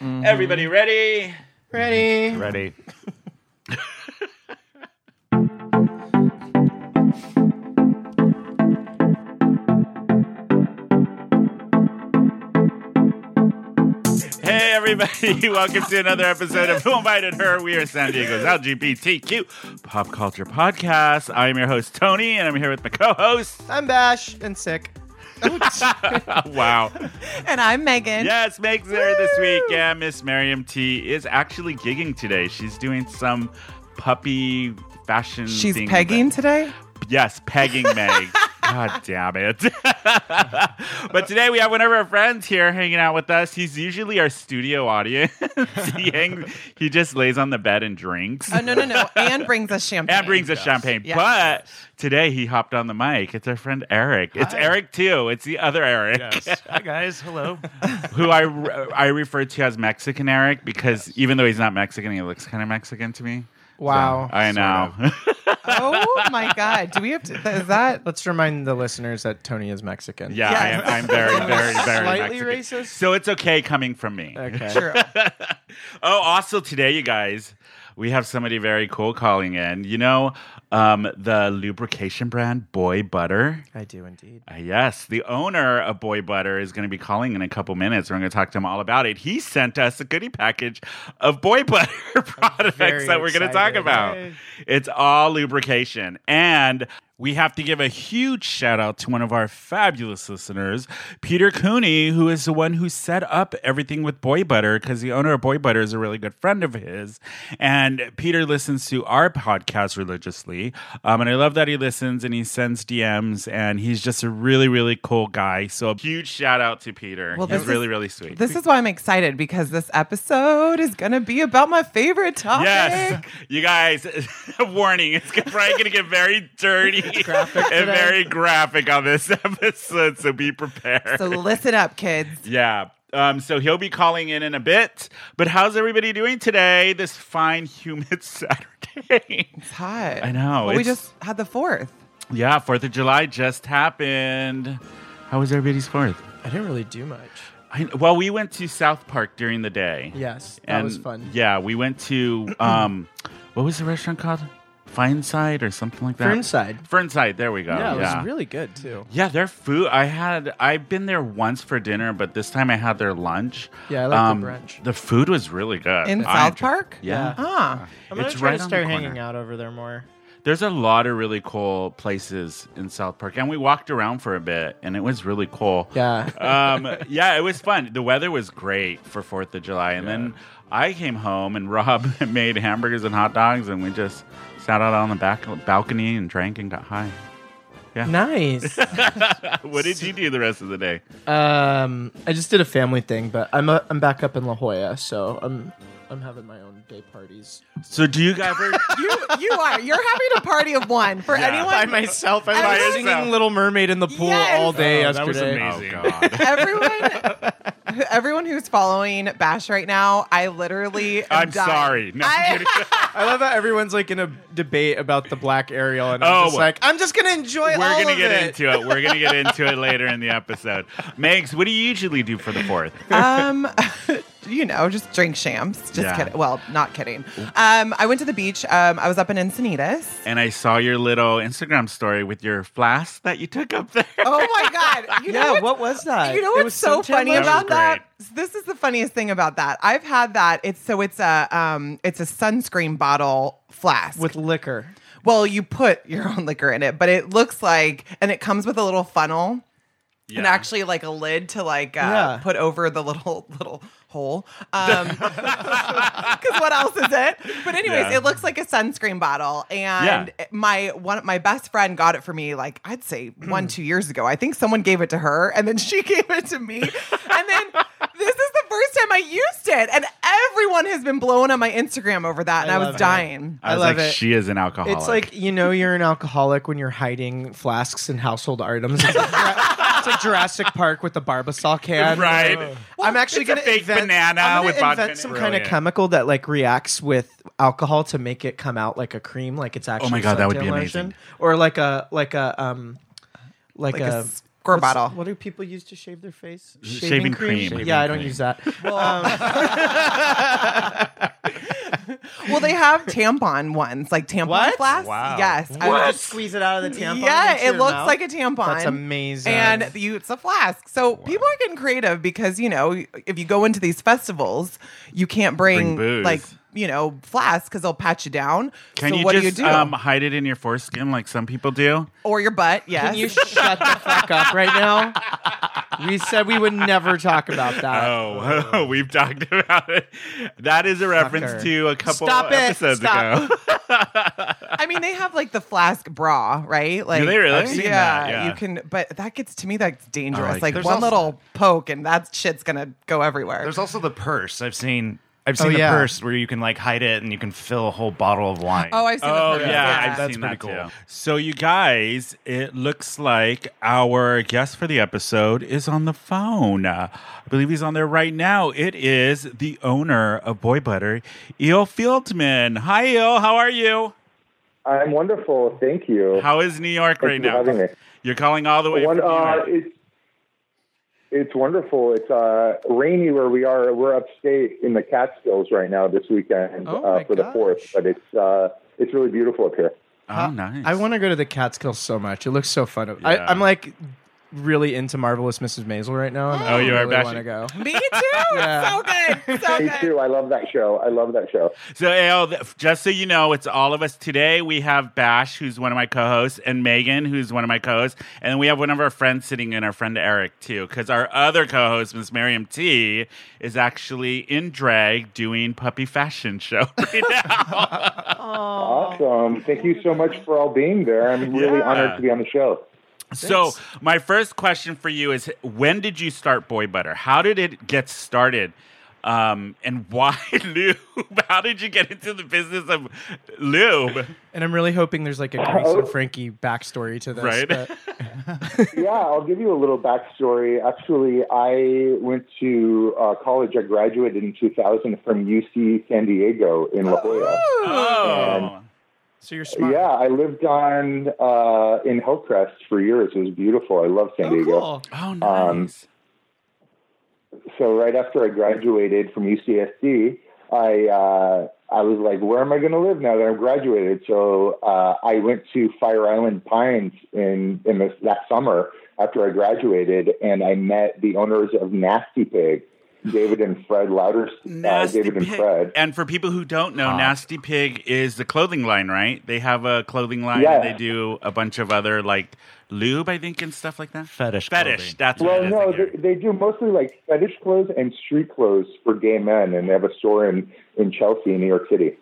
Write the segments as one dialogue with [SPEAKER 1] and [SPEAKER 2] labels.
[SPEAKER 1] Everybody
[SPEAKER 2] Mm-hmm.
[SPEAKER 1] ready?
[SPEAKER 2] Ready?
[SPEAKER 3] Ready. Hey, everybody. Welcome to another episode of Who Invited Her? We are San Diego's LGBTQ pop culture podcast. I'm your host, Tony, and I'm here with my co host.
[SPEAKER 2] I'm Bash and sick.
[SPEAKER 3] wow.
[SPEAKER 4] And I'm Megan.
[SPEAKER 3] Yes, Meg's there this week. Yeah, Miss Miriam T is actually gigging today. She's doing some puppy fashion.
[SPEAKER 4] She's
[SPEAKER 3] thing.
[SPEAKER 4] pegging today.
[SPEAKER 3] Yes, pegging Meg. God damn it. but today we have one of our friends here hanging out with us. He's usually our studio audience. he, hangs, he just lays on the bed and drinks.
[SPEAKER 4] Oh no no no! Anne brings us champagne.
[SPEAKER 3] And brings us champagne.
[SPEAKER 4] Yes.
[SPEAKER 3] But today he hopped on the mic. It's our friend Eric. It's
[SPEAKER 5] Hi.
[SPEAKER 3] Eric too. It's the other Eric.
[SPEAKER 5] Yes. Hi guys. Hello.
[SPEAKER 3] who I, I refer to as Mexican Eric because even though he's not Mexican, he looks kind of Mexican to me.
[SPEAKER 2] Wow.
[SPEAKER 3] So, I know.
[SPEAKER 4] Oh my god! Do we have to? Is that?
[SPEAKER 2] Let's remind the listeners that Tony is Mexican.
[SPEAKER 3] yeah,
[SPEAKER 4] Yes.
[SPEAKER 3] I am, I'm very, very, very
[SPEAKER 2] Slightly
[SPEAKER 3] Mexican.
[SPEAKER 2] racist?
[SPEAKER 3] So it's okay coming from me.
[SPEAKER 2] Okay.
[SPEAKER 4] True.
[SPEAKER 3] Oh, also today, you guys, we have somebody very cool calling in. You know, um, the lubrication brand Boy Butter.
[SPEAKER 2] I do indeed.
[SPEAKER 3] Uh, Yes, the owner of Boy Butter is going to be calling in a couple minutes. We're going to talk to him all about it. He sent us a goodie package of Boy Butter products that we're going to talk
[SPEAKER 2] excited.
[SPEAKER 3] about.
[SPEAKER 2] Yay.
[SPEAKER 3] It's all lubrication. And we have to give a huge shout out to one of our fabulous listeners, Peter Cooney, who is the one who set up everything with Boy Butter because the owner of Boy Butter is a really good friend of his. And Peter listens to our podcast religiously. Um, and I love that he listens and he sends DMs and he's just a really, really cool guy. So a huge shout out to Peter.
[SPEAKER 4] Well,
[SPEAKER 3] he's
[SPEAKER 4] this is-
[SPEAKER 3] really, really sweet.
[SPEAKER 4] This is why I'm excited because this episode is gonna be about my favorite topic.
[SPEAKER 3] Yes, you guys. warning: It's probably going to get very dirty and very graphic on this episode, so be prepared.
[SPEAKER 4] So listen up, kids.
[SPEAKER 3] yeah. Um, so he'll be calling in in a bit. But how's everybody doing today? This fine, humid Saturday.
[SPEAKER 4] It's hot.
[SPEAKER 3] I know,
[SPEAKER 4] But we
[SPEAKER 3] it's-
[SPEAKER 4] just had the fourth.
[SPEAKER 3] yeah, Fourth of July just happened. How was everybody's Fourth?
[SPEAKER 2] I didn't really do much.
[SPEAKER 3] I, well, we went to South Park during the day.
[SPEAKER 2] Yes, that
[SPEAKER 3] and
[SPEAKER 2] was fun.
[SPEAKER 3] Yeah, we went to um, what was the restaurant called? Fineside or something like that.
[SPEAKER 2] Fernside.
[SPEAKER 3] Fernside. There we go.
[SPEAKER 2] yeah,
[SPEAKER 3] Oh, Yeah,
[SPEAKER 2] it was really good too.
[SPEAKER 3] Yeah, their food. I had. I've been there once for dinner, but this time I had their lunch. Um,
[SPEAKER 2] Yeah, I like the brunch.
[SPEAKER 3] The food was really good
[SPEAKER 4] In
[SPEAKER 3] I-
[SPEAKER 4] South Park?
[SPEAKER 3] Yeah.
[SPEAKER 4] Ah.
[SPEAKER 2] I'm gonna
[SPEAKER 3] It's
[SPEAKER 2] try
[SPEAKER 3] right
[SPEAKER 2] to
[SPEAKER 3] on
[SPEAKER 2] start
[SPEAKER 3] the corner.
[SPEAKER 2] hanging out over there more.
[SPEAKER 3] There's a lot of really cool places in South Park, and we walked around for a bit, and it was really cool.
[SPEAKER 2] Yeah.
[SPEAKER 3] um, yeah, it was fun. The weather was great for Fourth of July, and then I came home and Rob made hamburgers and hot dogs, and we just sat out on the back balcony and drank and got high.
[SPEAKER 2] nice.
[SPEAKER 3] What did you do the rest of the day?
[SPEAKER 2] um, I just did a family thing, but I'm uh, I'm back up in La Jolla, so I'm I'm having my own day parties
[SPEAKER 3] So, do you guys ever?
[SPEAKER 4] You you are. You're having a by a party of one for
[SPEAKER 2] by
[SPEAKER 4] anyone.
[SPEAKER 2] myself. I
[SPEAKER 4] By
[SPEAKER 2] was
[SPEAKER 3] yourself.
[SPEAKER 2] singing Little Mermaid in the pool
[SPEAKER 4] Yes.
[SPEAKER 2] all day
[SPEAKER 5] Oh, that
[SPEAKER 2] yesterday.
[SPEAKER 5] was amazing.
[SPEAKER 3] God.
[SPEAKER 4] Everyone, who- everyone who's following Bash right now, I literally. am
[SPEAKER 3] I'm
[SPEAKER 4] dying.
[SPEAKER 3] sorry. No, I'm
[SPEAKER 4] I-
[SPEAKER 3] kidding.
[SPEAKER 2] I love how everyone's like in a debate about the black Ariel, and
[SPEAKER 3] Oh.
[SPEAKER 2] I'm just like, I'm just gonna enjoy
[SPEAKER 3] We're
[SPEAKER 2] all
[SPEAKER 3] gonna
[SPEAKER 2] of
[SPEAKER 3] get
[SPEAKER 2] it.
[SPEAKER 3] into it. We're gonna get into it later in the episode. Megs, what do you usually do for the fourth?
[SPEAKER 4] um, you know, just drink shams. Just
[SPEAKER 3] Yeah.
[SPEAKER 4] kidding. Well, not kidding. Um, I went to the beach. Um, I was up in Encinitas.
[SPEAKER 3] And I saw your little Instagram story with your flask that you took up there.
[SPEAKER 4] Oh my god! You know
[SPEAKER 2] yeah,
[SPEAKER 4] what's-
[SPEAKER 2] what was that?
[SPEAKER 4] You know
[SPEAKER 2] It
[SPEAKER 4] what's
[SPEAKER 2] was
[SPEAKER 4] so
[SPEAKER 2] suntan
[SPEAKER 4] funny
[SPEAKER 2] lotion?
[SPEAKER 3] That was
[SPEAKER 4] about that? This is the funniest thing about that. I've had that. It's so it's a um it's a sunscreen bottle flask
[SPEAKER 2] with liquor.
[SPEAKER 4] well you put your own liquor in it, but it looks like and it comes with a little funnel and
[SPEAKER 3] Yeah.
[SPEAKER 4] actually like a lid to like uh,
[SPEAKER 2] Yeah.
[SPEAKER 4] put over the little little hole. Um, because what else is it? But anyways,
[SPEAKER 3] Yeah.
[SPEAKER 4] it looks like a sunscreen bottle, and
[SPEAKER 3] Yeah.
[SPEAKER 4] my one my best friend got it for me like I'd say one two years ago. I think someone gave it to her, and then she gave it to me, and then. This is the first time I used it, and everyone has been blowing on my Instagram over that, and I,
[SPEAKER 2] I
[SPEAKER 4] was
[SPEAKER 2] love it.
[SPEAKER 4] dying.
[SPEAKER 3] I was
[SPEAKER 2] love
[SPEAKER 3] like,
[SPEAKER 2] it.
[SPEAKER 3] she is an alcoholic.
[SPEAKER 2] It's like you know you're an alcoholic when you're hiding flasks and household items. It's like, Jura- it's like Jurassic Park with the Barbasol can,
[SPEAKER 3] Right.
[SPEAKER 2] I'm actually
[SPEAKER 3] it's a
[SPEAKER 2] gonna
[SPEAKER 3] fake
[SPEAKER 2] invent,
[SPEAKER 3] banana
[SPEAKER 2] I'm gonna
[SPEAKER 3] with vodka in
[SPEAKER 2] invent
[SPEAKER 3] it.
[SPEAKER 2] some kind
[SPEAKER 3] Brilliant.
[SPEAKER 2] of chemical that like reacts with alcohol to make it come out like a cream,
[SPEAKER 3] Oh
[SPEAKER 2] like it's actually.
[SPEAKER 3] my God, that would
[SPEAKER 2] suntan
[SPEAKER 3] be
[SPEAKER 2] lotion.
[SPEAKER 3] amazing.
[SPEAKER 2] Or like a like a um like,
[SPEAKER 4] Like a
[SPEAKER 2] a,
[SPEAKER 4] s- liquor bottle.
[SPEAKER 2] What do people use to shave their face?
[SPEAKER 3] Shaving cream. Shaving
[SPEAKER 2] yeah, I don't
[SPEAKER 3] cream.
[SPEAKER 2] use that. Um,
[SPEAKER 4] Well, they have tampon ones, like tampon
[SPEAKER 2] What?
[SPEAKER 4] flasks.
[SPEAKER 3] Wow.
[SPEAKER 4] Yes. I
[SPEAKER 2] You
[SPEAKER 4] was-
[SPEAKER 2] just squeeze it out of the tampon.
[SPEAKER 4] Yeah,
[SPEAKER 2] into your
[SPEAKER 4] it looks
[SPEAKER 2] mouth?
[SPEAKER 4] like a tampon.
[SPEAKER 2] That's amazing.
[SPEAKER 4] And you, it's a flask. So people are getting creative because you know if you go into these festivals, you can't bring,
[SPEAKER 3] Bring booze.
[SPEAKER 4] like you know flasks because they'll pat you down.
[SPEAKER 3] Can
[SPEAKER 4] so
[SPEAKER 3] you
[SPEAKER 4] what
[SPEAKER 3] just
[SPEAKER 4] do you do?
[SPEAKER 3] Um, hide it in your foreskin like some people do?
[SPEAKER 4] or your butt? Yes.
[SPEAKER 2] Can you shut the fuck up right now? We said we would never talk about that.
[SPEAKER 3] Oh, we've talked about it. That is a reference
[SPEAKER 2] Fucker.
[SPEAKER 3] to a couple
[SPEAKER 2] Stop it.
[SPEAKER 3] episodes
[SPEAKER 2] Stop.
[SPEAKER 3] ago.
[SPEAKER 4] I mean, they have like the flask bra, right? Like,
[SPEAKER 3] they really?
[SPEAKER 4] I've seen yeah,
[SPEAKER 3] that, yeah.
[SPEAKER 4] you can. But that gets to me that's dangerous.
[SPEAKER 3] like
[SPEAKER 4] like
[SPEAKER 1] that.
[SPEAKER 4] one
[SPEAKER 1] There's also-
[SPEAKER 4] little poke, and that shit's gonna go everywhere.
[SPEAKER 1] There's also the purse. I've seen. I've seen
[SPEAKER 2] Oh,
[SPEAKER 1] the
[SPEAKER 2] yeah.
[SPEAKER 1] purse where you can like hide it and you can fill a whole bottle of wine.
[SPEAKER 4] oh, I've seen.
[SPEAKER 3] Oh
[SPEAKER 4] the
[SPEAKER 3] yeah,
[SPEAKER 4] photos.
[SPEAKER 3] I've
[SPEAKER 1] That's
[SPEAKER 3] seen
[SPEAKER 1] pretty
[SPEAKER 3] that
[SPEAKER 1] cool.
[SPEAKER 3] too. So you guys, it looks like our guest for the episode is on the phone. Uh, I believe he's on there right now. It is the owner of Boy Butter, Eel Fieldman. Hi, Eel. How are you?
[SPEAKER 5] I'm wonderful. Thank you.
[SPEAKER 3] How is New York right
[SPEAKER 5] Thank you
[SPEAKER 3] now?
[SPEAKER 5] for having me.
[SPEAKER 3] You're calling all the way
[SPEAKER 5] One,
[SPEAKER 3] from New
[SPEAKER 5] uh,
[SPEAKER 3] York.
[SPEAKER 5] it's, it's wonderful. It's uh, rainy where we are. We're upstate in the Catskills right now this weekend
[SPEAKER 2] Oh, my
[SPEAKER 5] uh, for the
[SPEAKER 2] gosh.
[SPEAKER 5] fourth, but it's uh, it's really beautiful up here.
[SPEAKER 3] oh, nice.
[SPEAKER 2] Uh, I want to go to the Catskills so much. It looks so fun.
[SPEAKER 3] Yeah.
[SPEAKER 2] I, I'm like really into Marvelous Mrs. Maisel right now. and I
[SPEAKER 3] Oh, you are
[SPEAKER 2] really
[SPEAKER 3] bashing-
[SPEAKER 2] want to go.
[SPEAKER 4] Me too.
[SPEAKER 2] Yeah.
[SPEAKER 4] So good. So
[SPEAKER 5] Me
[SPEAKER 4] good.
[SPEAKER 5] too. I love that show. I love that show.
[SPEAKER 3] So, Al, th- just so you know, it's all of us today. We have Bash, who's one of my co-hosts, and Megan, who's one of my co-hosts, and then we have one of our friends sitting in, our friend Eric too, because our other co-host, Miss Miriam T, is actually in drag doing puppy fashion show right now.
[SPEAKER 5] Awesome. Thank you so much for all being there. I'm really
[SPEAKER 3] Yeah.
[SPEAKER 5] honored to be on the show.
[SPEAKER 3] so, my first question for you is: When did you start Boy Butter? How did it get started? Um, and why lube? How did you get into the business of lube?
[SPEAKER 2] And I'm really hoping there's like a
[SPEAKER 5] Oh.
[SPEAKER 2] Grace and Frankie backstory to this.
[SPEAKER 3] Right.
[SPEAKER 2] but-
[SPEAKER 5] yeah, I'll give you a little backstory. Actually, I went to uh, college. I graduated in 2000 from UC San Diego in La Jolla.
[SPEAKER 3] Oh,
[SPEAKER 2] so you're smart.
[SPEAKER 5] Yeah, I lived on uh, in Hillcrest for years. It was beautiful. I love San
[SPEAKER 2] Oh,
[SPEAKER 5] Diego.
[SPEAKER 2] cool.
[SPEAKER 3] oh, nice.
[SPEAKER 5] So right after I graduated from UCSD, I uh, I was like, where am I going to live now that I've graduated? So uh, I went to Fire Island Pines in in this, that summer after I graduated, and I met the owners of Nasty Pig, David and Fred Louders, uh,
[SPEAKER 3] Nasty
[SPEAKER 5] David and
[SPEAKER 3] Pig.
[SPEAKER 5] Fred.
[SPEAKER 3] And for people who don't know, Nasty Pig is the clothing line, right? They have a clothing line.
[SPEAKER 5] Yeah.
[SPEAKER 3] and They do a bunch of other like lube, I think, and stuff like that.
[SPEAKER 1] Fetish
[SPEAKER 3] Fetish.
[SPEAKER 1] clothing.
[SPEAKER 3] That's what
[SPEAKER 5] Well,
[SPEAKER 3] it is.
[SPEAKER 5] no,
[SPEAKER 3] I hear.
[SPEAKER 5] they, they do mostly like fetish clothes and street clothes for gay men, and they have a store in in Chelsea, New York City.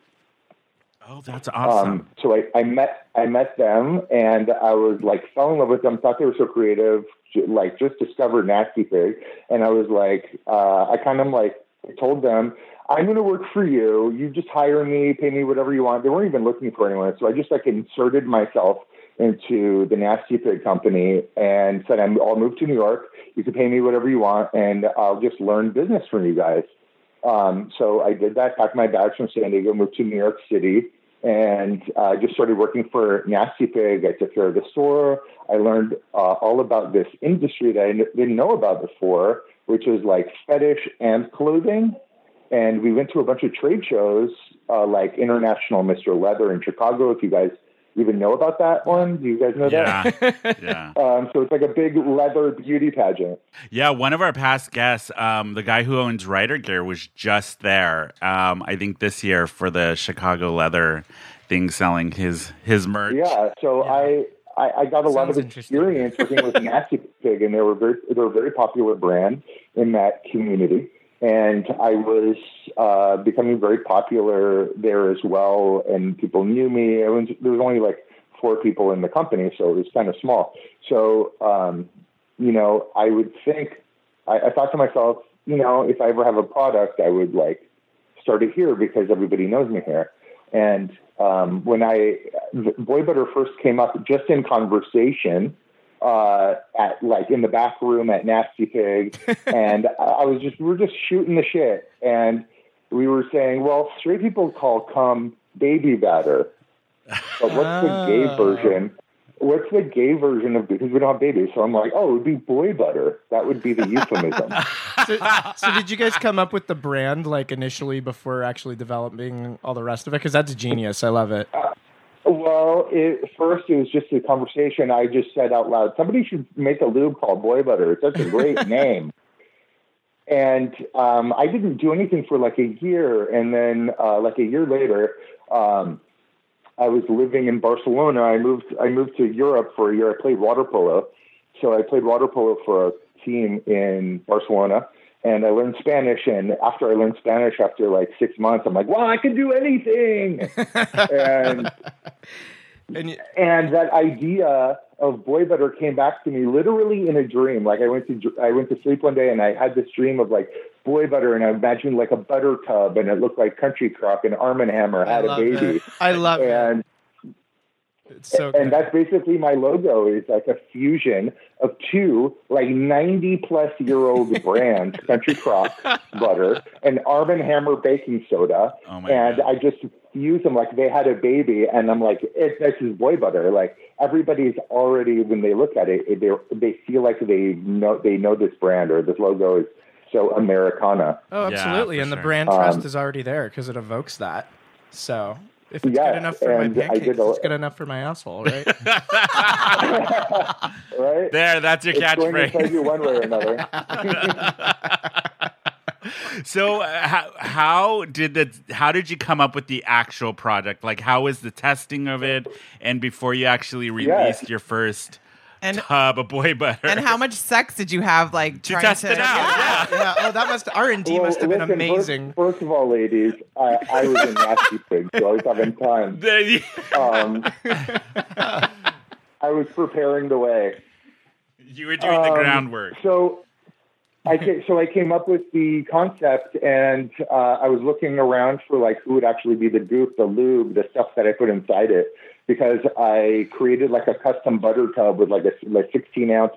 [SPEAKER 3] oh, that's awesome.
[SPEAKER 5] Um, so I, I met I met them and I was like fell in love with them. Thought they were so creative. ju- Like just discovered Nasty Pig, and I was like, uh, I kind of like told them, I'm going to work for you. You just hire me, pay me whatever you want. They weren't even looking for anyone, so I just like inserted myself into the Nasty Pig company and said, I'm, I'll move to New York. You can pay me whatever you want, and I'll just learn business from you guys. Um, so I did that, packed my bags from San Diego, moved to New York City, and uh, just started working for Nasty Pig. I took care of the store. I learned uh, all about this industry that I kn- didn't know about before, which is like fetish and clothing. And we went to a bunch of trade shows, uh, like International Mr. Leather in Chicago. If you guys even know about that one, do you guys know that?
[SPEAKER 3] yeah. yeah.
[SPEAKER 5] Um, so it's like a big leather beauty pageant.
[SPEAKER 3] Yeah. One of our past guests, um, the guy who owns Rider Gear, was just there, um, I think this year for the Chicago leather thing selling his his merch.
[SPEAKER 5] Yeah, so I, I I got a lot
[SPEAKER 2] Sounds
[SPEAKER 5] of
[SPEAKER 2] interesting.
[SPEAKER 5] experience working with Nasty Pig, and they were very they were a very popular brand in that community. And I was uh, becoming very popular there as well, and people knew me. I was, there was only like four people in the company, so it was kind of small. So um, you know, I would think I, I thought to myself, you know, if I ever have a product, I would like started here because everybody knows me here. And um, when I Boy Butter first came up, just in conversation, uh, at like in the back room at Nasty Pig, and I I was just we were just shooting the shit, and we were saying, well, straight people call cum baby batter, but what's the gay version? what's the gay version of because we don't have babies? So I'm like, oh, it would be boy butter. That would be the euphemism.
[SPEAKER 2] So, so did you guys come up with the brand like initially before actually developing all the rest of it? Because that's genius. I love
[SPEAKER 5] Uh,
[SPEAKER 2] it.
[SPEAKER 5] well, it, first it was just a conversation I just said out loud. Somebody should make a lube called Boy Butter. It's such a great name. And um, I didn't do anything for like a year, and then uh, like a year later, um, I was living in Barcelona. I moved. I moved to Europe for a year. I played water polo, so I played water polo for a team in Barcelona, and I learned Spanish. And after I learned Spanish, after like six months, I'm like, wow, I can do anything. and
[SPEAKER 2] And you,
[SPEAKER 5] and that idea of boy butter came back to me literally in a dream. Like I went to I went to sleep one day and I had this dream of like boy butter and I imagined like a butter tub and it looked like country crock and Arm and Hammer
[SPEAKER 2] I
[SPEAKER 5] had a
[SPEAKER 2] love it.
[SPEAKER 5] baby.
[SPEAKER 2] I love
[SPEAKER 5] And
[SPEAKER 2] it. It's so good.
[SPEAKER 5] and that's basically my logo is like a fusion of two like 90 plus year old brands country crock butter and arm and hammer baking soda
[SPEAKER 3] Oh my
[SPEAKER 5] and
[SPEAKER 3] God.
[SPEAKER 5] i just use them like they had a baby and i'm like it, this is boy butter like everybody's already when they look at it they they feel like they know they know this brand or this logo is so americana
[SPEAKER 2] Oh,
[SPEAKER 3] Yeah,
[SPEAKER 2] absolutely.
[SPEAKER 3] for
[SPEAKER 2] and the
[SPEAKER 3] sure.
[SPEAKER 2] brand trust
[SPEAKER 5] Um,
[SPEAKER 2] is already there because it evokes that. So if it's
[SPEAKER 5] Yeah,
[SPEAKER 2] good enough for my
[SPEAKER 5] and I did
[SPEAKER 2] pancakes,
[SPEAKER 5] a-
[SPEAKER 2] it's good enough for my asshole, right?
[SPEAKER 5] right
[SPEAKER 3] There, that's your
[SPEAKER 5] it's going to tell
[SPEAKER 3] catchphrase.
[SPEAKER 5] you one way or another
[SPEAKER 3] So, uh, how, how did the how did you come up with the actual product? Like, how was the testing of it? And before you actually released your first
[SPEAKER 4] And-
[SPEAKER 3] tub of boy butter,
[SPEAKER 4] And how much sex did you have? Like
[SPEAKER 3] to
[SPEAKER 4] trying
[SPEAKER 3] test
[SPEAKER 4] to
[SPEAKER 3] it out? Yeah.
[SPEAKER 2] yeah. Oh, that must R and D
[SPEAKER 5] Well,
[SPEAKER 2] must have been
[SPEAKER 5] listen, first-
[SPEAKER 2] amazing.
[SPEAKER 5] First, of all, ladies, I, I was in nasty thing, so I was having time.
[SPEAKER 3] The-
[SPEAKER 5] Um, I was preparing the way.
[SPEAKER 3] you were doing the
[SPEAKER 5] Um,
[SPEAKER 3] groundwork.
[SPEAKER 5] So I ca- so I came up with the concept, and uh, I was looking around for like who would actually be the goop, the lube, the stuff that I put inside it, because I created like a custom butter tub with like a like 16 ounce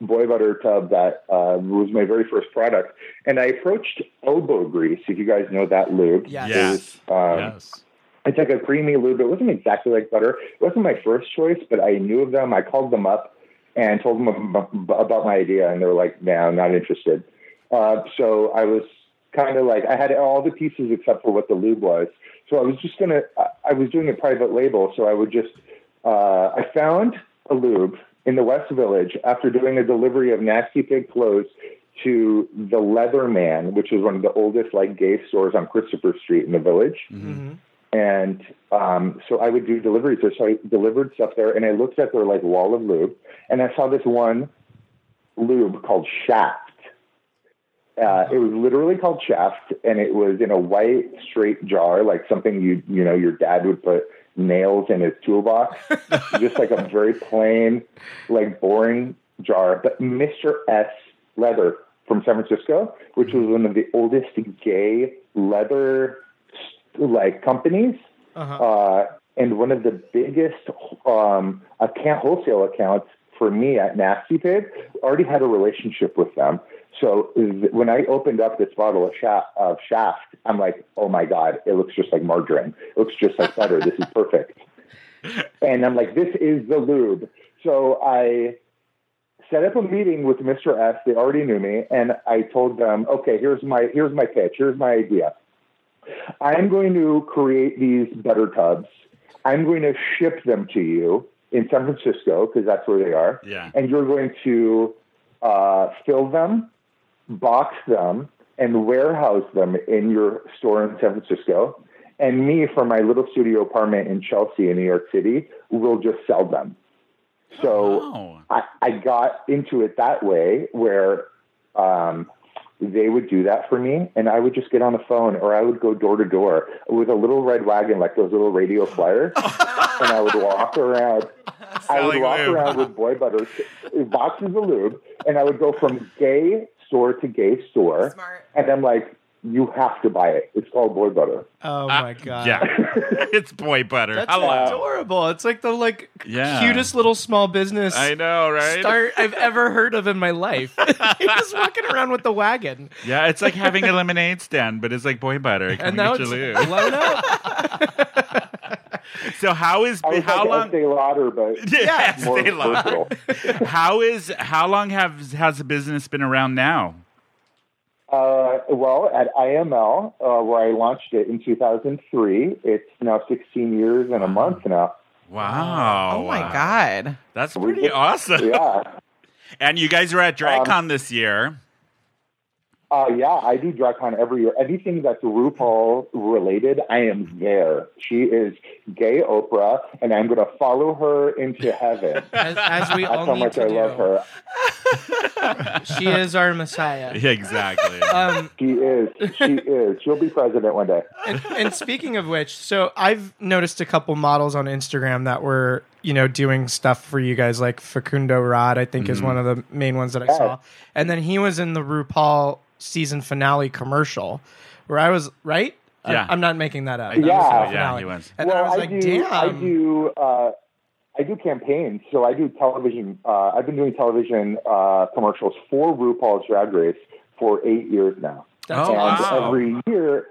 [SPEAKER 5] boy butter tub that uh, was my very first product, and I approached elbow grease. If you guys know that lube,
[SPEAKER 2] Yes.
[SPEAKER 3] Yes.
[SPEAKER 5] Um,
[SPEAKER 3] yes.
[SPEAKER 5] it's like a creamy lube. It wasn't exactly like butter. It wasn't my first choice, but I knew of them. I called them up and told them ab- about my idea, and they were like, "No, not interested." Uh, so I was kind of like, I had all the pieces except for what the lube was. So I was just gonna. I, I was doing a private label, so I would just. Uh, I found a lube in the West Village after doing a delivery of Nasty Pig clothes to the Leatherman, which is one of the oldest like gay stores on Christopher Street in the Village.
[SPEAKER 2] Mm-hmm.
[SPEAKER 5] Mm-hmm. And um, so I would do deliveries there. So I delivered stuff there, and I looked at their like wall of lube, and I saw this one lube called Shaft. Uh, it was literally called Shaft, and it was in a white straight jar, like something you you know your dad would put nails in his toolbox, just like a very plain, like boring jar. But Mr. S leather from San Francisco, which was one of the oldest gay leather like companies
[SPEAKER 2] Uh-huh.
[SPEAKER 5] uh, and one of the biggest um, account wholesale accounts for me at Nasty Pig already had a relationship with them. So th- when I opened up this bottle of, sha- of Shaft, I'm like, oh my god, it looks just like margarine. It looks just like butter. this is perfect. And I'm like, this is the lube. So I set up a meeting with Mr. S. They already knew me, and I told them, okay, here's my here's my pitch. Here's my idea. I'm going to create these butter tubs. I'm going to ship them to you in San Francisco because that's where they are.
[SPEAKER 3] Yeah.
[SPEAKER 5] And you're going to uh, fill them, box them, and warehouse them in your store in San Francisco. And me, from my little studio apartment in Chelsea in New York City, will just sell them. So
[SPEAKER 3] Oh.
[SPEAKER 5] I, I got into it that way where um, they would do that for me and I would just get on the phone or I would go door to door with a little red wagon like those little radio flyers and I would walk around I would
[SPEAKER 3] Selling
[SPEAKER 5] walk
[SPEAKER 3] lube.
[SPEAKER 5] around with boy butter boxes of lube and I would go from gay store to gay store
[SPEAKER 4] Smart.
[SPEAKER 5] and I'm like you have to buy it it's called boy butter
[SPEAKER 2] Oh my god.
[SPEAKER 3] Uh, Yeah. it's boy butter.
[SPEAKER 2] That's
[SPEAKER 3] Hello.
[SPEAKER 2] adorable. It's like the like
[SPEAKER 3] Yeah.
[SPEAKER 2] cutest little small business
[SPEAKER 3] I know, right?
[SPEAKER 2] start I've ever heard of in my life. You're just walking around with the wagon.
[SPEAKER 3] Yeah, it's like having a lemonade stand, but it's like boy butter.
[SPEAKER 2] And
[SPEAKER 3] coming
[SPEAKER 2] now
[SPEAKER 3] at
[SPEAKER 2] it's
[SPEAKER 3] you.
[SPEAKER 2] blown up.
[SPEAKER 3] So how is
[SPEAKER 5] I was
[SPEAKER 3] how
[SPEAKER 5] like
[SPEAKER 3] long?
[SPEAKER 5] Estee Lauder, but
[SPEAKER 3] Yeah,
[SPEAKER 5] more
[SPEAKER 3] Estee Lauder.
[SPEAKER 5] versatile.
[SPEAKER 3] How is how long have has the business been around now?
[SPEAKER 5] Uh, well, at IML, uh, where I launched it in 2003, it's now 16 years and a
[SPEAKER 2] Mm.
[SPEAKER 5] month now.
[SPEAKER 3] Wow.
[SPEAKER 4] Oh my god.
[SPEAKER 3] That's
[SPEAKER 5] We
[SPEAKER 3] pretty
[SPEAKER 5] did-
[SPEAKER 3] awesome.
[SPEAKER 5] Yeah. Um,
[SPEAKER 3] And you guys were at DragCon this year.
[SPEAKER 5] Uh, yeah, I do DragCon every year. Anything that's RuPaul related, I am there. She is gay Oprah, and I'm going to follow her into heaven.
[SPEAKER 2] As, as we
[SPEAKER 5] That's
[SPEAKER 2] all
[SPEAKER 5] how
[SPEAKER 2] need
[SPEAKER 5] much
[SPEAKER 2] to
[SPEAKER 5] I
[SPEAKER 2] do.
[SPEAKER 5] love her.
[SPEAKER 2] She is our messiah.
[SPEAKER 3] Yeah, exactly.
[SPEAKER 2] Um,
[SPEAKER 5] She is. She is. She'll be president one day.
[SPEAKER 2] and, and speaking of which, so I've noticed a couple models on Instagram that were, you know, doing stuff for you guys, like Facundo Rod, I think is
[SPEAKER 5] Mm-hmm.
[SPEAKER 2] one of the main ones that I saw. And then he was in the RuPaul season finale commercial where I was, right? I-
[SPEAKER 3] Yeah.
[SPEAKER 2] I'm not making that up.
[SPEAKER 5] Yeah.
[SPEAKER 2] That was the
[SPEAKER 5] Yeah,
[SPEAKER 2] finale.
[SPEAKER 3] he was.
[SPEAKER 2] And I
[SPEAKER 5] well,
[SPEAKER 2] was
[SPEAKER 5] I,
[SPEAKER 2] like,
[SPEAKER 5] do.
[SPEAKER 2] damn.
[SPEAKER 5] I do. Uh, I do campaigns, so I do television. Uh, I've been doing television uh, commercials for RuPaul's Drag Race for eight years now.
[SPEAKER 2] That's
[SPEAKER 3] Oh,
[SPEAKER 5] and
[SPEAKER 2] awesome.
[SPEAKER 3] wow.
[SPEAKER 5] every year,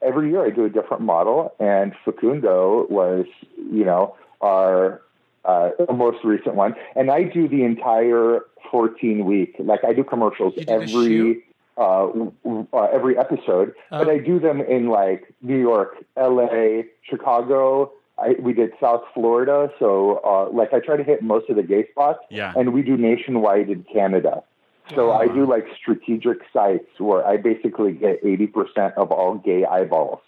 [SPEAKER 5] every year I do a different model. And Facundo was, you know, our uh, most recent one. And I do the entire 14 week. Like I do commercials
[SPEAKER 2] You do the shoot?
[SPEAKER 5] every. Uh, w- w- uh, every episode, but
[SPEAKER 2] Oh.
[SPEAKER 5] I do them in like New York, L.A., Chicago. I, we did South Florida, so uh, like I try to hit most of the gay spots
[SPEAKER 3] Yeah.
[SPEAKER 5] and we do nationwide in Canada. So I do like strategic sites where I basically get 80% of all gay eyeballs.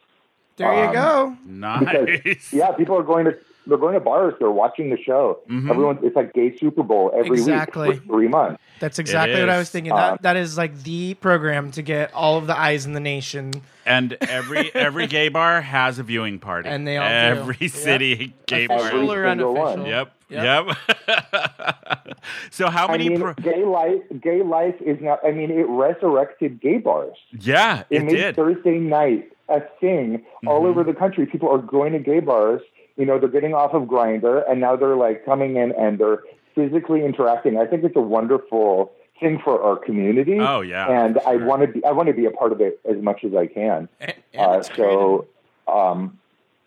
[SPEAKER 2] There you
[SPEAKER 5] Um,
[SPEAKER 2] go.
[SPEAKER 5] Because
[SPEAKER 3] Nice.
[SPEAKER 5] yeah, people are going to they're going to bars, they're watching the show.
[SPEAKER 3] Mm-hmm.
[SPEAKER 5] Everyone it's like gay Super Bowl every
[SPEAKER 2] Exactly.
[SPEAKER 5] week for 3 months.
[SPEAKER 2] That's exactly what I
[SPEAKER 3] is.
[SPEAKER 2] was thinking.
[SPEAKER 5] Um,
[SPEAKER 2] That that is like the program to get all of the eyes in the nation.
[SPEAKER 3] And every every gay bar has a viewing party.
[SPEAKER 2] And they all do.
[SPEAKER 3] every
[SPEAKER 2] Yep.
[SPEAKER 3] city gay
[SPEAKER 5] Every
[SPEAKER 3] bar.
[SPEAKER 2] Official or
[SPEAKER 5] single one.
[SPEAKER 2] unofficial.
[SPEAKER 3] Yep. Yep. so how
[SPEAKER 5] I
[SPEAKER 3] many?
[SPEAKER 5] mean,
[SPEAKER 3] pro-
[SPEAKER 5] gay life gay life is now I mean it resurrected gay bars.
[SPEAKER 3] yeah,
[SPEAKER 5] It,
[SPEAKER 3] it
[SPEAKER 5] made
[SPEAKER 3] did.
[SPEAKER 5] Thursday night a thing all over the country. People are going to gay bars. You know, they're getting off of Grinder, and now they're like coming in and they're physically interacting. I think it's a wonderful thing for our community.
[SPEAKER 3] Oh, yeah,
[SPEAKER 5] and I
[SPEAKER 3] sure.
[SPEAKER 5] want to be I want to be a part of it as much as I can.
[SPEAKER 2] And, and
[SPEAKER 5] Uh,
[SPEAKER 2] it's creative.
[SPEAKER 5] so, um,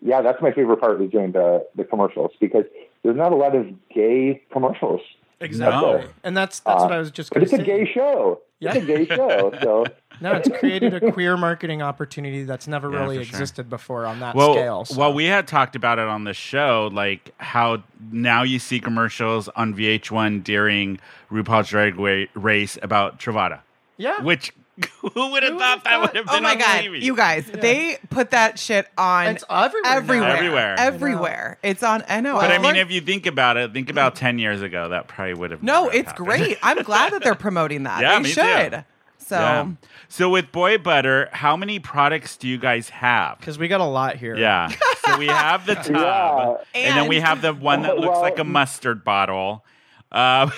[SPEAKER 5] yeah, that's my favorite part is doing the the commercials because there's not a lot of gay commercials.
[SPEAKER 2] Exactly.
[SPEAKER 5] No.
[SPEAKER 2] And that's that's
[SPEAKER 5] Uh,
[SPEAKER 2] what I was just
[SPEAKER 5] But
[SPEAKER 2] going
[SPEAKER 5] it's
[SPEAKER 2] to
[SPEAKER 5] a
[SPEAKER 2] say.
[SPEAKER 5] gay show. It's a gay show. So
[SPEAKER 2] No, it's created a queer marketing opportunity that's never
[SPEAKER 3] Yeah,
[SPEAKER 2] really
[SPEAKER 3] for sure.
[SPEAKER 2] existed before on that
[SPEAKER 3] well,
[SPEAKER 2] scale. so-
[SPEAKER 3] well, we had talked about it on the show, like how now you see commercials on VH1 during RuPaul's Drag Wa- Race about Travada,
[SPEAKER 2] yeah.
[SPEAKER 3] which who would have thought that would have been
[SPEAKER 4] Oh my
[SPEAKER 3] on
[SPEAKER 4] god,
[SPEAKER 3] TV?
[SPEAKER 4] you guys! They put that shit on
[SPEAKER 2] It's everywhere now.
[SPEAKER 4] everywhere,
[SPEAKER 3] Everywhere.
[SPEAKER 4] everywhere. It's on. I know.
[SPEAKER 3] But I
[SPEAKER 4] I've
[SPEAKER 3] mean,
[SPEAKER 4] learned-
[SPEAKER 3] if you think about it, think about ten years ago, that probably would have.
[SPEAKER 4] no,
[SPEAKER 3] never
[SPEAKER 4] it's
[SPEAKER 3] happened.
[SPEAKER 4] great. I'm glad that they're promoting that.
[SPEAKER 3] Yeah,
[SPEAKER 4] they
[SPEAKER 3] me too.
[SPEAKER 4] should. So
[SPEAKER 3] Yeah. So with Boy Butter, how many products do you guys have?
[SPEAKER 2] Because we got a lot here.
[SPEAKER 3] Yeah. so we have the tub,
[SPEAKER 5] Yeah.
[SPEAKER 3] and, then we
[SPEAKER 4] And-
[SPEAKER 3] have the one that looks
[SPEAKER 5] Well-
[SPEAKER 3] like a mustard bottle. Um,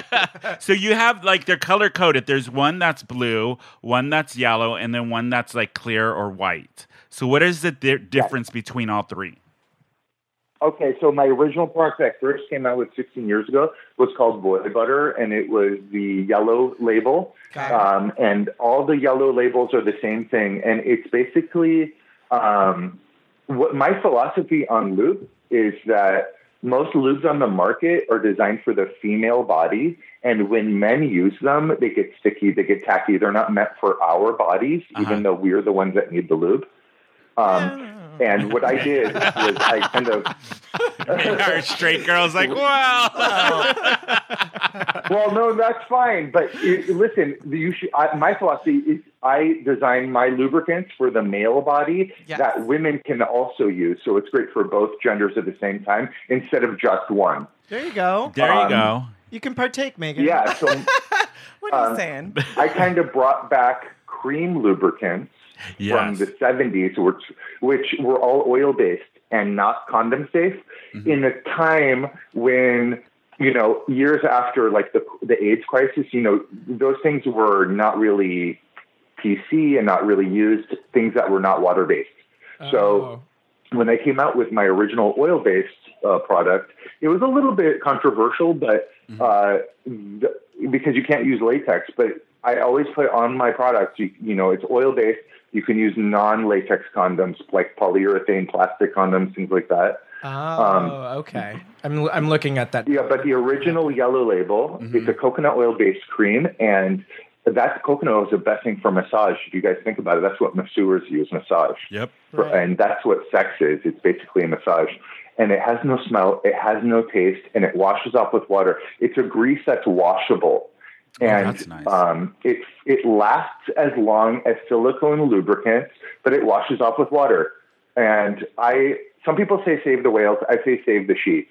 [SPEAKER 3] so you have like they're color coded. There's one that's blue, one that's yellow, and then one that's like clear or white. So what is the di- difference between all three?
[SPEAKER 5] Okay, so my original product that first came out with 16 years ago was called Boy Butter, and it was the yellow label.
[SPEAKER 4] Got it.
[SPEAKER 5] Um, and all the yellow labels are the same thing. And it's basically um, what my philosophy on lube is that most lubes on the market are designed for the female body. And when men use them, they get sticky, they get tacky. They're not meant for our bodies,
[SPEAKER 4] Uh-huh.
[SPEAKER 5] even though we're the ones that need the lube. Um, and what I did was I kind of
[SPEAKER 3] Our straight girls like, wow.
[SPEAKER 5] well, no, that's fine. But it, listen, you should, I, my philosophy is I design my lubricants for the male body
[SPEAKER 4] Yes.
[SPEAKER 5] that women can also use. So it's great for both genders at the same time instead of just one.
[SPEAKER 2] There you go.
[SPEAKER 3] there you
[SPEAKER 5] Um,
[SPEAKER 3] go.
[SPEAKER 2] You can partake, Megan.
[SPEAKER 5] Yeah. So
[SPEAKER 4] what are you saying?
[SPEAKER 5] I kind of brought back cream lubricants from
[SPEAKER 3] Yes.
[SPEAKER 5] the 70s, which, which were all oil based and not condom safe, in a time when, you know, years after like the, the AIDS crisis, you know, those things were not really PC and not really used, things that were not water based. So
[SPEAKER 2] Oh.
[SPEAKER 5] when I came out with my original oil based uh, product, it was a little bit controversial, but uh, th- because you can't use latex, but I always put on my products, you, you know, it's oil based. You can use non-latex condoms like polyurethane, plastic condoms, things like that.
[SPEAKER 2] Oh, okay. I'm I'm looking at that.
[SPEAKER 5] um, Yeah, but the original yellow label is a coconut oil based cream, and that coconut oil is the best thing for massage. If you guys think about it, that's what masseurs use massage,
[SPEAKER 3] Yep.
[SPEAKER 5] For-
[SPEAKER 2] Right.
[SPEAKER 5] and that's what sex is. It's basically a massage, and it has no smell, it has no taste, and it washes off with water. It's a grease that's washable.
[SPEAKER 2] Oh,
[SPEAKER 5] And
[SPEAKER 3] that's nice.
[SPEAKER 5] um, it it lasts as long as silicone lubricants, but it washes off with water. And I, some people say save the whales. I say save the sheets.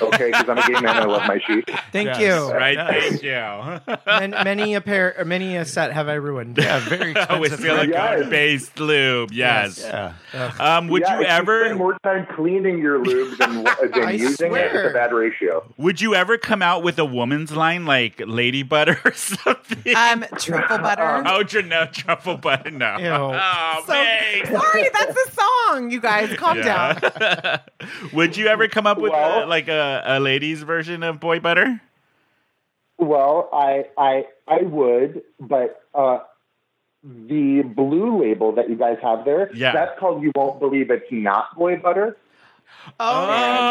[SPEAKER 5] Okay, because I'm a gay man. I love my sheets.
[SPEAKER 2] Thank
[SPEAKER 3] Yes,
[SPEAKER 2] you.
[SPEAKER 3] Right. Thank you.
[SPEAKER 2] Man- many a pair, or many a set have I ruined. Yeah, very
[SPEAKER 3] Oh, with
[SPEAKER 2] expensive.
[SPEAKER 3] silicone
[SPEAKER 5] Yes.
[SPEAKER 3] based lube. Yes.
[SPEAKER 1] Yeah.
[SPEAKER 3] Um, would
[SPEAKER 5] Yeah,
[SPEAKER 3] you
[SPEAKER 5] if
[SPEAKER 3] ever
[SPEAKER 5] spend more time cleaning your lube than,
[SPEAKER 2] I
[SPEAKER 5] than using it?
[SPEAKER 2] swear.
[SPEAKER 5] It's a bad ratio.
[SPEAKER 3] would you ever come out with a woman's line like lady butter or something?
[SPEAKER 4] Um, truffle butter.
[SPEAKER 3] oh, tr- no truffle butter. No.
[SPEAKER 2] Ew.
[SPEAKER 3] Oh,
[SPEAKER 4] So-
[SPEAKER 3] man.
[SPEAKER 4] Sorry, that's the song. You guys, calm down.
[SPEAKER 3] Yeah. would you ever come up with
[SPEAKER 5] Well-
[SPEAKER 3] a, like a, a lady's version of boy butter?
[SPEAKER 5] Well, I I I would, but uh, the blue label that you guys have there,
[SPEAKER 3] Yeah.
[SPEAKER 5] that's called you won't believe it's not boy butter.
[SPEAKER 2] Oh, man,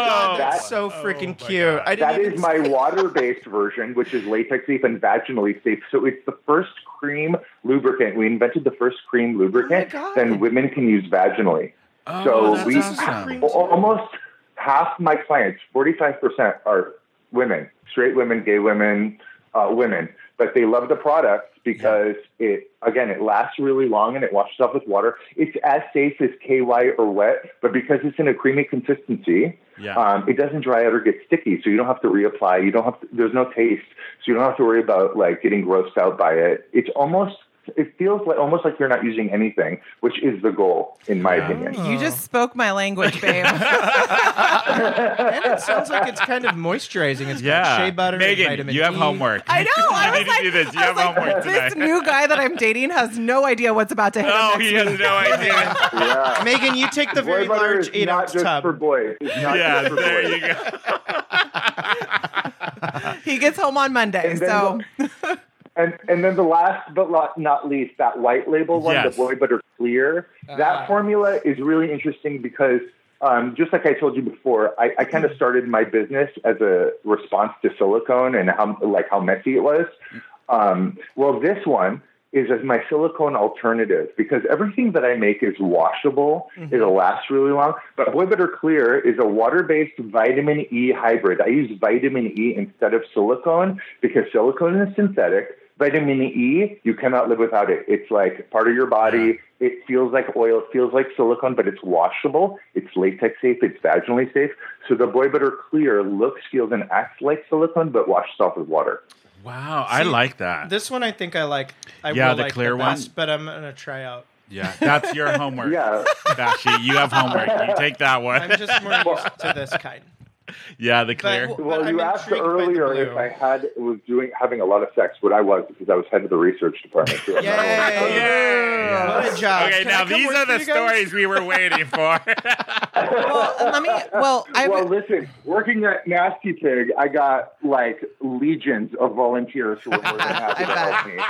[SPEAKER 2] God, that's
[SPEAKER 5] that-
[SPEAKER 2] so
[SPEAKER 3] Oh my
[SPEAKER 2] freaking
[SPEAKER 3] God.
[SPEAKER 2] cute. I didn't
[SPEAKER 5] That
[SPEAKER 2] even
[SPEAKER 5] is my water-based version, which is latex-safe and vaginally safe. So it's the first cream lubricant. We invented the first cream lubricant
[SPEAKER 4] God.
[SPEAKER 5] then women can use vaginally.
[SPEAKER 3] Oh,
[SPEAKER 5] So
[SPEAKER 3] that's
[SPEAKER 5] we
[SPEAKER 3] awesome.
[SPEAKER 5] al- almost half my clients, forty-five percent, are women, straight women, gay women, uh, women. But they love the product because it, again, it lasts really long and it washes off with water. It's as safe as KY or wet, but because it's in a creamy consistency,
[SPEAKER 3] Yeah.
[SPEAKER 5] um, it doesn't dry out or get sticky. So you don't have to reapply. You don't have. To, there's no taste, so you don't have to worry about like getting grossed out by it. It's almost. It feels like almost like you're not using anything, which is the goal, in my opinion.
[SPEAKER 4] You just spoke my language, babe.
[SPEAKER 2] And it sounds like it's kind of moisturizing. It's
[SPEAKER 3] yeah.
[SPEAKER 2] got shea butter. and
[SPEAKER 3] Megan,
[SPEAKER 2] vitamin E.
[SPEAKER 3] you have
[SPEAKER 2] D.
[SPEAKER 3] homework.
[SPEAKER 4] I know. I
[SPEAKER 3] you
[SPEAKER 4] was
[SPEAKER 3] need
[SPEAKER 4] like,
[SPEAKER 3] to do this. You
[SPEAKER 4] I
[SPEAKER 3] have
[SPEAKER 4] was like,
[SPEAKER 3] homework
[SPEAKER 4] this
[SPEAKER 3] tonight.
[SPEAKER 4] new guy that I'm dating has no idea what's about to hit
[SPEAKER 3] oh,
[SPEAKER 4] him. next
[SPEAKER 3] he has no idea.
[SPEAKER 5] Yeah.
[SPEAKER 2] Megan, you take the very
[SPEAKER 5] Boy butter
[SPEAKER 2] large
[SPEAKER 5] is
[SPEAKER 2] eight
[SPEAKER 5] not
[SPEAKER 2] ounce
[SPEAKER 5] just
[SPEAKER 2] tub.
[SPEAKER 5] for boys. It's not
[SPEAKER 3] yeah,
[SPEAKER 5] just for
[SPEAKER 3] there
[SPEAKER 5] boys.
[SPEAKER 3] you go.
[SPEAKER 4] He gets home on Monday.
[SPEAKER 5] And then
[SPEAKER 4] So
[SPEAKER 5] And and then the last but lo- not least, that white label one,
[SPEAKER 3] Yes.
[SPEAKER 5] the boy butter clear. That formula is really interesting because um, just like I told you before, I, I kind of started my business as a response to silicone and how like how messy it was. Um, well, this one is as my silicone alternative because everything that I make is washable. It'll last really long. But Boy Butter Clear is a water-based vitamin E hybrid. I use vitamin E instead of silicone because silicone is synthetic. Vitamin E, you cannot live without it. It's like part of your body. It feels like oil. It feels like silicone, but it's washable. It's latex safe. It's vaginally safe. So the Boy Butter Clear looks, feels, and acts like silicone, but washes off with water.
[SPEAKER 3] Wow, I like that.
[SPEAKER 2] This one I think I like. I
[SPEAKER 3] Yeah,
[SPEAKER 2] will
[SPEAKER 3] the
[SPEAKER 2] like
[SPEAKER 3] clear
[SPEAKER 2] the
[SPEAKER 3] one.
[SPEAKER 2] best, but I'm gonna try out.
[SPEAKER 3] yeah, that's your homework.
[SPEAKER 5] Yeah.
[SPEAKER 3] Bashi, you have homework. You take that one.
[SPEAKER 2] I'm just more used to this kind.
[SPEAKER 3] yeah, the clear.
[SPEAKER 2] But-
[SPEAKER 5] Well,
[SPEAKER 2] I'm
[SPEAKER 5] you asked
[SPEAKER 2] intrigued by the
[SPEAKER 5] earlier
[SPEAKER 2] blue.
[SPEAKER 5] if I had was doing having a lot of sex, what I was because I was head of the research department. Too. I'm not
[SPEAKER 2] Yay.
[SPEAKER 5] alone.
[SPEAKER 3] Yay.
[SPEAKER 2] What a job.
[SPEAKER 3] Okay,
[SPEAKER 2] Can I
[SPEAKER 3] now
[SPEAKER 2] come
[SPEAKER 3] these
[SPEAKER 2] work
[SPEAKER 3] are
[SPEAKER 2] for
[SPEAKER 3] the
[SPEAKER 2] you guys?
[SPEAKER 3] stories we were waiting for.
[SPEAKER 4] well, let me. Well, I
[SPEAKER 5] Well, listen, working at Nasty Pig, I got like legions of volunteers who were more than happy
[SPEAKER 4] I
[SPEAKER 5] to
[SPEAKER 4] bet.
[SPEAKER 5] help me.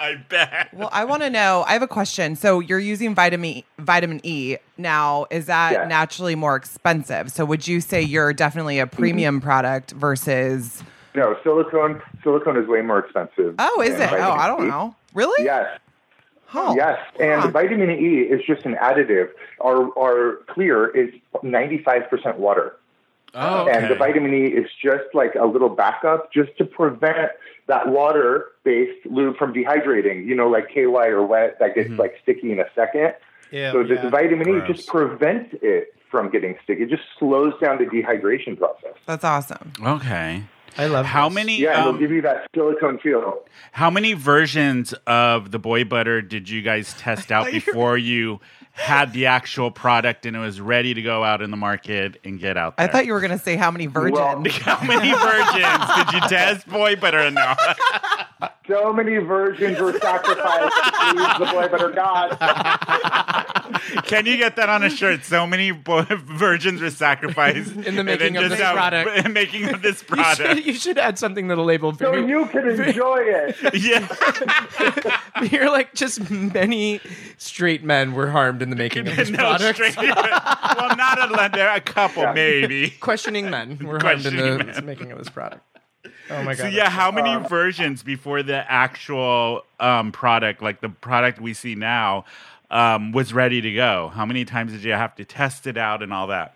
[SPEAKER 3] I bet.
[SPEAKER 4] well, I want to know. I have a question. So you're using vitamin vitamin E now. Is that
[SPEAKER 5] Yeah.
[SPEAKER 4] naturally more expensive? So would you say you're definitely a
[SPEAKER 5] Mm-hmm.
[SPEAKER 4] premium product versus?
[SPEAKER 5] No, silicone silicone is way more expensive.
[SPEAKER 4] Oh, is
[SPEAKER 5] than
[SPEAKER 4] it? Oh,
[SPEAKER 5] vitamin
[SPEAKER 4] I don't
[SPEAKER 5] E.
[SPEAKER 4] know. Really?
[SPEAKER 5] Yes.
[SPEAKER 4] Huh.
[SPEAKER 5] Yes, and
[SPEAKER 4] Oh. Huh.
[SPEAKER 5] vitamin E is just an additive. Our our clear is ninety five percent water.
[SPEAKER 3] Oh,
[SPEAKER 5] And the vitamin E is just like a little backup just to prevent that water based lube from dehydrating, you know, like KY or wet that gets like sticky in a second.
[SPEAKER 2] Yeah,
[SPEAKER 5] so this
[SPEAKER 2] yeah.
[SPEAKER 5] vitamin E
[SPEAKER 3] Gross.
[SPEAKER 5] just prevents it from getting sticky. It just slows down the dehydration process.
[SPEAKER 4] That's awesome.
[SPEAKER 3] Okay.
[SPEAKER 2] I love
[SPEAKER 3] How
[SPEAKER 2] this.
[SPEAKER 3] many?
[SPEAKER 5] Yeah, it'll
[SPEAKER 3] um,
[SPEAKER 5] give you that silicone feel.
[SPEAKER 3] how many versions of the boy butter did you guys test out before you had the actual product and it was ready to go out in the market and get out?
[SPEAKER 4] I
[SPEAKER 3] There?
[SPEAKER 4] thought you were going to say how many virgins.
[SPEAKER 5] Well,
[SPEAKER 3] How many virgins did you test boy butter? No.
[SPEAKER 5] So many virgins were sacrificed to please the boy better God.
[SPEAKER 3] Can you get that on a shirt? So many bo- virgins were sacrificed
[SPEAKER 2] In the
[SPEAKER 3] and
[SPEAKER 2] making
[SPEAKER 3] then
[SPEAKER 2] of
[SPEAKER 3] just
[SPEAKER 2] this product.
[SPEAKER 3] in making of this
[SPEAKER 2] You should,
[SPEAKER 3] product.
[SPEAKER 2] you should add something that'll label.
[SPEAKER 5] so
[SPEAKER 2] very-
[SPEAKER 5] you can enjoy it.
[SPEAKER 3] yeah,
[SPEAKER 2] You're like just many straight men were harmed in the making of this
[SPEAKER 3] no,
[SPEAKER 2] product.
[SPEAKER 3] straight. well, not a lender, a couple maybe.
[SPEAKER 2] Questioning men were harmed in the
[SPEAKER 3] Questioning
[SPEAKER 2] making of this product. Oh my god!
[SPEAKER 3] So yeah, how many versions before the actual um, product, like the product we see now, um, was ready to go? How many times did you have to test it out and all that?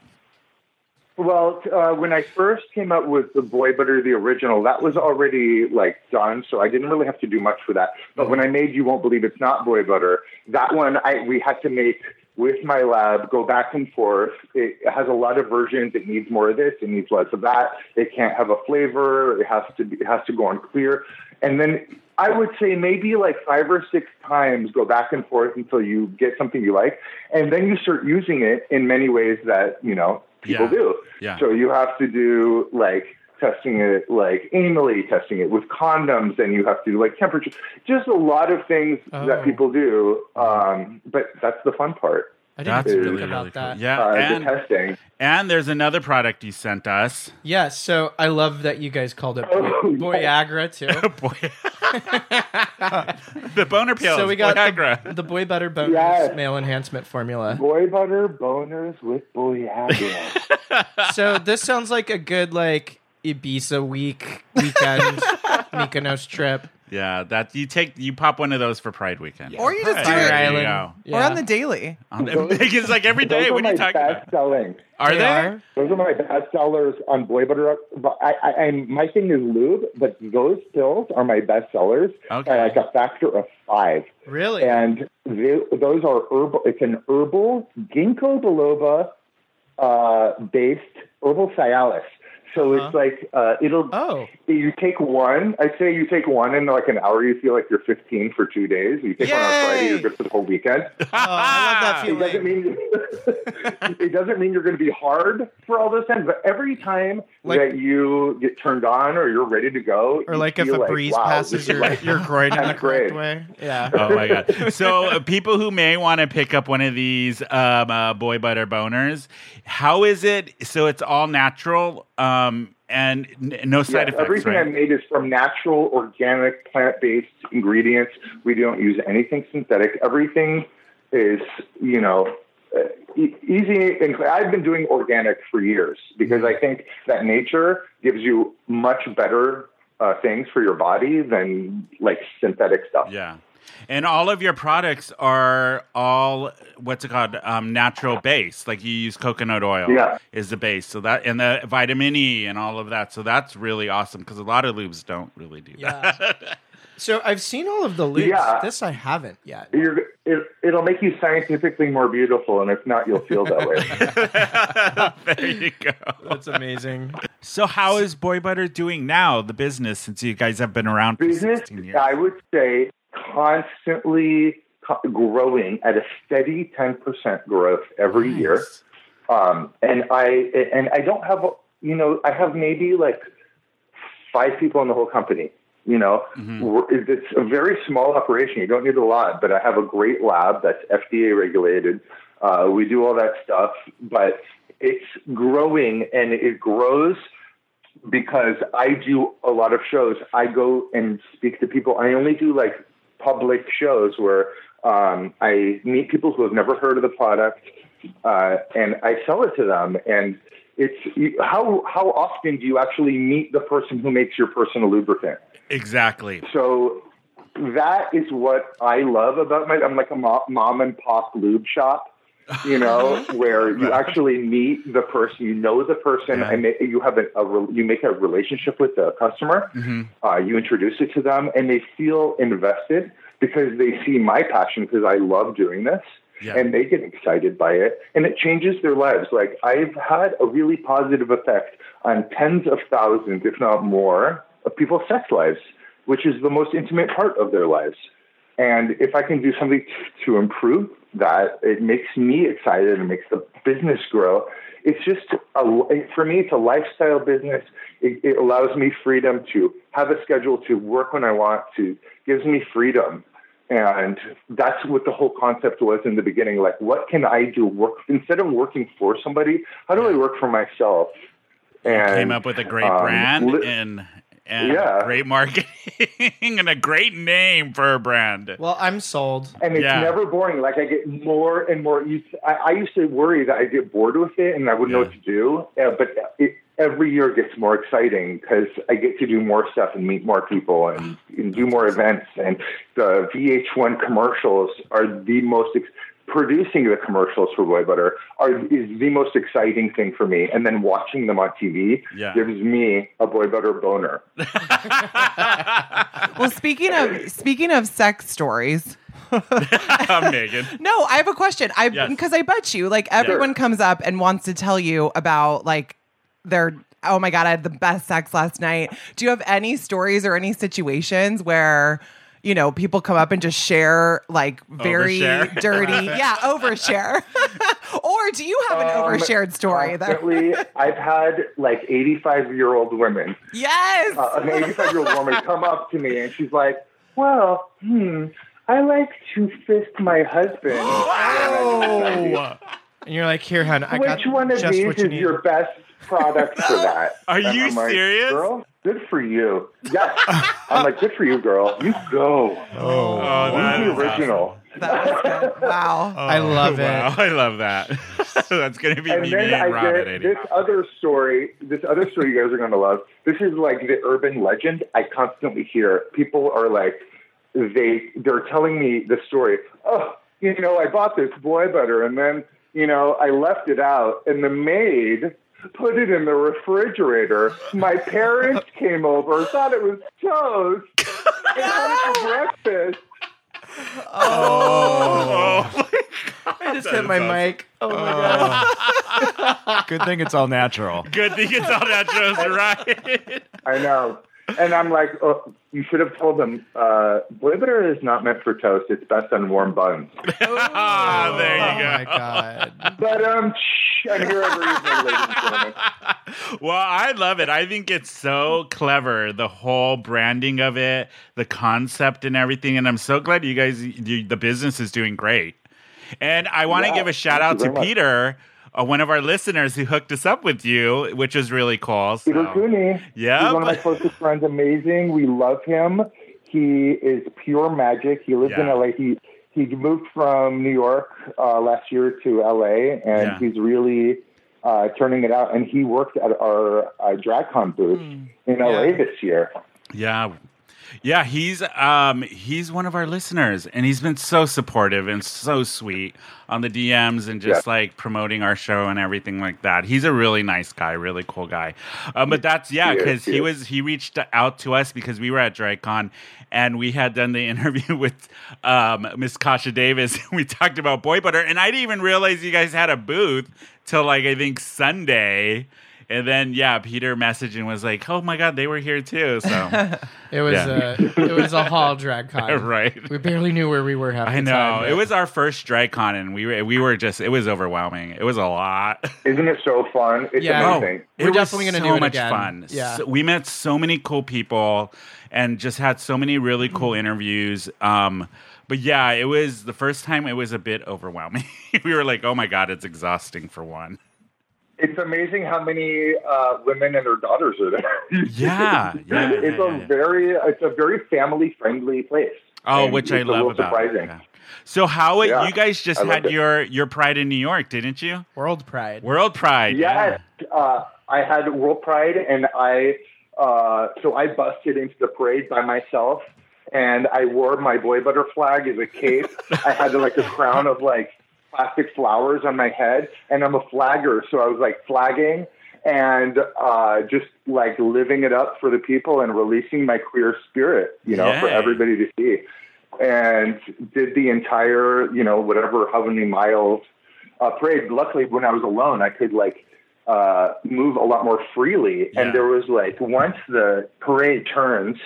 [SPEAKER 5] Well, uh, when I first came up with the Boy Butter, the original, that was already like done, so I didn't really have to do much for that. But when I made You Won't Believe It's Not Boy Butter, that one I we had to make with my lab, go back and forth. It has a lot of versions. It needs more of this. It needs less of that. It can't have a flavor. It has to be, it has to go on clear. And then I would say maybe like five or six times go back and forth until you get something you like, and then you start using it in many ways that you know people
[SPEAKER 3] Yeah.
[SPEAKER 5] do.
[SPEAKER 3] Yeah.
[SPEAKER 5] So you have to do like testing it like anally, testing it with condoms, and you have to do like temperature, just a lot of things
[SPEAKER 2] Oh.
[SPEAKER 5] that people do. Um, but that's the fun part.
[SPEAKER 2] I didn't
[SPEAKER 3] That's
[SPEAKER 2] think
[SPEAKER 3] really,
[SPEAKER 2] about
[SPEAKER 3] really cool.
[SPEAKER 2] that.
[SPEAKER 3] Yeah,
[SPEAKER 5] Uh, the
[SPEAKER 3] and
[SPEAKER 5] testing.
[SPEAKER 3] and there's another product you sent us.
[SPEAKER 2] Yeah, so I love that you guys called it
[SPEAKER 5] Oh,
[SPEAKER 2] Boy- Boyagra too.
[SPEAKER 3] Boy. the boner pills.
[SPEAKER 2] so we got the,
[SPEAKER 3] Viagra.
[SPEAKER 2] the Boy Butter Bonus
[SPEAKER 5] Yes.
[SPEAKER 2] Male Enhancement Formula.
[SPEAKER 5] Boy butter boners with Boyaga.
[SPEAKER 2] So this sounds like a good like Ibiza week weekend Mykonos trip.
[SPEAKER 3] yeah, that you take you pop one of those for Pride weekend.
[SPEAKER 4] Or you just do
[SPEAKER 2] Fire
[SPEAKER 3] There
[SPEAKER 4] it.
[SPEAKER 3] you
[SPEAKER 2] Island.
[SPEAKER 3] go.
[SPEAKER 2] Yeah.
[SPEAKER 4] Or on the daily.
[SPEAKER 3] On the- it's like every
[SPEAKER 5] Those
[SPEAKER 3] day.
[SPEAKER 5] are
[SPEAKER 3] What are
[SPEAKER 5] my
[SPEAKER 3] you talking
[SPEAKER 5] best
[SPEAKER 3] about?
[SPEAKER 5] selling.
[SPEAKER 3] Are
[SPEAKER 2] They
[SPEAKER 3] there?
[SPEAKER 5] Those are my best sellers on Boy Butter. But I, I, I, my thing is lube, but those pills are my best sellers
[SPEAKER 3] Okay.
[SPEAKER 5] by like a factor of five.
[SPEAKER 2] Really?
[SPEAKER 5] and they, those are herbal. It's an herbal ginkgo biloba uh, based herbal cialis. So it's like uh, it'll.
[SPEAKER 2] Uh-huh. Oh.
[SPEAKER 5] You take one. I'd say you take one in like an hour. You feel like you're 15 for two days. You take one on Friday.
[SPEAKER 2] Yay!
[SPEAKER 5] You're good for the whole weekend.
[SPEAKER 2] Oh, I love that
[SPEAKER 5] It doesn't
[SPEAKER 2] feeling.
[SPEAKER 5] mean it doesn't mean you're going to be hard for all those times. But every time
[SPEAKER 2] Like-
[SPEAKER 5] that you get turned on or you're ready to go,
[SPEAKER 2] Or
[SPEAKER 5] you
[SPEAKER 2] like if
[SPEAKER 5] feel
[SPEAKER 2] a breeze
[SPEAKER 5] wow, this
[SPEAKER 2] passes
[SPEAKER 5] is
[SPEAKER 2] your
[SPEAKER 5] like-
[SPEAKER 2] your groin in the
[SPEAKER 5] That's
[SPEAKER 2] correct
[SPEAKER 5] great.
[SPEAKER 2] way. Yeah.
[SPEAKER 3] Oh my god! So uh, people who may want to pick up one of these um, uh, boy butter boners, how is it? So it's all natural um, and n- no side
[SPEAKER 5] Yes,
[SPEAKER 3] effects,
[SPEAKER 5] everything
[SPEAKER 3] right?
[SPEAKER 5] I made is from natural, organic, plant-based ingredients. We don't use anything synthetic. Everything is, you know, uh, e- easy. And cl- I've been doing organic for years because I think that nature gives you much better uh, things for your body than like synthetic stuff.
[SPEAKER 3] Yeah. And all of your products are all what's it called? Um, natural base. Like you use coconut oil
[SPEAKER 5] Yeah.
[SPEAKER 3] is the base. So that and the vitamin E and all of that. So that's really awesome because a lot of lubes don't really do that.
[SPEAKER 2] Yeah. So I've seen all of the loops.
[SPEAKER 5] Yeah.
[SPEAKER 2] This I haven't yet.
[SPEAKER 5] You're, it, it'll make you scientifically more beautiful, and if not, you'll feel that way.
[SPEAKER 3] there you go.
[SPEAKER 2] That's amazing.
[SPEAKER 3] So how is Boy Butter doing now? The business since you guys have been around for
[SPEAKER 5] business,
[SPEAKER 3] 16 years.
[SPEAKER 5] I would say, constantly co- growing at a steady 10% growth every year. Um, and I and I don't have you know I have maybe like five people in the whole company. You know, We're- it's a very small operation. You don't need a lot, but I have a great lab that's FDA regulated. Uh, we do all that stuff, but it's growing and it grows because I do a lot of shows. I go and speak to people. I only do like public shows where um, I meet people who have never heard of the product uh, and I sell it to them. And it's you, how how often do you actually meet the person who makes your personal lubricant?
[SPEAKER 3] Exactly.
[SPEAKER 5] So that is what I love about my. I'm like a mo- mom and pop lube shop. You know, where you actually meet the person, you know the person,
[SPEAKER 3] Yeah.
[SPEAKER 5] and they, you have a, a re- you make a relationship with the customer.
[SPEAKER 3] Mm-hmm.
[SPEAKER 5] Uh, you introduce it to them, and they feel invested because they see my passion because I love doing this,
[SPEAKER 3] Yeah.
[SPEAKER 5] and they get excited by it, and it changes their lives. Like I've had a really positive effect on tens of thousands, if not more, of people's sex lives, which is the most intimate part of their lives. And if I can do something t- to improve that, it makes me excited and makes the business grow. It's just a, for me, it's a lifestyle business. It, it allows me freedom to have a schedule to work when I want to, gives me freedom, And that's what the whole concept was in the beginning. Like, what can I do? Work instead of working for somebody. How do I work for myself? And
[SPEAKER 3] Came up with a great
[SPEAKER 5] um,
[SPEAKER 3] brand
[SPEAKER 5] li-
[SPEAKER 3] and, and
[SPEAKER 5] Yeah.
[SPEAKER 3] great marketing and a great name for a brand.
[SPEAKER 2] Well, I'm sold.
[SPEAKER 5] and it's
[SPEAKER 3] Yeah.
[SPEAKER 5] never boring. Like I get more and more. Used I, I used to worry that I get bored with it and I wouldn't know
[SPEAKER 3] Yeah.
[SPEAKER 5] what to do. Uh, but it, every year gets more exciting because I get to do more stuff and meet more people and, and do more events. And the VH1 commercials are the most. Ex- Producing the commercials for Boy Butter are is the most exciting thing for me, and then watching them on TV
[SPEAKER 3] Yeah.
[SPEAKER 5] gives me a Boy Butter boner.
[SPEAKER 4] Well, speaking of speaking of sex stories,
[SPEAKER 3] Megan.
[SPEAKER 4] no, I have a question. I
[SPEAKER 3] Yes.
[SPEAKER 4] because I bet you like everyone comes up and wants to tell you about like their oh my god, I had the best sex last night. Do you have any stories or any situations where you know people come up and just share like very
[SPEAKER 3] Overshare.
[SPEAKER 4] dirty, yeah, overshare? or do you have an
[SPEAKER 5] Um,
[SPEAKER 4] overshared story? That,
[SPEAKER 5] Constantly, I've had like eighty-five year old women
[SPEAKER 4] yes,
[SPEAKER 5] uh, an 85 year old woman come up to me and she's like, Well, hmm, I like to fist my husband.
[SPEAKER 2] Oh. And you're like, here, hun, I got
[SPEAKER 5] Which one of
[SPEAKER 2] just
[SPEAKER 5] these
[SPEAKER 2] what you
[SPEAKER 5] is
[SPEAKER 2] need.
[SPEAKER 5] your best product for that?
[SPEAKER 3] Are
[SPEAKER 5] And
[SPEAKER 3] you
[SPEAKER 5] I'm like,
[SPEAKER 3] serious?
[SPEAKER 5] Girl, good for you. Yes. I'm like, Good for you, girl. You go.
[SPEAKER 3] Oh,
[SPEAKER 5] you
[SPEAKER 3] that
[SPEAKER 5] the
[SPEAKER 3] is
[SPEAKER 5] original.
[SPEAKER 4] that was good. Wow.
[SPEAKER 2] I love it.
[SPEAKER 3] Oh, Wow, I love that. That's going to be
[SPEAKER 5] and
[SPEAKER 3] me
[SPEAKER 5] then
[SPEAKER 3] and Rob
[SPEAKER 5] I
[SPEAKER 3] at
[SPEAKER 5] get
[SPEAKER 3] 80.
[SPEAKER 5] this other story. This other story you guys are going to love. This is like the urban legend I constantly hear. People are like, they they're telling me the story. Oh, you know, I bought this boy butter, and then you know I left it out, and the maid. Put it in the refrigerator. My parents came over, thought it was toast, and had it for breakfast.
[SPEAKER 3] Oh,
[SPEAKER 2] I just hit my
[SPEAKER 3] awesome.
[SPEAKER 2] mic. Oh my god.
[SPEAKER 1] Good thing it's all natural.
[SPEAKER 3] good thing it's all naturals, right?
[SPEAKER 5] I know. And I'm like, oh, you should have told them, uh, boy butter is not meant for toast. It's best on warm buns.
[SPEAKER 3] Ah, there
[SPEAKER 2] Oh my
[SPEAKER 3] you go.
[SPEAKER 2] god.
[SPEAKER 5] But um, shh, I'm here every evening, ladies and gentlemen.
[SPEAKER 3] Well, I love it. I think it's so clever, the whole branding of it, the concept and everything. And I'm so glad you guys, you, the business is doing great. And I want to
[SPEAKER 5] Yeah,
[SPEAKER 3] give a shout
[SPEAKER 5] thank
[SPEAKER 3] out
[SPEAKER 5] you
[SPEAKER 3] to
[SPEAKER 5] very much.
[SPEAKER 3] Peter, uh, one of our listeners who hooked us up with you, which is really cool. So.
[SPEAKER 5] Peter Cooney.
[SPEAKER 3] Yeah.
[SPEAKER 5] He's one of my closest friends. Amazing. We love him. He is pure magic. He lives in
[SPEAKER 3] Yeah.
[SPEAKER 5] LA. He he moved from New York uh, last year to LA, and
[SPEAKER 3] Yeah.
[SPEAKER 5] he's really uh, turning it out. And he worked at our uh, DragCon booth in LA this year.
[SPEAKER 3] Yeah. Yeah, he's um he's one of our listeners and he's been so supportive and so sweet on the DMs and just like promoting our show and everything like that. He's a really nice guy, really cool guy. Um, but that's yeah,
[SPEAKER 5] He is,
[SPEAKER 3] because
[SPEAKER 5] he
[SPEAKER 3] he
[SPEAKER 5] is.
[SPEAKER 3] was he reached out to us because we were at DragCon and we had done the interview with um Miss Kasha Davis and we talked about boy butter and I didn't even realize you guys had a booth till like I think Sunday. And then yeah, Peter messaged and was like, "Oh my god, they were here too." So
[SPEAKER 2] It was
[SPEAKER 3] Yeah.
[SPEAKER 2] a it was a hall drag con.
[SPEAKER 3] right.
[SPEAKER 2] We barely knew where we were half
[SPEAKER 3] I
[SPEAKER 2] the
[SPEAKER 3] know
[SPEAKER 2] time, but-
[SPEAKER 3] it was our first DragCon, and we were we were just it was overwhelming. It was a lot. Oh,
[SPEAKER 5] Isn't it so fun? It's
[SPEAKER 2] Yeah.
[SPEAKER 5] amazing.
[SPEAKER 2] We're definitely gonna
[SPEAKER 3] so
[SPEAKER 2] do it
[SPEAKER 3] much
[SPEAKER 2] again.
[SPEAKER 3] fun.
[SPEAKER 2] Yeah.
[SPEAKER 3] So- we met so many cool people, and just had so many really
[SPEAKER 2] Mm-hmm.
[SPEAKER 3] cool interviews. Um, but yeah, it was the first time. It was a bit overwhelming. we were like, oh my god, it's exhausting for one.
[SPEAKER 5] It's amazing how many uh, women and their daughters are there.
[SPEAKER 3] Yeah, yeah, yeah,
[SPEAKER 5] it's
[SPEAKER 3] yeah,
[SPEAKER 5] a
[SPEAKER 3] yeah.
[SPEAKER 5] very it's a very family friendly place.
[SPEAKER 3] Oh,
[SPEAKER 5] And
[SPEAKER 3] which
[SPEAKER 5] it's
[SPEAKER 3] I
[SPEAKER 5] a
[SPEAKER 3] love
[SPEAKER 5] little
[SPEAKER 3] about. it.
[SPEAKER 5] surprising.
[SPEAKER 3] Yeah. So Howard,
[SPEAKER 5] Yeah,
[SPEAKER 3] you guys just
[SPEAKER 5] I loved
[SPEAKER 3] had
[SPEAKER 5] it.
[SPEAKER 3] your your Pride in New York, didn't you?
[SPEAKER 2] World Pride.
[SPEAKER 3] World Pride.
[SPEAKER 5] Yes, uh, I had World Pride, and I uh, so I busted into the parade by myself, and I wore my boy butter flag as a cape. I had like a crown of like plastic flowers on my head, and I'm a flagger, so I was like flagging and uh, just like living it up for the people and releasing my queer spirit, you know, for
[SPEAKER 3] Yay.
[SPEAKER 5] everybody to see. And did the entire, you know, whatever, how many miles uh, parade. Luckily, when I was alone, I could like uh, move a lot more freely.
[SPEAKER 3] Yeah.
[SPEAKER 5] And there was like once the parade turns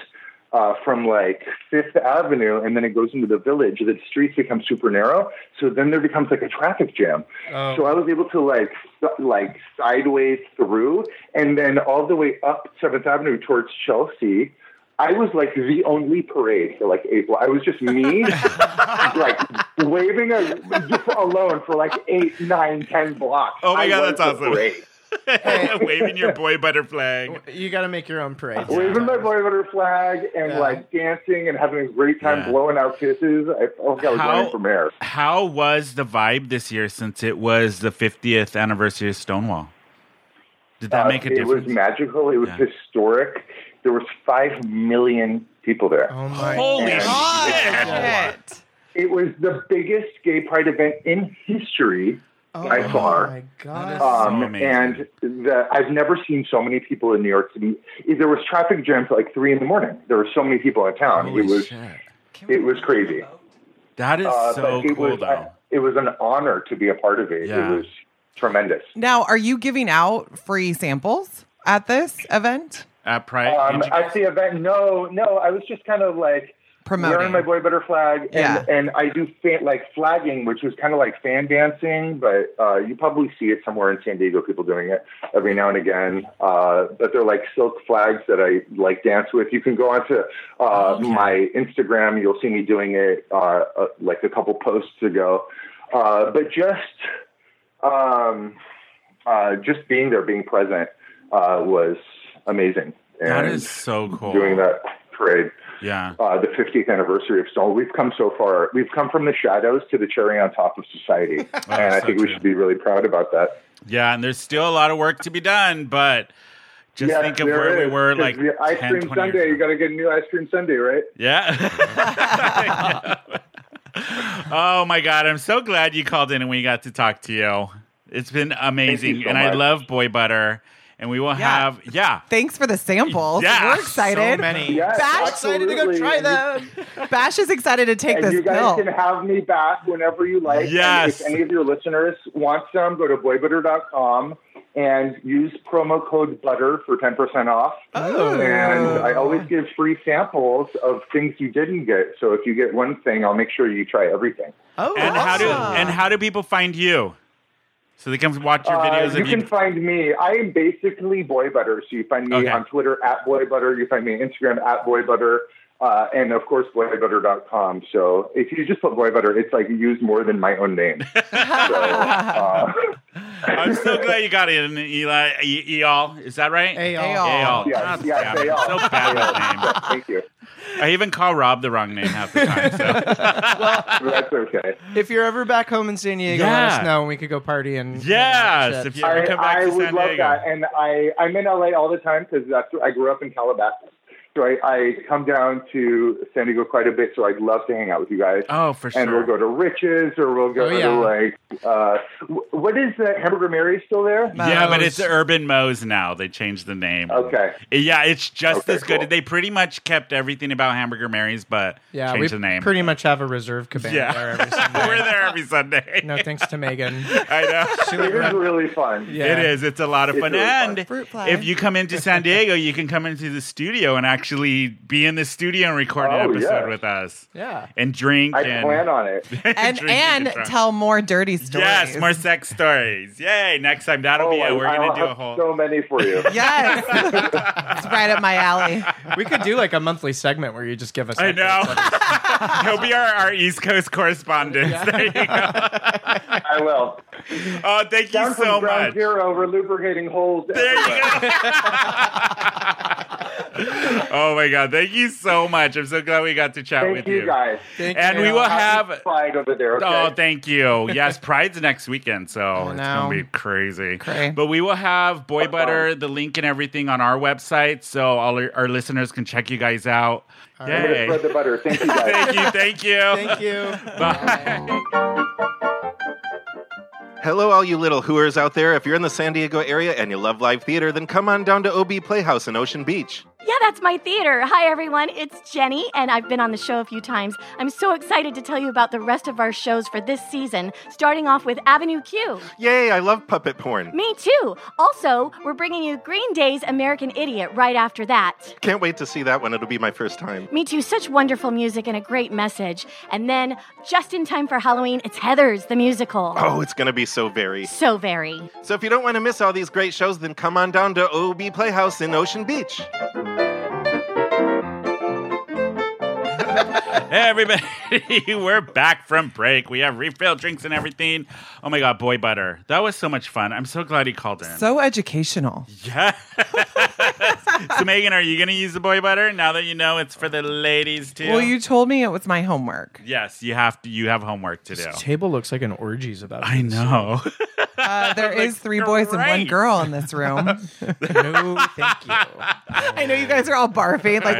[SPEAKER 5] uh, from like Fifth Avenue and then it goes into the village, the streets become super narrow. So then there becomes like a traffic jam.
[SPEAKER 2] Oh.
[SPEAKER 5] So I was able to like s like sideways through and then all the way up Seventh Avenue towards Chelsea. I was like the only parade for like April. I was just me, like waving a, just alone for like eight, nine, ten blocks.
[SPEAKER 3] Oh my
[SPEAKER 5] I
[SPEAKER 3] God,
[SPEAKER 5] was
[SPEAKER 3] that's
[SPEAKER 5] the
[SPEAKER 3] awesome.
[SPEAKER 5] parade.
[SPEAKER 3] Waving your boy butter flag.
[SPEAKER 2] You got to make your own parade.
[SPEAKER 5] Waving my boy butter flag and
[SPEAKER 2] Yeah.
[SPEAKER 5] like dancing and having a great time
[SPEAKER 3] Yeah.
[SPEAKER 5] blowing out kisses. I felt like I was
[SPEAKER 3] How-
[SPEAKER 5] running for mayor.
[SPEAKER 3] How was the vibe this year since it was the 50th anniversary of Stonewall? Did that
[SPEAKER 5] Uh,
[SPEAKER 3] make a
[SPEAKER 5] it
[SPEAKER 3] difference?
[SPEAKER 5] was magical. It was
[SPEAKER 3] Yeah.
[SPEAKER 5] historic. There was five million people there.
[SPEAKER 2] Oh my!
[SPEAKER 3] Holy
[SPEAKER 5] Yeah.
[SPEAKER 3] shit!
[SPEAKER 4] Shit.
[SPEAKER 5] It was the biggest gay pride event in history.
[SPEAKER 2] oh
[SPEAKER 5] by far.
[SPEAKER 2] my god!
[SPEAKER 3] That
[SPEAKER 5] Um,
[SPEAKER 3] So amazing.
[SPEAKER 5] and the, I've never seen so many people in New York City. There was traffic jams at like three in the morning. There were so many people in town.
[SPEAKER 3] Holy
[SPEAKER 5] it was
[SPEAKER 3] shit.
[SPEAKER 5] it was crazy.
[SPEAKER 3] That is
[SPEAKER 5] Uh,
[SPEAKER 3] so
[SPEAKER 5] but it
[SPEAKER 3] cool,
[SPEAKER 5] was
[SPEAKER 3] though.
[SPEAKER 5] uh, it was an honor to be a part of it.
[SPEAKER 3] Yeah.
[SPEAKER 5] It was tremendous.
[SPEAKER 4] Now, are you giving out free samples at this event?
[SPEAKER 3] At Pride,
[SPEAKER 5] Um,
[SPEAKER 3] did you-
[SPEAKER 5] at the event, no, no, I was just kind of like
[SPEAKER 4] Promoting.
[SPEAKER 5] wearing my boy butter flag, and,
[SPEAKER 4] Yeah.
[SPEAKER 5] and I do fan, like flagging, which was kind of like fan dancing, but uh, you probably see it somewhere in San Diego, people doing it every now and again. Uh, but they're like silk flags that I like dance with. You can go onto
[SPEAKER 3] Oh,
[SPEAKER 5] uh, my Instagram, you'll see me doing it uh, uh, like a couple posts ago. Uh, but just, um, uh, just being there, being present, uh, was amazing. And
[SPEAKER 3] that is so cool.
[SPEAKER 5] doing that parade,
[SPEAKER 3] Yeah.
[SPEAKER 5] uh, the 50th anniversary of Stonewall. We've come so far. We've come from the shadows to the cherry on top of society, and I
[SPEAKER 3] so
[SPEAKER 5] think we
[SPEAKER 3] true.
[SPEAKER 5] should be really proud about that.
[SPEAKER 3] Yeah, and there's still a lot of work to be done, but just
[SPEAKER 5] Yes,
[SPEAKER 3] think of
[SPEAKER 5] there
[SPEAKER 3] where
[SPEAKER 5] is,
[SPEAKER 3] we were
[SPEAKER 5] 'cause
[SPEAKER 3] like
[SPEAKER 5] the ice
[SPEAKER 3] 10,
[SPEAKER 5] cream
[SPEAKER 3] 20 years
[SPEAKER 5] Sunday. You
[SPEAKER 3] ago.
[SPEAKER 5] got to get a new ice cream Sunday, right?
[SPEAKER 3] Yeah. oh my God. I'm so glad you called in and we got to talk to you. It's been amazing.
[SPEAKER 5] so
[SPEAKER 3] and I
[SPEAKER 5] much.
[SPEAKER 3] love boy butter. And we will
[SPEAKER 4] Yeah.
[SPEAKER 3] have, yeah.
[SPEAKER 4] Thanks for the samples.
[SPEAKER 3] Yeah,
[SPEAKER 4] We're excited.
[SPEAKER 2] So many.
[SPEAKER 5] Yes,
[SPEAKER 4] Bash-
[SPEAKER 2] Excited to go
[SPEAKER 5] absolutely.
[SPEAKER 2] try
[SPEAKER 5] And-
[SPEAKER 2] them.
[SPEAKER 4] Bash is excited to take
[SPEAKER 5] And you
[SPEAKER 4] this
[SPEAKER 5] guys
[SPEAKER 4] pill.
[SPEAKER 5] can have me back whenever you like. And
[SPEAKER 3] Yes.
[SPEAKER 5] if any of your listeners want some, go to boybutter.com and use promo code BUTTER for 10% off.
[SPEAKER 2] Oh.
[SPEAKER 5] And I always give free samples of things you didn't get. So if you get one thing, I'll make sure you try everything.
[SPEAKER 2] Oh,
[SPEAKER 3] And how do
[SPEAKER 2] awesome.
[SPEAKER 3] and how do people find you? So they can watch your
[SPEAKER 5] Uh,
[SPEAKER 3] videos
[SPEAKER 5] you
[SPEAKER 3] of you.
[SPEAKER 5] can find me. I am basically Boy Butter. So you find me
[SPEAKER 3] Okay.
[SPEAKER 5] on Twitter at Boy Butter. You find me on Instagram at Boy Butter. Uh, and of course, boybutter.com. So if you just put Boy Butter, it's like used more than my own name. so, uh,
[SPEAKER 3] I'm so glad you got in, Eli. E- Eal, is that right?
[SPEAKER 2] Hey,
[SPEAKER 4] Hey,
[SPEAKER 2] y'all.
[SPEAKER 4] y'all.
[SPEAKER 3] Eal.
[SPEAKER 5] yeah,
[SPEAKER 3] God
[SPEAKER 5] yeah,
[SPEAKER 3] damn
[SPEAKER 5] they
[SPEAKER 3] it.
[SPEAKER 5] are.
[SPEAKER 3] So bad
[SPEAKER 5] They
[SPEAKER 3] with
[SPEAKER 5] are.
[SPEAKER 3] names.
[SPEAKER 5] Thank you.
[SPEAKER 3] I even call Rob the wrong name half the time. So.
[SPEAKER 5] That's okay.
[SPEAKER 2] If you're ever back home in San Diego, let
[SPEAKER 3] Yeah.
[SPEAKER 2] us know and we could go party and
[SPEAKER 3] Yes, if you
[SPEAKER 5] I,
[SPEAKER 3] ever come back
[SPEAKER 5] I
[SPEAKER 3] to
[SPEAKER 5] would
[SPEAKER 3] San
[SPEAKER 5] love
[SPEAKER 3] Diego.
[SPEAKER 5] that, and I I'm in LA all the time because that's where I grew up in Calabasas, so I, I come down to San Diego quite a bit. So I'd love to hang out with you guys.
[SPEAKER 3] Oh, for
[SPEAKER 5] and
[SPEAKER 3] sure.
[SPEAKER 5] we'll go to Rich's, or we'll go
[SPEAKER 2] Oh, yeah.
[SPEAKER 5] to like uh, wh- what is that? Hamburger Mary's still there?
[SPEAKER 3] Yeah, but
[SPEAKER 2] Moe's.
[SPEAKER 3] it's Urban Moe's now. They changed the name.
[SPEAKER 5] Okay.
[SPEAKER 3] Yeah, it's just
[SPEAKER 5] Okay,
[SPEAKER 3] as good.
[SPEAKER 5] cool.
[SPEAKER 3] They pretty much kept everything about Hamburger Mary's, but
[SPEAKER 2] yeah, we
[SPEAKER 3] changed the name.
[SPEAKER 2] pretty much have a reserve cabana
[SPEAKER 3] yeah,
[SPEAKER 2] there every Sunday.
[SPEAKER 3] we're there every Sunday.
[SPEAKER 2] No thanks to Megan.
[SPEAKER 3] I know.
[SPEAKER 5] It is really fun.
[SPEAKER 2] Yeah.
[SPEAKER 3] It is. It's a lot of
[SPEAKER 5] It's
[SPEAKER 3] fun.
[SPEAKER 5] really fun.
[SPEAKER 3] and
[SPEAKER 4] Fruit fly.
[SPEAKER 3] if you come into San Diego, you can come into the studio and actually be in the studio and record an
[SPEAKER 5] Oh,
[SPEAKER 3] episode
[SPEAKER 5] yeah.
[SPEAKER 3] with us
[SPEAKER 2] Yeah.
[SPEAKER 3] and drink
[SPEAKER 5] I
[SPEAKER 3] and
[SPEAKER 5] plan on it.
[SPEAKER 4] and
[SPEAKER 3] drink
[SPEAKER 4] and
[SPEAKER 3] drunk.
[SPEAKER 4] tell more dirty stories.
[SPEAKER 3] Yes, more sex stories. Yay! Next time that'll
[SPEAKER 5] Oh,
[SPEAKER 3] be it. We're
[SPEAKER 5] I'll
[SPEAKER 3] gonna do a
[SPEAKER 5] have
[SPEAKER 3] whole.
[SPEAKER 5] so many for you.
[SPEAKER 4] Yes. it's right up my alley.
[SPEAKER 2] We could do like a monthly segment where you just give us.
[SPEAKER 3] I
[SPEAKER 2] updates.
[SPEAKER 3] know. He'll be our, our East Coast correspondent. There you go.
[SPEAKER 5] I will.
[SPEAKER 3] Oh, thank
[SPEAKER 5] Down
[SPEAKER 3] you
[SPEAKER 5] from
[SPEAKER 3] so
[SPEAKER 5] ground
[SPEAKER 3] much.
[SPEAKER 5] zero, we're lubricating holes.
[SPEAKER 3] There you go. oh my God. Thank you so much. I'm so glad we got to chat
[SPEAKER 5] Thank
[SPEAKER 3] with
[SPEAKER 5] you,
[SPEAKER 3] you.
[SPEAKER 5] guys.
[SPEAKER 2] Thank
[SPEAKER 3] And
[SPEAKER 2] you.
[SPEAKER 3] we will
[SPEAKER 5] Happy
[SPEAKER 3] have.
[SPEAKER 5] pride over there. Okay?
[SPEAKER 3] Oh, thank you. Yes, Pride's next weekend, so it's
[SPEAKER 4] know.
[SPEAKER 3] gonna be crazy.
[SPEAKER 4] Cray.
[SPEAKER 3] But we will have Boy Butter, the link and everything on our website, so all our, our listeners can check you guys out.
[SPEAKER 5] I'm gonna
[SPEAKER 3] Yay!
[SPEAKER 5] spread the butter. Thank you,
[SPEAKER 3] Thank
[SPEAKER 5] guys.
[SPEAKER 3] you, thank you.
[SPEAKER 2] Thank you.
[SPEAKER 3] Bye.
[SPEAKER 6] Hello, all you little hooers out there. If you're in the San Diego area and you love live theater, then come on down to OB Playhouse in Ocean Beach.
[SPEAKER 7] Yeah, that's my theater. Hi, everyone. It's Jenny, and I've been on the show a few times. I'm so excited to tell you about the rest of our shows for this season, starting off with Avenue Q.
[SPEAKER 6] Yay, I love puppet porn.
[SPEAKER 7] Me too. Also, we're bringing you Green Day's American Idiot right after that.
[SPEAKER 6] Can't wait to see that one. It'll be my first time.
[SPEAKER 7] Me too. Such wonderful music and a great message. And then, just in time for Halloween, it's Heather's the musical.
[SPEAKER 6] Oh, it's going to be so very.
[SPEAKER 7] So very.
[SPEAKER 6] So if you don't want to miss all these great shows, then come on down to OB Playhouse in Ocean Beach.
[SPEAKER 3] Everybody, we're back from break. We have refilled drinks and everything. Oh my God, boy butter. That was so much fun. I'm so glad he called in.
[SPEAKER 4] So educational.
[SPEAKER 3] yeah. so, Megan, are you going to use the boy butter now that you know it's for the ladies too?
[SPEAKER 4] Well, you told me it was my homework.
[SPEAKER 3] Yes, you have to. You have homework to do. Oh,
[SPEAKER 2] Table looks like an orgy's about.
[SPEAKER 3] I know.
[SPEAKER 4] Uh, there is three boys and one
[SPEAKER 3] great.
[SPEAKER 4] girl in this room.
[SPEAKER 2] no, thank you.
[SPEAKER 4] I know you guys are all barfing. Like,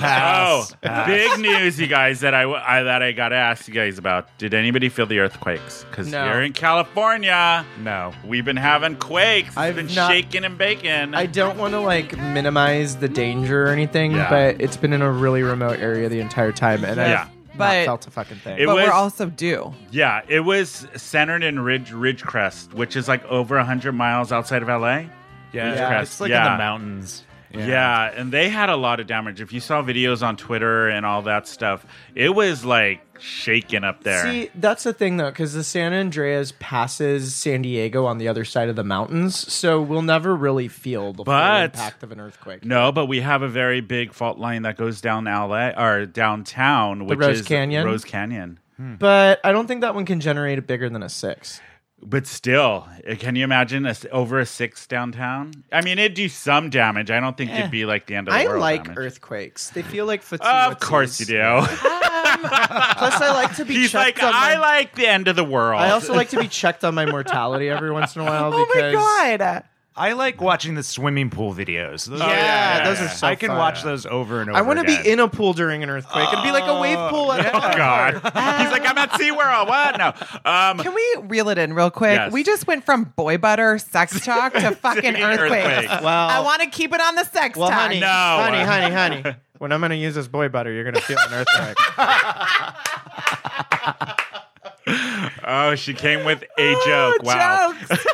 [SPEAKER 3] oh, big news, you guys! That I, I that I got to ask you guys about. Did anybody feel the earthquakes? Because
[SPEAKER 2] No.
[SPEAKER 3] here in California,
[SPEAKER 1] No.
[SPEAKER 3] we've been having quakes. It's
[SPEAKER 2] I've
[SPEAKER 3] been
[SPEAKER 2] not-
[SPEAKER 3] shaking and baking.
[SPEAKER 2] I don't want to like minimize the danger or anything,
[SPEAKER 3] Yeah.
[SPEAKER 2] but it's been in a really remote area the entire time, and
[SPEAKER 3] Yeah.
[SPEAKER 2] I've
[SPEAKER 4] But-
[SPEAKER 2] not felt a fucking thing.
[SPEAKER 3] It
[SPEAKER 4] but
[SPEAKER 3] was-
[SPEAKER 4] we're also due.
[SPEAKER 3] yeah, it was centered in Ridge Ridgecrest, which is like over hundred miles outside of LA.
[SPEAKER 1] Yeah,
[SPEAKER 2] Yeah.
[SPEAKER 1] it's like in
[SPEAKER 3] Yeah.
[SPEAKER 1] the mountains.
[SPEAKER 3] Yeah. and they had a lot of damage. If you saw videos on Twitter and all that stuff, it was like shaking up there.
[SPEAKER 2] See, that's the thing though, because the San Andreas passes San Diego on the other side of the mountains, so we'll never really feel the full
[SPEAKER 3] But-
[SPEAKER 2] impact of an earthquake.
[SPEAKER 3] No, but we have a very big fault line that goes down LA or downtown, which
[SPEAKER 2] Rose
[SPEAKER 3] is
[SPEAKER 2] Canyon?
[SPEAKER 3] Rose Canyon.
[SPEAKER 2] But I don't think that one can generate it bigger than a six.
[SPEAKER 3] But still, uh, can you imagine a s over a six downtown? I mean, it'd do some damage. I don't think it'd be like the end of the
[SPEAKER 2] Eh. I
[SPEAKER 3] world.
[SPEAKER 2] like
[SPEAKER 3] damage.
[SPEAKER 2] earthquakes; they feel like fatigues.
[SPEAKER 3] Of course you do.
[SPEAKER 2] Plus, I like to be
[SPEAKER 3] He's
[SPEAKER 2] checked
[SPEAKER 3] like,
[SPEAKER 2] on.
[SPEAKER 3] I
[SPEAKER 2] my-
[SPEAKER 3] like the end of the world.
[SPEAKER 2] I also like to be checked on my mortality every once in a while.
[SPEAKER 4] Oh my
[SPEAKER 2] because
[SPEAKER 4] God.
[SPEAKER 1] I like watching the swimming pool videos. Those
[SPEAKER 3] Yeah, yeah,
[SPEAKER 2] those are so
[SPEAKER 1] I can
[SPEAKER 2] fun.
[SPEAKER 1] watch those over and over.
[SPEAKER 2] I want to
[SPEAKER 1] again.
[SPEAKER 2] be in a pool during an earthquake and be like a wave pool. At
[SPEAKER 3] Oh God! He's like, I'm at SeaWorld. What? No. Um,
[SPEAKER 4] Can we reel it in real quick?
[SPEAKER 3] Yes.
[SPEAKER 4] We just went from boy butter, sex talk to fucking
[SPEAKER 3] Fucking
[SPEAKER 4] earthquakes.
[SPEAKER 3] earthquakes.
[SPEAKER 2] Well-
[SPEAKER 4] I want to keep it on the sex
[SPEAKER 2] Well,
[SPEAKER 4] talk.
[SPEAKER 2] honey,
[SPEAKER 3] No.
[SPEAKER 2] honey, honey, honey. When I'm going to use this boy butter, you're going to feel an earthquake.
[SPEAKER 3] oh, she came with a
[SPEAKER 4] Oh,
[SPEAKER 3] joke. Wow.
[SPEAKER 4] Jokes.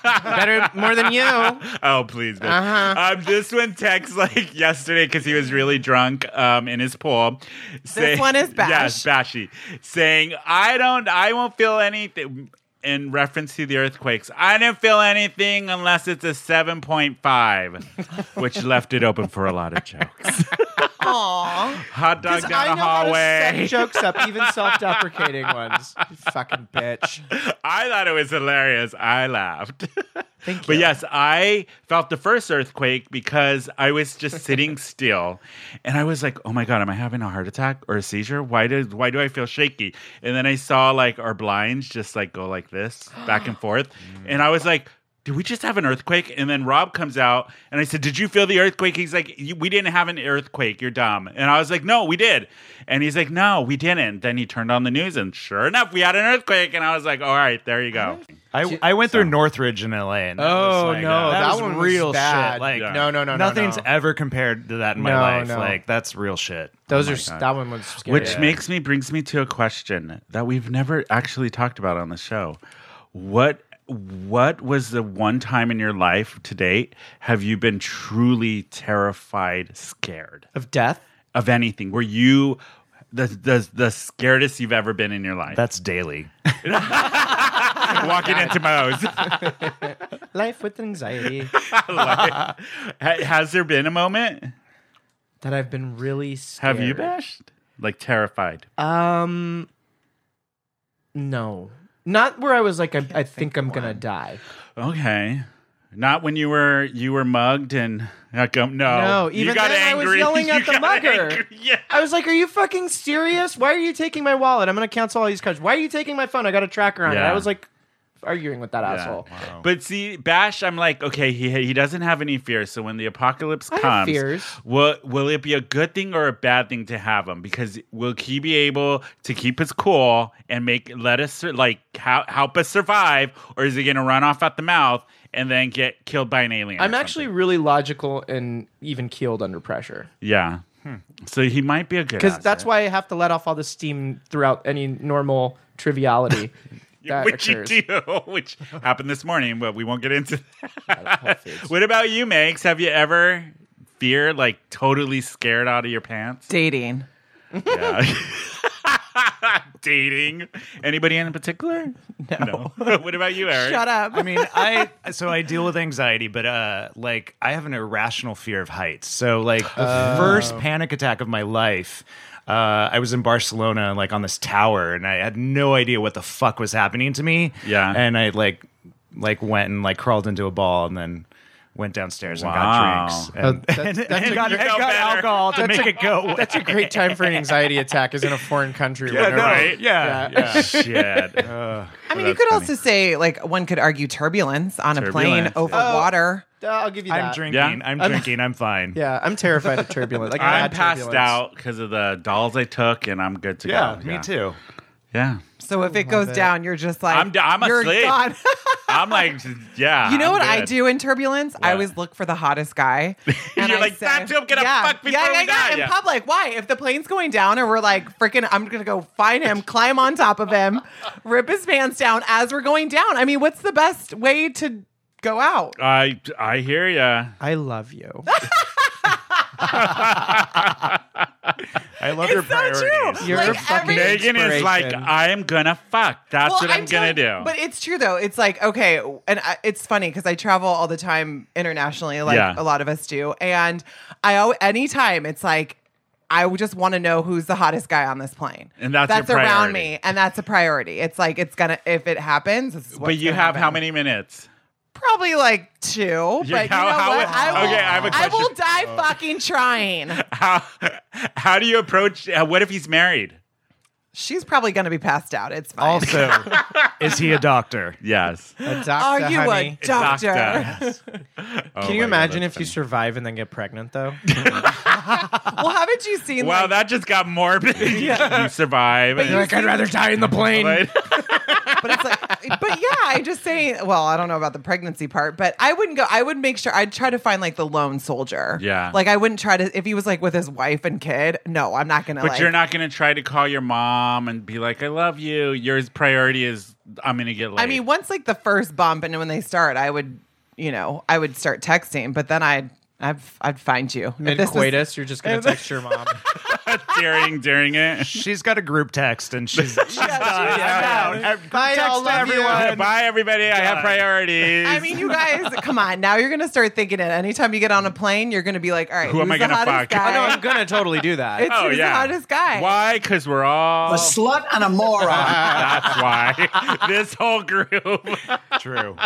[SPEAKER 2] Better, more than you.
[SPEAKER 3] Oh, please. bitch.
[SPEAKER 4] Uh-huh.
[SPEAKER 3] Um, this one texts like yesterday because he was really drunk um, in his pool. saying-
[SPEAKER 4] one is Bash.
[SPEAKER 3] Yes, Bashy. Saying, I don't, I won't feel anything. In reference to the earthquakes, I didn't feel anything unless it's a 7.5, which left it open for a lot of jokes.
[SPEAKER 4] Aw.
[SPEAKER 3] Hot dog down the hallway.
[SPEAKER 2] jokes up, even self-deprecating ones. You fucking bitch.
[SPEAKER 3] I thought it was hilarious. I laughed. But yes, I felt the first earthquake because I was just sitting still and I was like, "Oh my god, am I having a heart attack or a seizure? Why did why do I feel shaky?" And then I saw like our blinds just like go like this, back and forth, and I was like, did we just have an earthquake? And then Rob comes out and I said, Did you feel the earthquake? He's like, "You- We didn't have an earthquake. You're dumb. And I was like, No, we did. And he's like, No, we didn't. Then he turned on the news and sure enough, we had an earthquake. And I was like, All right, there you go.
[SPEAKER 1] I, I went through Northridge in LA. And that
[SPEAKER 2] Oh,
[SPEAKER 1] was like,
[SPEAKER 2] no,
[SPEAKER 1] uh,
[SPEAKER 2] that
[SPEAKER 1] was
[SPEAKER 2] one was
[SPEAKER 1] real
[SPEAKER 2] bad.
[SPEAKER 1] shit. Like
[SPEAKER 3] Yeah.
[SPEAKER 2] No, no, no, no,
[SPEAKER 1] nothing's
[SPEAKER 2] no.
[SPEAKER 1] ever compared to that in my
[SPEAKER 2] No,
[SPEAKER 1] life.
[SPEAKER 2] no.
[SPEAKER 1] Like that's real shit.
[SPEAKER 2] Those are that one was scary.
[SPEAKER 3] Which makes me brings me to a question that we've never actually talked about on the show. What what was the one time in your life to date have you been truly terrified, scared
[SPEAKER 2] of death.
[SPEAKER 3] of anything? Were you the the the scaredest you've ever been in your life?
[SPEAKER 1] That's daily.
[SPEAKER 3] Walking into Moe's.
[SPEAKER 2] Life with anxiety
[SPEAKER 3] Ha- Has there been a moment?
[SPEAKER 2] that I've been really scared.
[SPEAKER 3] Have you bashed? Like terrified.
[SPEAKER 2] Um, no, not where I was like I, I, think I'm gonna die.
[SPEAKER 3] Okay. Not when you were you were mugged and like, um, no
[SPEAKER 2] No,
[SPEAKER 3] you
[SPEAKER 2] even
[SPEAKER 3] got
[SPEAKER 2] then I was
[SPEAKER 3] angry.
[SPEAKER 2] yelling at
[SPEAKER 3] You
[SPEAKER 2] the
[SPEAKER 3] got
[SPEAKER 2] mugger.
[SPEAKER 3] angry. Yeah.
[SPEAKER 2] I was like, "Are you fucking serious? Why are you taking my wallet? I'm gonna cancel all these cards. Why are you taking my phone? I got a tracker on it."
[SPEAKER 3] Yeah.
[SPEAKER 2] I was like arguing with that
[SPEAKER 3] Yeah.
[SPEAKER 2] asshole.
[SPEAKER 3] But see, Bash, I'm like, okay, he he doesn't have any fears. So when the apocalypse
[SPEAKER 2] I have
[SPEAKER 3] comes,
[SPEAKER 2] fears.
[SPEAKER 3] will will it be a good thing or a bad thing to have him? Because will he be able to keep his cool and make let us sur- like how, help us survive, or is he going to run off at the mouth and then get killed by an alien? or
[SPEAKER 2] I'm actually
[SPEAKER 3] something?
[SPEAKER 2] really logical and even keeled under pressure
[SPEAKER 3] yeah. Hmm. So he might be a good
[SPEAKER 2] because that's
[SPEAKER 3] asset.
[SPEAKER 2] why I have to let off all the steam throughout any normal triviality that
[SPEAKER 3] which
[SPEAKER 2] occurs.
[SPEAKER 3] you do, which happened this morning, but we won't get into that. what about you, Megs? Have you ever fear like totally scared out of your pants?
[SPEAKER 4] Dating.
[SPEAKER 3] Yeah. Uh, Dating. Anybody in particular? No. what about you, Eric?
[SPEAKER 4] Shut up.
[SPEAKER 1] I mean, I so I deal with anxiety, but uh,
[SPEAKER 2] Oh.
[SPEAKER 1] like I have an irrational fear of heights. So like the first panic attack of my life, uh, I was in Barcelona, like on this tower, and I had no idea what the fuck was happening to me.
[SPEAKER 3] Yeah.
[SPEAKER 1] and I like like went and like crawled into a ball, and then went downstairs and
[SPEAKER 3] Wow.
[SPEAKER 1] got drinks and,
[SPEAKER 2] Uh, that's-
[SPEAKER 1] and-
[SPEAKER 2] that's
[SPEAKER 1] and
[SPEAKER 2] a-
[SPEAKER 1] got,
[SPEAKER 2] you
[SPEAKER 1] and
[SPEAKER 2] know
[SPEAKER 1] got
[SPEAKER 2] better.
[SPEAKER 1] alcohol to
[SPEAKER 2] That's
[SPEAKER 1] make
[SPEAKER 2] a-
[SPEAKER 1] it go.
[SPEAKER 2] That's a great time for an anxiety attack is in a foreign country.
[SPEAKER 1] Yeah,
[SPEAKER 2] when
[SPEAKER 1] no,
[SPEAKER 2] everyone-
[SPEAKER 1] right? Yeah.
[SPEAKER 2] Yeah.
[SPEAKER 1] yeah.
[SPEAKER 3] Ah,
[SPEAKER 1] Shit. Uh,
[SPEAKER 4] I mean,
[SPEAKER 3] Well,
[SPEAKER 4] you could
[SPEAKER 3] that's
[SPEAKER 4] also say like one could argue turbulence on a plane
[SPEAKER 3] Turbulence,
[SPEAKER 4] over
[SPEAKER 2] yeah.
[SPEAKER 4] water.
[SPEAKER 2] I'll give you that.
[SPEAKER 1] I'm drinking. I'm drinking. I'm fine.
[SPEAKER 2] Yeah, I'm terrified of turbulence. Like
[SPEAKER 3] I'm
[SPEAKER 2] bad
[SPEAKER 3] passed
[SPEAKER 2] turbulence.
[SPEAKER 3] out because of the dolls I took, and I'm good to
[SPEAKER 1] Yeah,
[SPEAKER 3] go.
[SPEAKER 1] me too.
[SPEAKER 3] Yeah,
[SPEAKER 4] So if it goes
[SPEAKER 2] Oh, it.
[SPEAKER 4] down, you're just like
[SPEAKER 3] I'm d- I'm
[SPEAKER 4] you're
[SPEAKER 3] asleep.
[SPEAKER 4] gone.
[SPEAKER 3] I'm like, yeah.
[SPEAKER 4] you know
[SPEAKER 3] I'm
[SPEAKER 4] what I
[SPEAKER 3] good.
[SPEAKER 4] do in turbulence? I
[SPEAKER 3] What?
[SPEAKER 4] always look for the hottest guy.
[SPEAKER 3] You're
[SPEAKER 4] I
[SPEAKER 3] like,
[SPEAKER 4] say-
[SPEAKER 3] "That's who I'm gonna
[SPEAKER 4] yeah,
[SPEAKER 3] fuck before
[SPEAKER 4] yeah, yeah,
[SPEAKER 3] we
[SPEAKER 4] yeah,
[SPEAKER 3] die."
[SPEAKER 4] in
[SPEAKER 3] Yeah.
[SPEAKER 4] public. Why? If the plane's going down and we're like freaking, I'm gonna go find him, climb on top of him, rip his pants down as we're going down. I mean, what's the best way to go out?
[SPEAKER 3] I I hear ya.
[SPEAKER 2] I love you.
[SPEAKER 1] I love your
[SPEAKER 4] It's so
[SPEAKER 1] priorities.
[SPEAKER 4] true.
[SPEAKER 2] You're
[SPEAKER 4] like
[SPEAKER 2] a fucking
[SPEAKER 4] every
[SPEAKER 3] Megan is like,
[SPEAKER 2] Inspiration.
[SPEAKER 3] I am gonna fuck. That's what I'm, gonna
[SPEAKER 4] telling-
[SPEAKER 3] do.
[SPEAKER 4] But it's true though. It's like okay, and I, it's funny because I travel all the time internationally, like
[SPEAKER 3] Yeah.
[SPEAKER 4] a lot of us do, and I al- anytime it's like. I would just want to know who's the hottest guy on this plane,
[SPEAKER 3] And that's your priority.
[SPEAKER 4] around me, and that's a priority. It's like it's gonna if it happens. This is what's
[SPEAKER 3] but you
[SPEAKER 4] gonna
[SPEAKER 3] have how
[SPEAKER 4] happen.
[SPEAKER 3] many minutes?
[SPEAKER 4] Probably like two. but you know
[SPEAKER 3] how- how-
[SPEAKER 4] what? I will,
[SPEAKER 3] okay, I have a
[SPEAKER 4] I will
[SPEAKER 3] question.
[SPEAKER 4] die fucking trying.
[SPEAKER 3] How how do you approach? Uh, what if he's married?
[SPEAKER 4] She's probably gonna be passed out. It's fine.
[SPEAKER 1] Also, is he a doctor?
[SPEAKER 3] Yes.
[SPEAKER 2] A Oh doctor,
[SPEAKER 4] Are you
[SPEAKER 2] honey.
[SPEAKER 4] a doctor?
[SPEAKER 3] Oh
[SPEAKER 2] Can you imagine if you survive and then get pregnant though?
[SPEAKER 4] well, haven't you seen?
[SPEAKER 3] Wow,
[SPEAKER 4] like,
[SPEAKER 3] that just got morbid. you survive. and-
[SPEAKER 2] I'd rather die in the plane.
[SPEAKER 3] Right?
[SPEAKER 4] but it's like, but yeah, I just say, well, I don't know about the pregnancy part, but I wouldn't go. I would make sure I'd try to find like the lone soldier.
[SPEAKER 3] Yeah.
[SPEAKER 4] like I wouldn't try to if he was like with his wife and kid. No, I'm not gonna.
[SPEAKER 3] But
[SPEAKER 4] like,
[SPEAKER 3] you're not gonna try to call your mom and be like, "I love you." Your priority is, "I'm gonna get laid."
[SPEAKER 4] I mean, once like the first bump, and when they start, I would, you know, I would start texting, but then I'd, I'd, I'd find you. If
[SPEAKER 2] Mid
[SPEAKER 4] this was-
[SPEAKER 2] coitus, you're just gonna text your mom.
[SPEAKER 3] during during it.
[SPEAKER 1] She's got a group text and she's
[SPEAKER 2] Yeah. Bye,
[SPEAKER 1] Text
[SPEAKER 2] all
[SPEAKER 1] to
[SPEAKER 2] love you.
[SPEAKER 1] everyone.
[SPEAKER 3] Bye, everybody. I have priorities.
[SPEAKER 4] I mean, you guys, come on. Now you're gonna start thinking it. Anytime you get on a plane, you're gonna be like, all right,
[SPEAKER 3] Who am
[SPEAKER 4] who's
[SPEAKER 3] I gonna
[SPEAKER 4] the hottest
[SPEAKER 3] fuck?
[SPEAKER 2] I know
[SPEAKER 4] Guy?
[SPEAKER 2] I'm gonna totally do that.
[SPEAKER 4] It's
[SPEAKER 3] oh
[SPEAKER 4] who's
[SPEAKER 3] yeah,
[SPEAKER 4] the hottest guy.
[SPEAKER 3] Why? Because we're all.
[SPEAKER 8] A slut and a moron.
[SPEAKER 3] That's why this whole group.
[SPEAKER 1] true.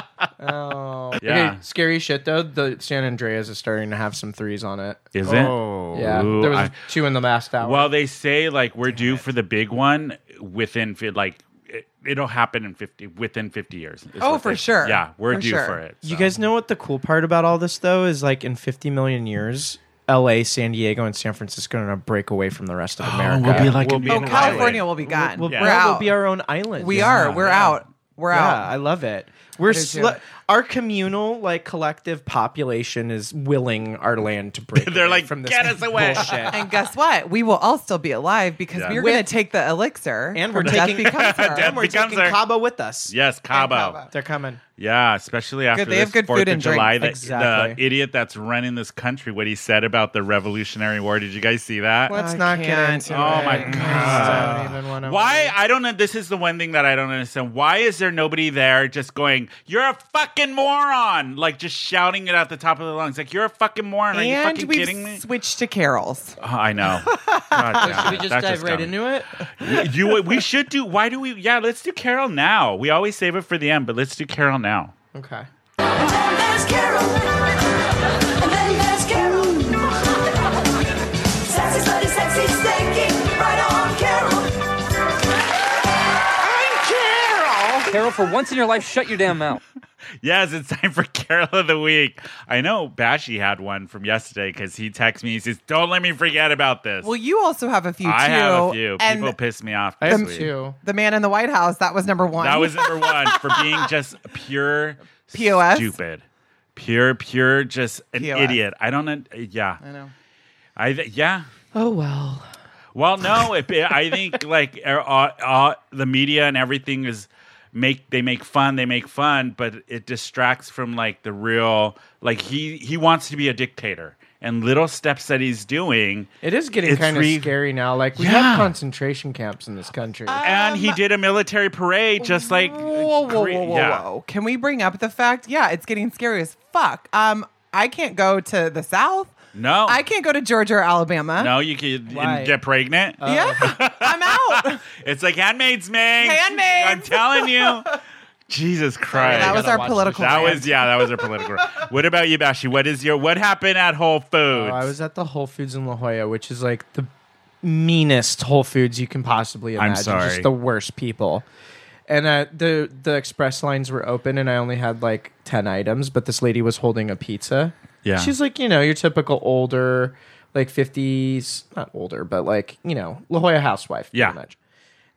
[SPEAKER 2] oh.
[SPEAKER 3] Yeah.
[SPEAKER 2] Okay, scary shit though. The San Andreas is starting to have some threes on it.
[SPEAKER 3] Is
[SPEAKER 1] Oh.
[SPEAKER 2] Yeah,
[SPEAKER 3] Ooh,
[SPEAKER 2] there was
[SPEAKER 3] I-
[SPEAKER 2] two in the last hour.
[SPEAKER 3] Well, they say like we're due for the big one within fi- like it, it'll happen in fifty within fifty years. is
[SPEAKER 4] Oh,
[SPEAKER 3] what
[SPEAKER 4] for
[SPEAKER 3] they-
[SPEAKER 4] sure.
[SPEAKER 3] Yeah, we're
[SPEAKER 4] For
[SPEAKER 3] due
[SPEAKER 4] sure.
[SPEAKER 3] for it.
[SPEAKER 2] You
[SPEAKER 3] so.
[SPEAKER 2] guys know what the cool part about all this though is like in 50 million years, LA, San Diego, and San Francisco are gonna break away from the rest of America.
[SPEAKER 3] we'll be like an
[SPEAKER 4] Oh,
[SPEAKER 3] island.
[SPEAKER 4] California will be gone.
[SPEAKER 2] We'll,
[SPEAKER 4] We're
[SPEAKER 2] we'll
[SPEAKER 4] out.
[SPEAKER 2] be our own island.
[SPEAKER 4] We
[SPEAKER 2] Yeah.
[SPEAKER 4] are. We're out. We're
[SPEAKER 2] Yeah,
[SPEAKER 4] out.
[SPEAKER 2] I love it. We're
[SPEAKER 4] do
[SPEAKER 2] sl-
[SPEAKER 4] too.
[SPEAKER 2] our communal like collective population is willing our land to break.
[SPEAKER 3] They're
[SPEAKER 2] away
[SPEAKER 3] like,
[SPEAKER 2] from this
[SPEAKER 3] "Get us away."
[SPEAKER 2] bullshit.
[SPEAKER 4] And guess what? We will all still be alive because
[SPEAKER 3] Yeah.
[SPEAKER 4] we're going to take the elixir.
[SPEAKER 2] And we're
[SPEAKER 4] from
[SPEAKER 2] taking-
[SPEAKER 4] Death Becomes Her.
[SPEAKER 3] Death
[SPEAKER 2] And we're
[SPEAKER 3] becomes
[SPEAKER 2] taking
[SPEAKER 3] our-
[SPEAKER 2] Cabo with us.
[SPEAKER 3] Yes, Cabo.
[SPEAKER 4] Cabo.
[SPEAKER 2] They're coming.
[SPEAKER 3] Yeah, especially after
[SPEAKER 4] Good, they have
[SPEAKER 3] this
[SPEAKER 4] good
[SPEAKER 3] Fourth
[SPEAKER 4] food
[SPEAKER 3] of
[SPEAKER 4] and drink.
[SPEAKER 3] July, that- the
[SPEAKER 2] Exactly.
[SPEAKER 3] idiot that's running this country, what he said about the Revolutionary War. Did you guys see that?
[SPEAKER 2] Let's
[SPEAKER 4] I
[SPEAKER 2] not get
[SPEAKER 4] can't.
[SPEAKER 2] into it.
[SPEAKER 3] Oh, my
[SPEAKER 2] I
[SPEAKER 3] God.
[SPEAKER 2] don't even wanna-
[SPEAKER 3] Why? I don't know. This is the one thing that I don't understand. Why is there nobody there just going, "You're a fucking moron!" Like just shouting it at the top of the lungs, like "You're a fucking moron." Are you
[SPEAKER 4] And
[SPEAKER 3] fucking
[SPEAKER 4] we've
[SPEAKER 3] kidding me?
[SPEAKER 4] switched to carols.
[SPEAKER 3] Oh, I know. God damn
[SPEAKER 2] Should we just
[SPEAKER 3] it. That's
[SPEAKER 2] dive right
[SPEAKER 3] dumb.
[SPEAKER 2] into it?
[SPEAKER 3] You, we should do. Why do we? Yeah, let's do Carol now. We always save it for the end, but let's do Carol now.
[SPEAKER 2] Okay.
[SPEAKER 9] And there's Carol. And then there's Carol. Sexy, slutty, sexy, stinky. Right on, Carol.
[SPEAKER 10] Carol, for once in your life, shut your damn mouth.
[SPEAKER 3] Yes, it's time for Carol of the Week. I know Bashy had one from yesterday because he texts me. He says, "Don't let me forget about this."
[SPEAKER 4] Well, you also have a few
[SPEAKER 3] I
[SPEAKER 4] too.
[SPEAKER 3] have a few.
[SPEAKER 4] And
[SPEAKER 3] People piss me off.
[SPEAKER 2] I
[SPEAKER 3] this
[SPEAKER 2] have
[SPEAKER 3] week.
[SPEAKER 2] two.
[SPEAKER 4] the man in the White House, that was number one.
[SPEAKER 3] That was number one for being just pure
[SPEAKER 4] POS.
[SPEAKER 3] stupid, pure, pure, just an
[SPEAKER 4] POS.
[SPEAKER 3] idiot. I don't. un- Yeah,
[SPEAKER 4] I know.
[SPEAKER 3] I th- yeah.
[SPEAKER 4] Oh, well.
[SPEAKER 3] Well, no, it, I think like uh, uh, the media and everything is make they make fun, they make fun, but it distracts from like the real. Like he he wants to be a dictator, and little steps that he's doing,
[SPEAKER 2] It is getting
[SPEAKER 3] It's
[SPEAKER 2] kind of
[SPEAKER 3] re-
[SPEAKER 2] scary now. Like we
[SPEAKER 3] Yeah.
[SPEAKER 2] have concentration camps in this country.
[SPEAKER 3] and he did a military parade, just like
[SPEAKER 4] Um, Whoa, whoa,
[SPEAKER 3] cre-
[SPEAKER 4] whoa, whoa,
[SPEAKER 3] yeah.
[SPEAKER 4] whoa. Can we bring up the fact? Yeah, it's getting scary as fuck. Um, I can't go to the South.
[SPEAKER 3] No.
[SPEAKER 4] I can't go to Georgia or Alabama.
[SPEAKER 3] no, you can
[SPEAKER 2] Why?
[SPEAKER 3] get pregnant.
[SPEAKER 4] Oh. Yeah, I'm out.
[SPEAKER 3] It's like Handmaid's Maid.
[SPEAKER 4] Handmaids.
[SPEAKER 3] I'm telling you. Jesus Christ.
[SPEAKER 4] that was
[SPEAKER 2] gotta
[SPEAKER 4] our
[SPEAKER 2] watch
[SPEAKER 4] political.
[SPEAKER 3] That
[SPEAKER 4] rant.
[SPEAKER 3] was yeah, that was a political. what about you, Bashi? What is your what happened at Whole Foods?
[SPEAKER 2] Oh, I was at the Whole Foods in La Jolla, which is like the meanest Whole Foods you can possibly
[SPEAKER 1] I'm
[SPEAKER 2] imagine.
[SPEAKER 1] sorry.
[SPEAKER 2] Just the worst people. And uh, the the express lines were open, and I only had like ten items. But this lady was holding a pizza.
[SPEAKER 3] Yeah.
[SPEAKER 2] she's like you know your typical older, like fifties, not older, but like you know La Jolla housewife.
[SPEAKER 3] Yeah.
[SPEAKER 2] pretty much.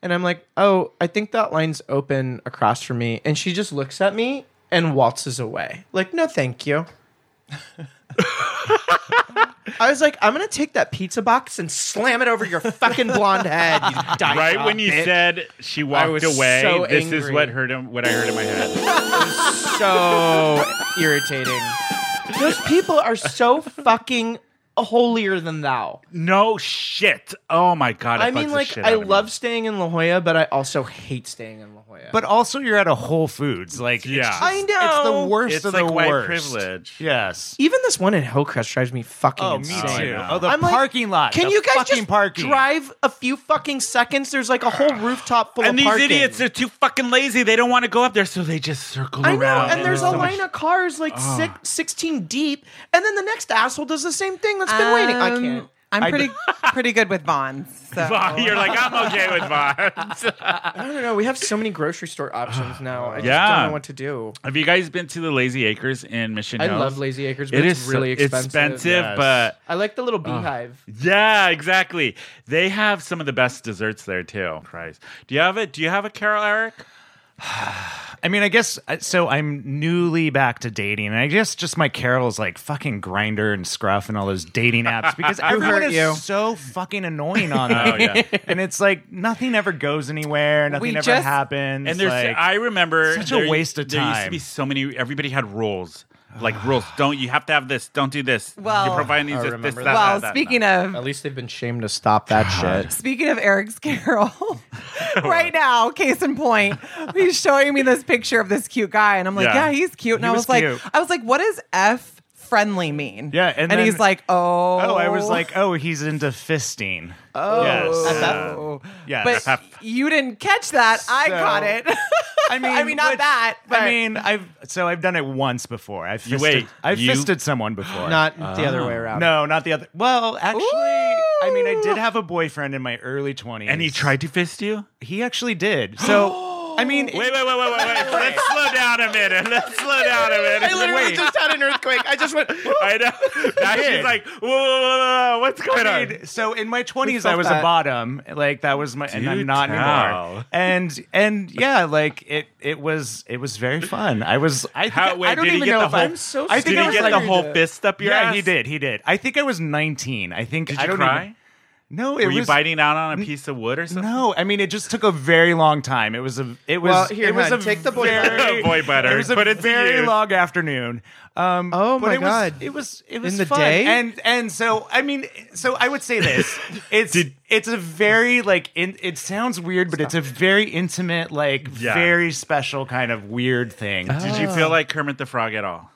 [SPEAKER 2] And I'm like, oh, I think that line's open across from me, and she just looks at me and waltzes away. Like, no, thank you. I was like, I'm gonna take that pizza box and slam it over your fucking blonde head. You die
[SPEAKER 3] right when you said she walked
[SPEAKER 2] was
[SPEAKER 3] away,
[SPEAKER 2] so
[SPEAKER 3] this is
[SPEAKER 2] angry.
[SPEAKER 3] what heard in- what I heard in my head.
[SPEAKER 2] so irritating. Those people are so fucking holier than thou.
[SPEAKER 3] No shit. Oh my god. it
[SPEAKER 2] I
[SPEAKER 3] fucks
[SPEAKER 2] mean,
[SPEAKER 3] the
[SPEAKER 2] like,
[SPEAKER 3] shit
[SPEAKER 2] I
[SPEAKER 3] out of me.
[SPEAKER 2] love staying in La Jolla, but I also hate staying in La Jolla.
[SPEAKER 1] But also, you're at a Whole Foods. Like, it's
[SPEAKER 3] Yeah.
[SPEAKER 1] just-
[SPEAKER 3] I
[SPEAKER 1] It's the
[SPEAKER 2] know.
[SPEAKER 1] worst
[SPEAKER 3] It's
[SPEAKER 1] of
[SPEAKER 3] like
[SPEAKER 1] the
[SPEAKER 3] white
[SPEAKER 1] worst.
[SPEAKER 3] privilege.
[SPEAKER 1] Yes.
[SPEAKER 2] even this one in Hillcrest drives me fucking
[SPEAKER 1] Oh, me
[SPEAKER 2] insane.
[SPEAKER 1] too.
[SPEAKER 3] know.
[SPEAKER 1] Oh, the
[SPEAKER 2] I'm like,
[SPEAKER 1] parking lot.
[SPEAKER 2] Can
[SPEAKER 1] The
[SPEAKER 2] you guys
[SPEAKER 1] fucking
[SPEAKER 2] just
[SPEAKER 1] parking.
[SPEAKER 2] drive a few fucking seconds? There's like a whole rooftop full of
[SPEAKER 3] And these
[SPEAKER 2] parking.
[SPEAKER 3] idiots are too fucking lazy. They don't want to go up there, so they just circle
[SPEAKER 2] I know,
[SPEAKER 3] around.
[SPEAKER 2] and there's a
[SPEAKER 3] so much-
[SPEAKER 2] line of cars like six, 16 deep, and then the next asshole does the same thing that's been waiting. I
[SPEAKER 4] Um,
[SPEAKER 2] can't.
[SPEAKER 4] I'm pretty pretty good with bonds. So.
[SPEAKER 3] You're like, I'm okay with vibes.
[SPEAKER 2] I don't know. We have so many grocery store options now. I just
[SPEAKER 3] Yeah.
[SPEAKER 2] don't know what to do.
[SPEAKER 3] Have you guys been to the Lazy Acres in Mission
[SPEAKER 2] I
[SPEAKER 3] Hills?
[SPEAKER 2] love Lazy Acres, but
[SPEAKER 3] It
[SPEAKER 2] it's
[SPEAKER 3] is
[SPEAKER 2] really
[SPEAKER 3] so-
[SPEAKER 2] expensive.
[SPEAKER 3] expensive,
[SPEAKER 1] Yes.
[SPEAKER 3] but
[SPEAKER 2] I like the little beehive.
[SPEAKER 3] Yeah, exactly. They have some of the best desserts there too. Christ. Do you have it? Do you have a Carol Eric?
[SPEAKER 1] I mean, I guess uh, so. I'm newly back to dating, and I guess just my Carol's like fucking grinder and scruff and all those dating apps because everyone
[SPEAKER 2] hurt
[SPEAKER 1] is
[SPEAKER 2] you?
[SPEAKER 1] so fucking annoying on
[SPEAKER 3] Oh,
[SPEAKER 1] them.
[SPEAKER 3] yeah.
[SPEAKER 1] and it's like nothing ever goes anywhere, nothing
[SPEAKER 4] We
[SPEAKER 1] ever
[SPEAKER 4] just-
[SPEAKER 1] happens.
[SPEAKER 3] And there's
[SPEAKER 1] like,
[SPEAKER 3] I remember
[SPEAKER 1] such a
[SPEAKER 3] there-
[SPEAKER 1] waste of
[SPEAKER 3] There used to
[SPEAKER 1] time.
[SPEAKER 3] be so many everybody had rules. Like rules. Don't you have to have this, don't do this. you
[SPEAKER 4] Well-
[SPEAKER 3] provide these this, this,
[SPEAKER 2] remember that.
[SPEAKER 3] that, that,
[SPEAKER 4] well,
[SPEAKER 3] that,
[SPEAKER 4] speaking
[SPEAKER 3] that.
[SPEAKER 4] of
[SPEAKER 2] At least they've been shamed to stop that shit.
[SPEAKER 4] Speaking of Eric's Carol, right now, case in point, he's showing me this picture of this cute guy, and I'm like,
[SPEAKER 3] Yeah.
[SPEAKER 4] yeah, he's cute. And
[SPEAKER 1] He
[SPEAKER 4] I
[SPEAKER 1] was
[SPEAKER 4] was, like,
[SPEAKER 1] cute.
[SPEAKER 4] I was like, what does F friendly mean?
[SPEAKER 1] Yeah, and then-
[SPEAKER 4] he's like, oh,
[SPEAKER 1] oh, I was like, oh, he's into fisting.
[SPEAKER 4] oh,
[SPEAKER 1] yes. Uh,
[SPEAKER 4] oh.
[SPEAKER 1] Yes.
[SPEAKER 4] But you didn't catch that. I
[SPEAKER 1] So-
[SPEAKER 4] caught it.
[SPEAKER 1] I mean,
[SPEAKER 4] I mean, not
[SPEAKER 1] which-
[SPEAKER 4] that. But
[SPEAKER 1] I mean, I've so I've done it once before. I've
[SPEAKER 3] You
[SPEAKER 1] fisted,
[SPEAKER 3] wait,
[SPEAKER 1] I've
[SPEAKER 3] you-
[SPEAKER 1] fisted someone before.
[SPEAKER 2] Not the other way around.
[SPEAKER 1] no, not the other. Well, actually, I mean, I did have a boyfriend in my early twenties,
[SPEAKER 3] and he tried to fist you?
[SPEAKER 1] He actually did. So I mean,
[SPEAKER 3] Wait, wait, wait, wait, wait, wait. Let's slow down a minute. Let's slow down a minute.
[SPEAKER 2] I literally
[SPEAKER 3] Wait.
[SPEAKER 2] just had an earthquake. I just went.
[SPEAKER 3] I know. Now she's
[SPEAKER 1] did.
[SPEAKER 3] like, whoa, whoa, whoa, whoa, what's going
[SPEAKER 1] I
[SPEAKER 3] on?
[SPEAKER 1] mean, so in my twenties, uh,
[SPEAKER 2] felt
[SPEAKER 1] I was
[SPEAKER 2] that.
[SPEAKER 1] a bottom. Like that was my, and
[SPEAKER 3] Do
[SPEAKER 1] I'm not
[SPEAKER 3] tell.
[SPEAKER 1] anymore. And and yeah, like it it was it was very fun. I was I think,
[SPEAKER 3] How- wait,
[SPEAKER 1] I don't
[SPEAKER 3] did he
[SPEAKER 1] even
[SPEAKER 3] get
[SPEAKER 1] know
[SPEAKER 3] the
[SPEAKER 1] if
[SPEAKER 3] whole-
[SPEAKER 1] I'm so. I
[SPEAKER 3] Did
[SPEAKER 1] think I
[SPEAKER 3] he
[SPEAKER 1] was
[SPEAKER 3] get
[SPEAKER 1] like
[SPEAKER 3] the whole fist up your
[SPEAKER 1] yeah,
[SPEAKER 3] ass?
[SPEAKER 1] he did. He did. I think I was 19. I think
[SPEAKER 3] Did
[SPEAKER 1] I
[SPEAKER 3] you
[SPEAKER 1] don't
[SPEAKER 3] cry?
[SPEAKER 1] Even, no, it
[SPEAKER 3] Were
[SPEAKER 1] was
[SPEAKER 3] you biting out on a piece of wood or something?
[SPEAKER 1] No, I mean it just took a very long time. It was a it was
[SPEAKER 2] Well, here,
[SPEAKER 1] it was
[SPEAKER 2] hon,
[SPEAKER 1] a
[SPEAKER 2] take the boy
[SPEAKER 1] very,
[SPEAKER 3] butter. Boy butter.
[SPEAKER 1] It was a
[SPEAKER 3] Put it to
[SPEAKER 1] very
[SPEAKER 3] use.
[SPEAKER 1] long afternoon. Um,
[SPEAKER 2] Oh,
[SPEAKER 1] but
[SPEAKER 2] my
[SPEAKER 1] it was-
[SPEAKER 2] God.
[SPEAKER 1] it was it was
[SPEAKER 2] In the
[SPEAKER 1] fun.
[SPEAKER 2] day?
[SPEAKER 1] and and so I mean so I would say this it's it's a very like in, it sounds weird but it's a very intimate like
[SPEAKER 3] Yeah.
[SPEAKER 1] very special kind of weird thing.
[SPEAKER 2] Oh
[SPEAKER 3] Did you feel like Kermit the Frog at all?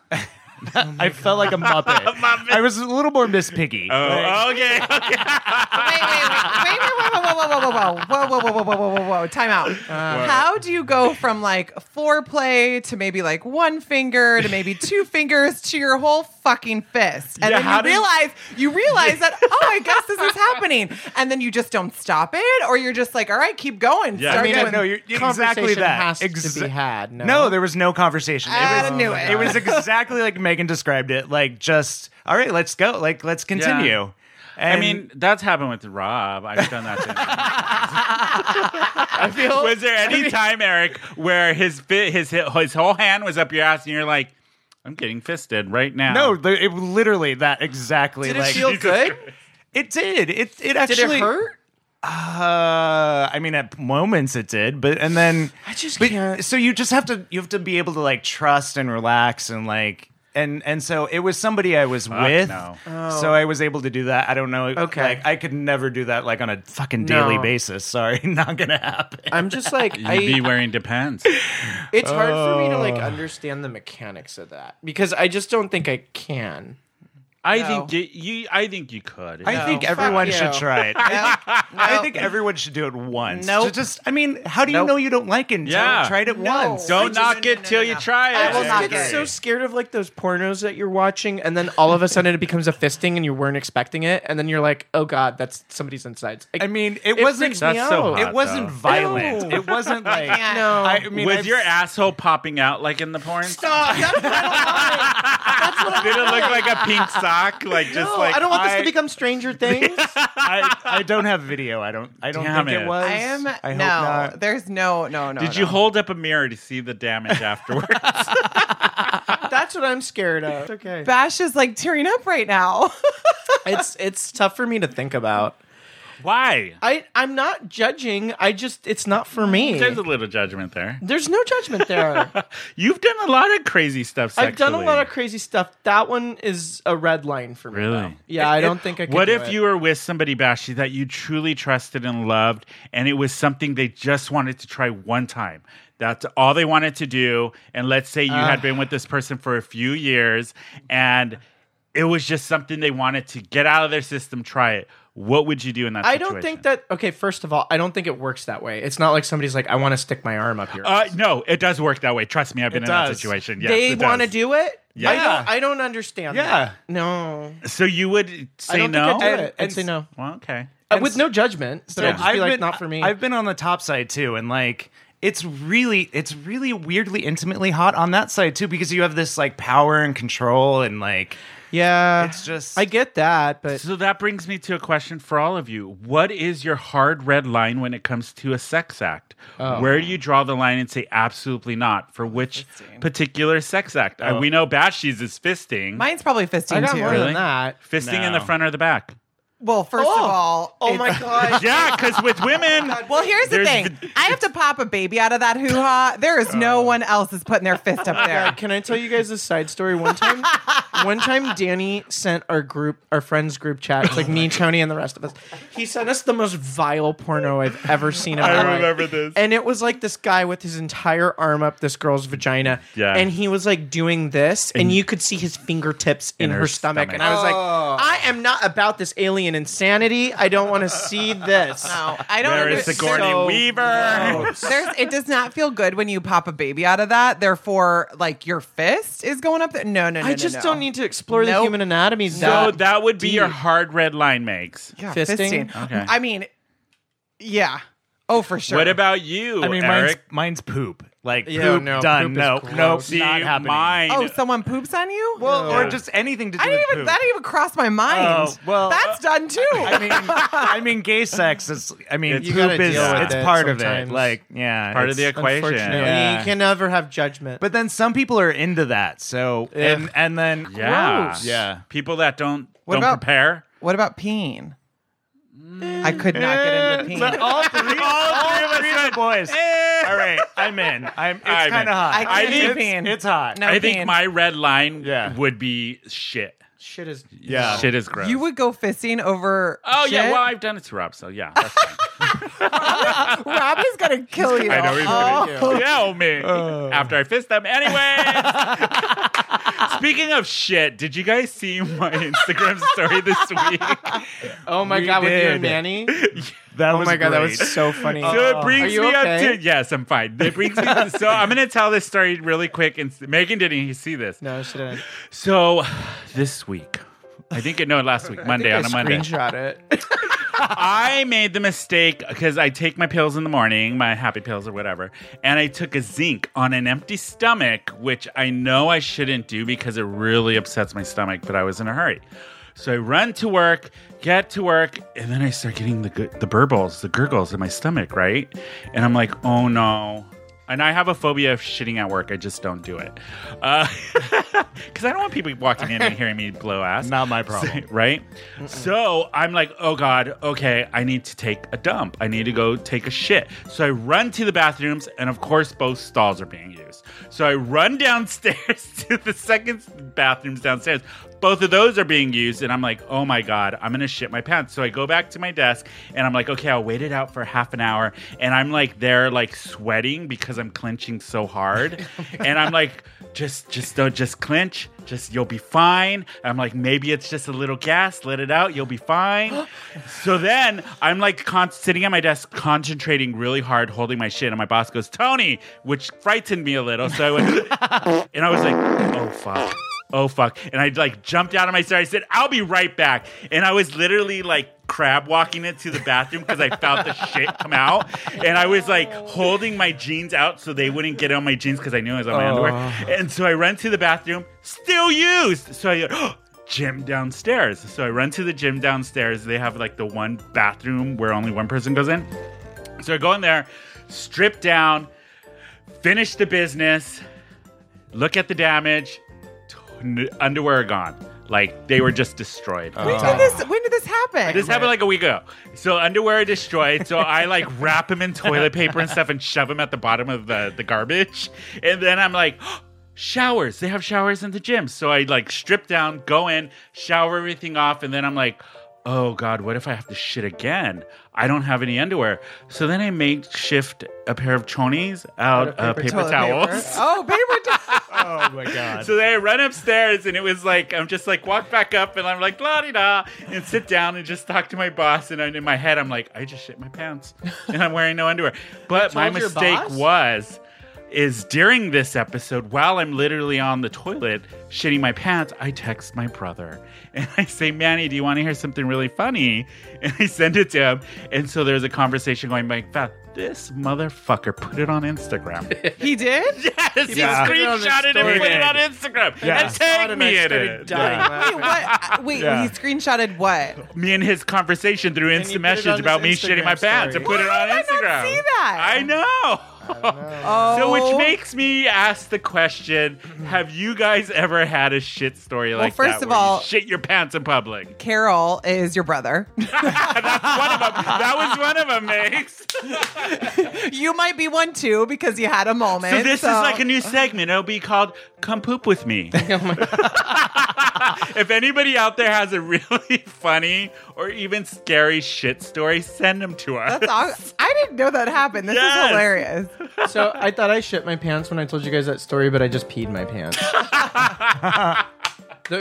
[SPEAKER 1] I felt like a muppet. I was a little more Miss Piggy.
[SPEAKER 3] Oh, okay. okay.
[SPEAKER 4] wait, wait, wait, wait, wait, whoa, whoa, whoa, whoa, whoa, whoa, whoa, whoa, whoa, whoa, whoa, whoa, whoa, time out. How do you go from like foreplay to maybe like one finger to maybe two fingers to your whole fucking fist? And
[SPEAKER 3] Yeah, how
[SPEAKER 4] then
[SPEAKER 3] do
[SPEAKER 4] you
[SPEAKER 3] you-
[SPEAKER 4] realize you realize that, oh, I guess this is happening. And then you just don't stop it, or you're just like, all right, keep going.
[SPEAKER 3] Yeah, I
[SPEAKER 4] Start
[SPEAKER 3] mean,
[SPEAKER 1] Yeah,
[SPEAKER 4] doing-
[SPEAKER 1] no, you're exactly
[SPEAKER 2] Conversation
[SPEAKER 1] that.
[SPEAKER 2] has
[SPEAKER 1] Exa-
[SPEAKER 2] to be had. No,
[SPEAKER 1] No, there was no conversation. It
[SPEAKER 4] I
[SPEAKER 1] was,
[SPEAKER 4] knew it.
[SPEAKER 1] it was exactly like Megan described it. Like, just all right, let's go. Like, let's continue.
[SPEAKER 3] I
[SPEAKER 1] And
[SPEAKER 3] mean, that's happened with Rob. I've done that. Too. was there any time, Eric, where his fi- his his whole hand was up your ass, and you're like, "I'm getting fisted right now"?
[SPEAKER 1] no, the- it literally that exactly.
[SPEAKER 2] Did it
[SPEAKER 1] like,
[SPEAKER 2] feel good?
[SPEAKER 1] It did. It it
[SPEAKER 2] Did
[SPEAKER 1] actually
[SPEAKER 2] it hurt?
[SPEAKER 1] Uh, I mean, at moments it did, but and then
[SPEAKER 2] I just
[SPEAKER 1] but-
[SPEAKER 2] can't.
[SPEAKER 1] So you just have to you have to be able to like trust and relax and like. And and so it was somebody I was with,
[SPEAKER 3] no.
[SPEAKER 1] so I was able to do that. I don't know,
[SPEAKER 2] Okay.
[SPEAKER 1] like I could never do that like on a fucking
[SPEAKER 2] No.
[SPEAKER 1] daily basis. Sorry, not gonna happen.
[SPEAKER 2] I'm just like
[SPEAKER 3] You'd
[SPEAKER 2] I,
[SPEAKER 3] be wearing depends.
[SPEAKER 2] It's hard for me to like understand the mechanics of that because I just don't think I can.
[SPEAKER 3] I
[SPEAKER 4] No.
[SPEAKER 3] think you, you. I think you could.
[SPEAKER 1] I think
[SPEAKER 4] fuck
[SPEAKER 1] everyone
[SPEAKER 4] you.
[SPEAKER 1] should try it.
[SPEAKER 4] No,
[SPEAKER 1] I
[SPEAKER 4] no.
[SPEAKER 1] think everyone should do it once.
[SPEAKER 4] Nope.
[SPEAKER 1] To just, I mean, how do you
[SPEAKER 4] Nope.
[SPEAKER 1] know you don't like it? until
[SPEAKER 3] Yeah.
[SPEAKER 1] you tried it
[SPEAKER 4] No.
[SPEAKER 1] once.
[SPEAKER 4] I
[SPEAKER 3] Don't
[SPEAKER 4] just-
[SPEAKER 3] knock
[SPEAKER 4] no, no,
[SPEAKER 3] it
[SPEAKER 4] no,
[SPEAKER 3] till
[SPEAKER 4] no,
[SPEAKER 3] you
[SPEAKER 4] no.
[SPEAKER 3] try it.
[SPEAKER 4] I will
[SPEAKER 2] I
[SPEAKER 4] not
[SPEAKER 2] just get
[SPEAKER 4] agree.
[SPEAKER 2] so scared of like those pornos that you're watching, and then all of a sudden it becomes a fisting, and you weren't expecting it, and then you're like, "Oh God, that's somebody's insides." Like,
[SPEAKER 1] I mean, it,
[SPEAKER 2] It
[SPEAKER 1] wasn't.
[SPEAKER 2] freaks me That's so out.
[SPEAKER 1] it
[SPEAKER 3] hot,
[SPEAKER 1] wasn't
[SPEAKER 3] though.
[SPEAKER 1] violent.
[SPEAKER 2] No.
[SPEAKER 1] It wasn't like.
[SPEAKER 4] can't.
[SPEAKER 2] no,
[SPEAKER 1] I mean,
[SPEAKER 3] Was
[SPEAKER 1] I've-
[SPEAKER 3] your asshole popping out like in the porn?
[SPEAKER 4] Stop. That's what I don't want.
[SPEAKER 3] Did it look like a pink sock? Like just
[SPEAKER 2] No,
[SPEAKER 3] like
[SPEAKER 2] I don't want this
[SPEAKER 3] I-
[SPEAKER 2] to become Stranger Things.
[SPEAKER 1] I, I don't have video. I don't. I don't
[SPEAKER 3] Damn
[SPEAKER 1] think it.
[SPEAKER 3] it.
[SPEAKER 1] was.
[SPEAKER 4] I am
[SPEAKER 1] I hope
[SPEAKER 4] no.
[SPEAKER 1] not.
[SPEAKER 4] There's no no no.
[SPEAKER 3] Did
[SPEAKER 4] no.
[SPEAKER 3] you hold up a mirror to see the damage afterwards?
[SPEAKER 2] that's what I'm scared of. It's okay,
[SPEAKER 4] Bash is like tearing up right now.
[SPEAKER 2] it's it's tough for me to think about.
[SPEAKER 3] Why?
[SPEAKER 2] I I'm not judging. I just it's not for me.
[SPEAKER 3] There's a little judgment there.
[SPEAKER 2] There's no judgment there.
[SPEAKER 3] You've done a lot of crazy stuff. Sexually.
[SPEAKER 2] I've done a lot of crazy stuff. That one is a red line for me.
[SPEAKER 3] Really?
[SPEAKER 2] though. Yeah, I don't think I could.
[SPEAKER 3] What
[SPEAKER 2] do
[SPEAKER 3] if
[SPEAKER 2] it.
[SPEAKER 3] you were with somebody, Bashy, that you truly trusted and loved, and it was something they just wanted to try one time? That's all they wanted to do. And let's say you had been with this person for a few years, and it was just something they wanted to get out of their system, try it. What would you do in that
[SPEAKER 2] I
[SPEAKER 3] situation?
[SPEAKER 2] don't think that. Okay, first of all, I don't think it works that way. It's not like somebody's like, I want to stick my arm up here.
[SPEAKER 3] Uh, no, it does work that way. Trust me, I've been in that
[SPEAKER 1] does.
[SPEAKER 3] situation. Yes,
[SPEAKER 2] they
[SPEAKER 3] it
[SPEAKER 2] want to
[SPEAKER 3] does.
[SPEAKER 2] do it.
[SPEAKER 3] Yeah.
[SPEAKER 2] I don't, I don't understand.
[SPEAKER 1] Yeah.
[SPEAKER 2] that. no,
[SPEAKER 3] So you would say
[SPEAKER 2] I don't
[SPEAKER 3] no?
[SPEAKER 2] think I do
[SPEAKER 1] And-
[SPEAKER 2] it. I'd
[SPEAKER 1] and-
[SPEAKER 2] say no
[SPEAKER 3] Well, okay.
[SPEAKER 2] Uh, with no judgment. So
[SPEAKER 1] Yeah.
[SPEAKER 2] I'd just be like, not for me.
[SPEAKER 1] I've been on the top side too, and like it's really, it's really weirdly intimately hot on that side too because you have this like power and control and like
[SPEAKER 2] yeah,
[SPEAKER 1] it's just-
[SPEAKER 2] I get that, but
[SPEAKER 3] So that brings me to a question for all of you. What is your hard red line when it comes to a sex act?
[SPEAKER 2] Oh.
[SPEAKER 3] Where do you draw the line and say absolutely not? For which particular sex act? Uh,
[SPEAKER 2] Oh.
[SPEAKER 3] we know Bashy's is fisting.
[SPEAKER 4] Mine's probably fisting
[SPEAKER 2] I got
[SPEAKER 4] too.
[SPEAKER 2] more
[SPEAKER 3] Really?
[SPEAKER 2] than that.
[SPEAKER 3] fisting in
[SPEAKER 1] No.
[SPEAKER 3] the front or the back?
[SPEAKER 4] Well, first
[SPEAKER 2] Oh.
[SPEAKER 4] of all,
[SPEAKER 2] Oh
[SPEAKER 4] it's-
[SPEAKER 2] my god.
[SPEAKER 3] Yeah, because with women,
[SPEAKER 4] Well, here's the
[SPEAKER 3] There's
[SPEAKER 4] thing. I have to pop a baby out of that hoo ha. There is
[SPEAKER 3] Oh.
[SPEAKER 4] no one else that's putting their fist up there.
[SPEAKER 2] Can I tell you guys a side story? One time, one time, Danny sent our group, our friends group chat, it's like
[SPEAKER 3] Oh
[SPEAKER 2] me, Tony, and the rest of us. He sent us the most vile porno I've ever seen. In my
[SPEAKER 3] I
[SPEAKER 2] life.
[SPEAKER 3] remember this.
[SPEAKER 2] And it was like this guy with his entire arm up this girl's vagina.
[SPEAKER 3] Yeah.
[SPEAKER 2] And he was like doing this, and, you could see his fingertips in,
[SPEAKER 3] her
[SPEAKER 2] her, stomach.
[SPEAKER 3] stomach.
[SPEAKER 2] And I was like, I am not about this alien insanity. I don't want to see this.
[SPEAKER 4] No, I don't.
[SPEAKER 3] there is
[SPEAKER 4] under-
[SPEAKER 3] Sigourney
[SPEAKER 2] so
[SPEAKER 3] Weaver.
[SPEAKER 4] There's, it does not feel good when you pop a baby out of that. Therefore, like your fist is going up there. No, no, no.
[SPEAKER 2] I
[SPEAKER 4] no,
[SPEAKER 2] just
[SPEAKER 4] no.
[SPEAKER 2] don't need to explore the
[SPEAKER 4] Nope.
[SPEAKER 2] human anatomy.
[SPEAKER 3] So
[SPEAKER 2] that
[SPEAKER 3] Oh, that would be your
[SPEAKER 2] deep.
[SPEAKER 3] hard red line, Megs.
[SPEAKER 4] yeah,
[SPEAKER 2] fisting?
[SPEAKER 4] fisting.
[SPEAKER 3] Okay.
[SPEAKER 4] I mean, yeah. Oh, for sure.
[SPEAKER 3] What about you,
[SPEAKER 1] I mean, mine's,
[SPEAKER 3] Eric?
[SPEAKER 1] mine's poop. Like
[SPEAKER 2] Yeah,
[SPEAKER 1] poop,
[SPEAKER 2] no,
[SPEAKER 1] done.
[SPEAKER 2] poop is
[SPEAKER 1] no,
[SPEAKER 2] gross.
[SPEAKER 1] nope,
[SPEAKER 3] See,
[SPEAKER 1] not happening.
[SPEAKER 3] mine.
[SPEAKER 4] Oh, someone poops on you?
[SPEAKER 1] Well,
[SPEAKER 2] Yeah.
[SPEAKER 1] or just anything to do
[SPEAKER 4] I didn't
[SPEAKER 1] with
[SPEAKER 4] even
[SPEAKER 1] poop.
[SPEAKER 4] that didn't even cross my mind.
[SPEAKER 1] Oh, well,
[SPEAKER 4] that's
[SPEAKER 3] uh,
[SPEAKER 4] done too.
[SPEAKER 1] I mean, I mean, gay sex is. I mean,
[SPEAKER 2] You
[SPEAKER 1] poop
[SPEAKER 2] gotta
[SPEAKER 1] is.
[SPEAKER 2] deal with
[SPEAKER 1] It's
[SPEAKER 2] it
[SPEAKER 1] part of
[SPEAKER 2] sometimes.
[SPEAKER 1] it. Like, yeah,
[SPEAKER 3] part of the
[SPEAKER 1] it's-
[SPEAKER 3] equation.
[SPEAKER 2] Unfortunately,
[SPEAKER 1] Yeah.
[SPEAKER 2] you can never have judgment.
[SPEAKER 1] But then some people are into that. So and and then
[SPEAKER 3] Yeah,
[SPEAKER 2] Gross.
[SPEAKER 1] Yeah.
[SPEAKER 3] People that don't
[SPEAKER 4] What
[SPEAKER 3] don't
[SPEAKER 4] about-
[SPEAKER 3] prepare.
[SPEAKER 4] what about peeing? I could not get into peeing.
[SPEAKER 1] all three, all three of us the boys. All right, I'm in. I'm. It's
[SPEAKER 3] I'm in.
[SPEAKER 1] kind of hot.
[SPEAKER 4] I
[SPEAKER 3] I
[SPEAKER 4] can't
[SPEAKER 3] think-
[SPEAKER 4] do peeing.
[SPEAKER 1] It's hot.
[SPEAKER 4] No
[SPEAKER 3] I
[SPEAKER 4] peeing.
[SPEAKER 3] think my red line
[SPEAKER 1] Yeah.
[SPEAKER 3] would be shit.
[SPEAKER 2] shit is
[SPEAKER 1] Yeah.
[SPEAKER 3] Shit is gross.
[SPEAKER 4] You would go fisting over.
[SPEAKER 3] Oh yeah,
[SPEAKER 4] shit?
[SPEAKER 3] well I've done it to Rob, so yeah. That's fine.
[SPEAKER 4] Rob is gonna kill you. Oh.
[SPEAKER 3] I know he's gonna kill Oh, me after I fist them. Anyway, speaking of shit, did you guys see my Instagram story this week?
[SPEAKER 2] Oh my
[SPEAKER 1] We
[SPEAKER 2] god, with you
[SPEAKER 1] did.
[SPEAKER 2] and Manny.
[SPEAKER 1] That
[SPEAKER 2] Oh
[SPEAKER 1] was
[SPEAKER 2] my god, that was
[SPEAKER 1] great.
[SPEAKER 2] so funny. Uh,
[SPEAKER 3] So it
[SPEAKER 2] Are
[SPEAKER 3] brings
[SPEAKER 2] you
[SPEAKER 3] me
[SPEAKER 2] okay?
[SPEAKER 3] up to yes, I'm fine. It brings me. so I'm gonna tell this story really quick. And Megan didn't even see this.
[SPEAKER 2] No, she didn't.
[SPEAKER 3] So this week, I think it no last week Monday
[SPEAKER 2] I
[SPEAKER 3] on a Monday.
[SPEAKER 2] Screenshot it.
[SPEAKER 3] I made the mistake because I take my pills in the morning, my happy pills or whatever, and I took a zinc on an empty stomach, which I know I shouldn't do because it really upsets my stomach, but I was in a hurry. So I run to work, get to work, and then I start getting the gu- the burbles, the gurgles in my stomach, right? And I'm like, oh no. And I have a phobia of shitting at work. I just don't do it. Because I don't want people walking in and hearing me blow ass
[SPEAKER 1] Not my problem.
[SPEAKER 3] right? So I'm like, oh God, okay, I need to take a dump. I need to go take a shit. So I run to the bathrooms, and of course, both stalls are being used. So I run downstairs to the second bathrooms downstairs. Both of those are being used, and I'm like, oh my God, I'm gonna shit my pants. So I go back to my desk, and I'm like, okay, I'll wait it out for half an hour. And I'm like, there, like sweating because I'm I'm clenching so hard, and I'm like, just just don't just clench, just you'll be fine. I'm like, maybe it's just a little gas, let it out, you'll be fine. so then I'm like con- sitting at my desk, concentrating really hard, holding my shit, and my boss goes, Tony, which frightened me a little. So I went, and I was like, oh fuck. Oh fuck. And I like jumped out of my seat. I said, I'll be right back. And I was literally like crab walking it to the bathroom because I felt the shit come out. And I was like holding my jeans out so they wouldn't get on my jeans because I knew I was on my underwear. And so I run to the bathroom, still used. So I "Oh, gym downstairs. So I run to the gym downstairs. They have like the one bathroom where only one person goes in. So I go in there, strip down, finish the business, look at the damage, t- n- underwear gone. Like they were just destroyed.
[SPEAKER 4] When did this? When did this happen?
[SPEAKER 3] This happened like a week ago. So underwear destroyed. So I like wrap them in toilet paper and stuff and shove them at the bottom of the, the garbage. And then I'm like, showers. They have showers in the gym. So I like strip down, go in, shower everything off, and then I'm like, oh God, what if I have to shit again? I don't have any underwear. So then I make shift a pair of chonies out of paper,
[SPEAKER 4] Toilet
[SPEAKER 3] towels.
[SPEAKER 4] paper. Oh, paper towels.
[SPEAKER 2] Oh my god.
[SPEAKER 3] So then I run upstairs and it was like I'm just like walk back up and I'm like la di da and sit down and just talk to my boss and I- in my head I'm like I just shit my pants and I'm wearing no underwear. But my
[SPEAKER 2] told your
[SPEAKER 3] mistake
[SPEAKER 2] boss?
[SPEAKER 3] was is during this episode while I'm literally on the toilet shitting my pants I text my brother and I say Manny do you want to hear something really funny and I send it to him and so there's a conversation going like that this motherfucker put it on Instagram.
[SPEAKER 4] He did.
[SPEAKER 3] Yes, you
[SPEAKER 2] Yeah. Put it on the
[SPEAKER 3] screenshot it and
[SPEAKER 2] story.
[SPEAKER 3] put it on Instagram
[SPEAKER 2] Yeah.
[SPEAKER 3] and tag me in it.
[SPEAKER 4] Wait, what? Uh, Wait,
[SPEAKER 2] Yeah.
[SPEAKER 4] he screenshotted what?
[SPEAKER 3] Me and his conversation through
[SPEAKER 2] he
[SPEAKER 3] instant
[SPEAKER 2] put it
[SPEAKER 3] message
[SPEAKER 2] on
[SPEAKER 3] about me
[SPEAKER 2] his
[SPEAKER 3] shitting my
[SPEAKER 2] Instagram
[SPEAKER 3] pants and
[SPEAKER 2] story.
[SPEAKER 3] put it on
[SPEAKER 4] Why
[SPEAKER 3] Instagram.
[SPEAKER 4] did I not see that?
[SPEAKER 3] I know.
[SPEAKER 4] Oh,
[SPEAKER 3] So, which makes me ask the question: Have you guys ever had a shit story like
[SPEAKER 4] first
[SPEAKER 3] that?
[SPEAKER 4] of
[SPEAKER 3] where you
[SPEAKER 4] all-
[SPEAKER 3] shit your pants in public.
[SPEAKER 4] Carol is your brother.
[SPEAKER 3] One of 'em- that was one of them, Mace.
[SPEAKER 4] you might be one too because you had a moment.
[SPEAKER 3] So this is like a new segment. It'll be called "Come Poop with Me."
[SPEAKER 4] Oh
[SPEAKER 3] if anybody out there has a really funny or even scary shit story, send them to us.
[SPEAKER 4] That's aw- I didn't know that happened. This
[SPEAKER 3] Yes.
[SPEAKER 4] is hilarious.
[SPEAKER 2] So I thought I shit my pants when I told you guys that story, but I just peed my pants. the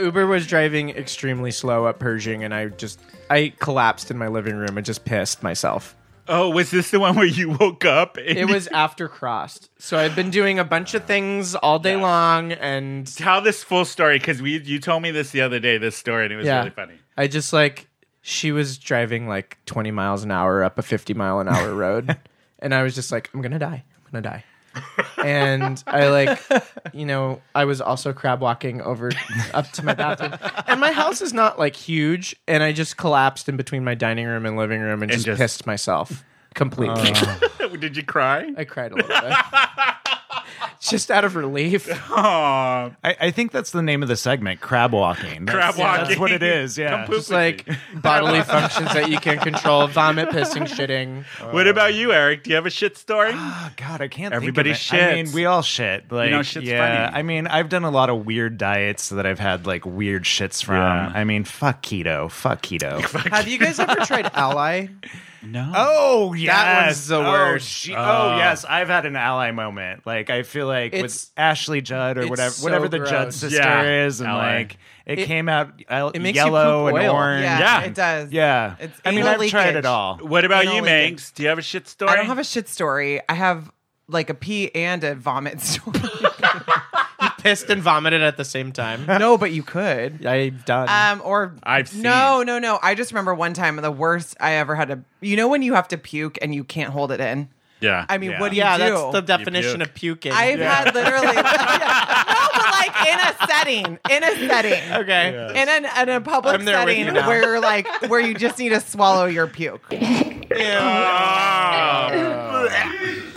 [SPEAKER 2] Uber was driving extremely slow up Pershing, and I just I collapsed in my living room and just pissed myself.
[SPEAKER 3] oh, was this the one where you woke up? And
[SPEAKER 2] It was after crossed, so I've been doing a bunch of things all day long, and
[SPEAKER 3] tell this full story because we you told me this the other day. This story and it was
[SPEAKER 2] yeah,
[SPEAKER 3] really funny.
[SPEAKER 2] I just like she was driving like 20 miles an hour up a 50 mile an hour road, and I was just like, I'm gonna die, I'm gonna die. and I like, you know, I was also crab walking over up to my bathroom, and my house is not like huge, and I just collapsed in between my dining room and living room and, just,
[SPEAKER 3] just-
[SPEAKER 2] pissed myself completely.
[SPEAKER 3] Did you cry?
[SPEAKER 2] I cried a little bit, just out of relief.
[SPEAKER 3] Aw,
[SPEAKER 1] I, I think that's the name of the segment, crab walking. That's,
[SPEAKER 3] crab walking.
[SPEAKER 1] That's what it is. Yeah.
[SPEAKER 3] Come poop
[SPEAKER 2] It's
[SPEAKER 3] with
[SPEAKER 2] like
[SPEAKER 3] me.
[SPEAKER 2] bodily functions that you can't control: vomit, pissing, shitting.
[SPEAKER 3] What about you, Eric? Do you have a shit story?
[SPEAKER 1] Oh, God, I can't.
[SPEAKER 3] Everybody
[SPEAKER 1] think of it. I
[SPEAKER 3] shits.
[SPEAKER 1] mean, we all shit. Like,
[SPEAKER 3] know, shit's
[SPEAKER 1] yeah.
[SPEAKER 3] funny.
[SPEAKER 1] I mean, I've done a lot of weird diets that I've had like weird shits from.
[SPEAKER 3] Yeah.
[SPEAKER 1] I mean, fuck keto. Fuck keto.
[SPEAKER 2] Have you guys ever tried Ally?
[SPEAKER 3] no.
[SPEAKER 1] oh yes,
[SPEAKER 2] one's the
[SPEAKER 1] oh,
[SPEAKER 2] worst.
[SPEAKER 1] she-
[SPEAKER 3] Uh,
[SPEAKER 1] oh yes, I've had an ally moment. Like I feel like with
[SPEAKER 2] It's-
[SPEAKER 1] Ashley Judd or
[SPEAKER 2] it's
[SPEAKER 1] whatever,
[SPEAKER 2] so
[SPEAKER 1] whatever the Judd
[SPEAKER 2] gross.
[SPEAKER 1] sister
[SPEAKER 3] Yeah,
[SPEAKER 1] is, and
[SPEAKER 3] ally.
[SPEAKER 1] like it,
[SPEAKER 2] It-
[SPEAKER 1] came out el-
[SPEAKER 2] it makes you
[SPEAKER 1] yellow
[SPEAKER 2] poop
[SPEAKER 1] and
[SPEAKER 2] oil.
[SPEAKER 1] orange.
[SPEAKER 4] Yeah,
[SPEAKER 3] Yeah.
[SPEAKER 4] it does.
[SPEAKER 1] Yeah.
[SPEAKER 4] It's
[SPEAKER 1] I mean,
[SPEAKER 4] anal
[SPEAKER 1] I've tried
[SPEAKER 4] leakage.
[SPEAKER 1] it all.
[SPEAKER 3] What about
[SPEAKER 4] Anal
[SPEAKER 3] you,
[SPEAKER 4] leakage.
[SPEAKER 3] Manx? Do you have a shit story?
[SPEAKER 4] I don't have a shit story. I have like a pee and a vomit story.
[SPEAKER 2] Pissed and vomited at the same time.
[SPEAKER 4] no, but you could.
[SPEAKER 2] I've done.
[SPEAKER 4] Um, or
[SPEAKER 3] I've
[SPEAKER 4] no, no, no. I just remember one time the worst I ever had to. You know when you have to puke and you can't hold it in.
[SPEAKER 3] Yeah.
[SPEAKER 4] I mean,
[SPEAKER 1] Yeah.
[SPEAKER 4] what do you
[SPEAKER 2] yeah,
[SPEAKER 4] do?
[SPEAKER 2] that's the definition
[SPEAKER 3] puke.
[SPEAKER 2] of puking.
[SPEAKER 4] I've had literally no, but like in a setting, in a setting,
[SPEAKER 2] okay.
[SPEAKER 4] in an in a public
[SPEAKER 2] I'm there with you
[SPEAKER 4] setting
[SPEAKER 2] now.
[SPEAKER 4] where like where you just need to swallow your puke.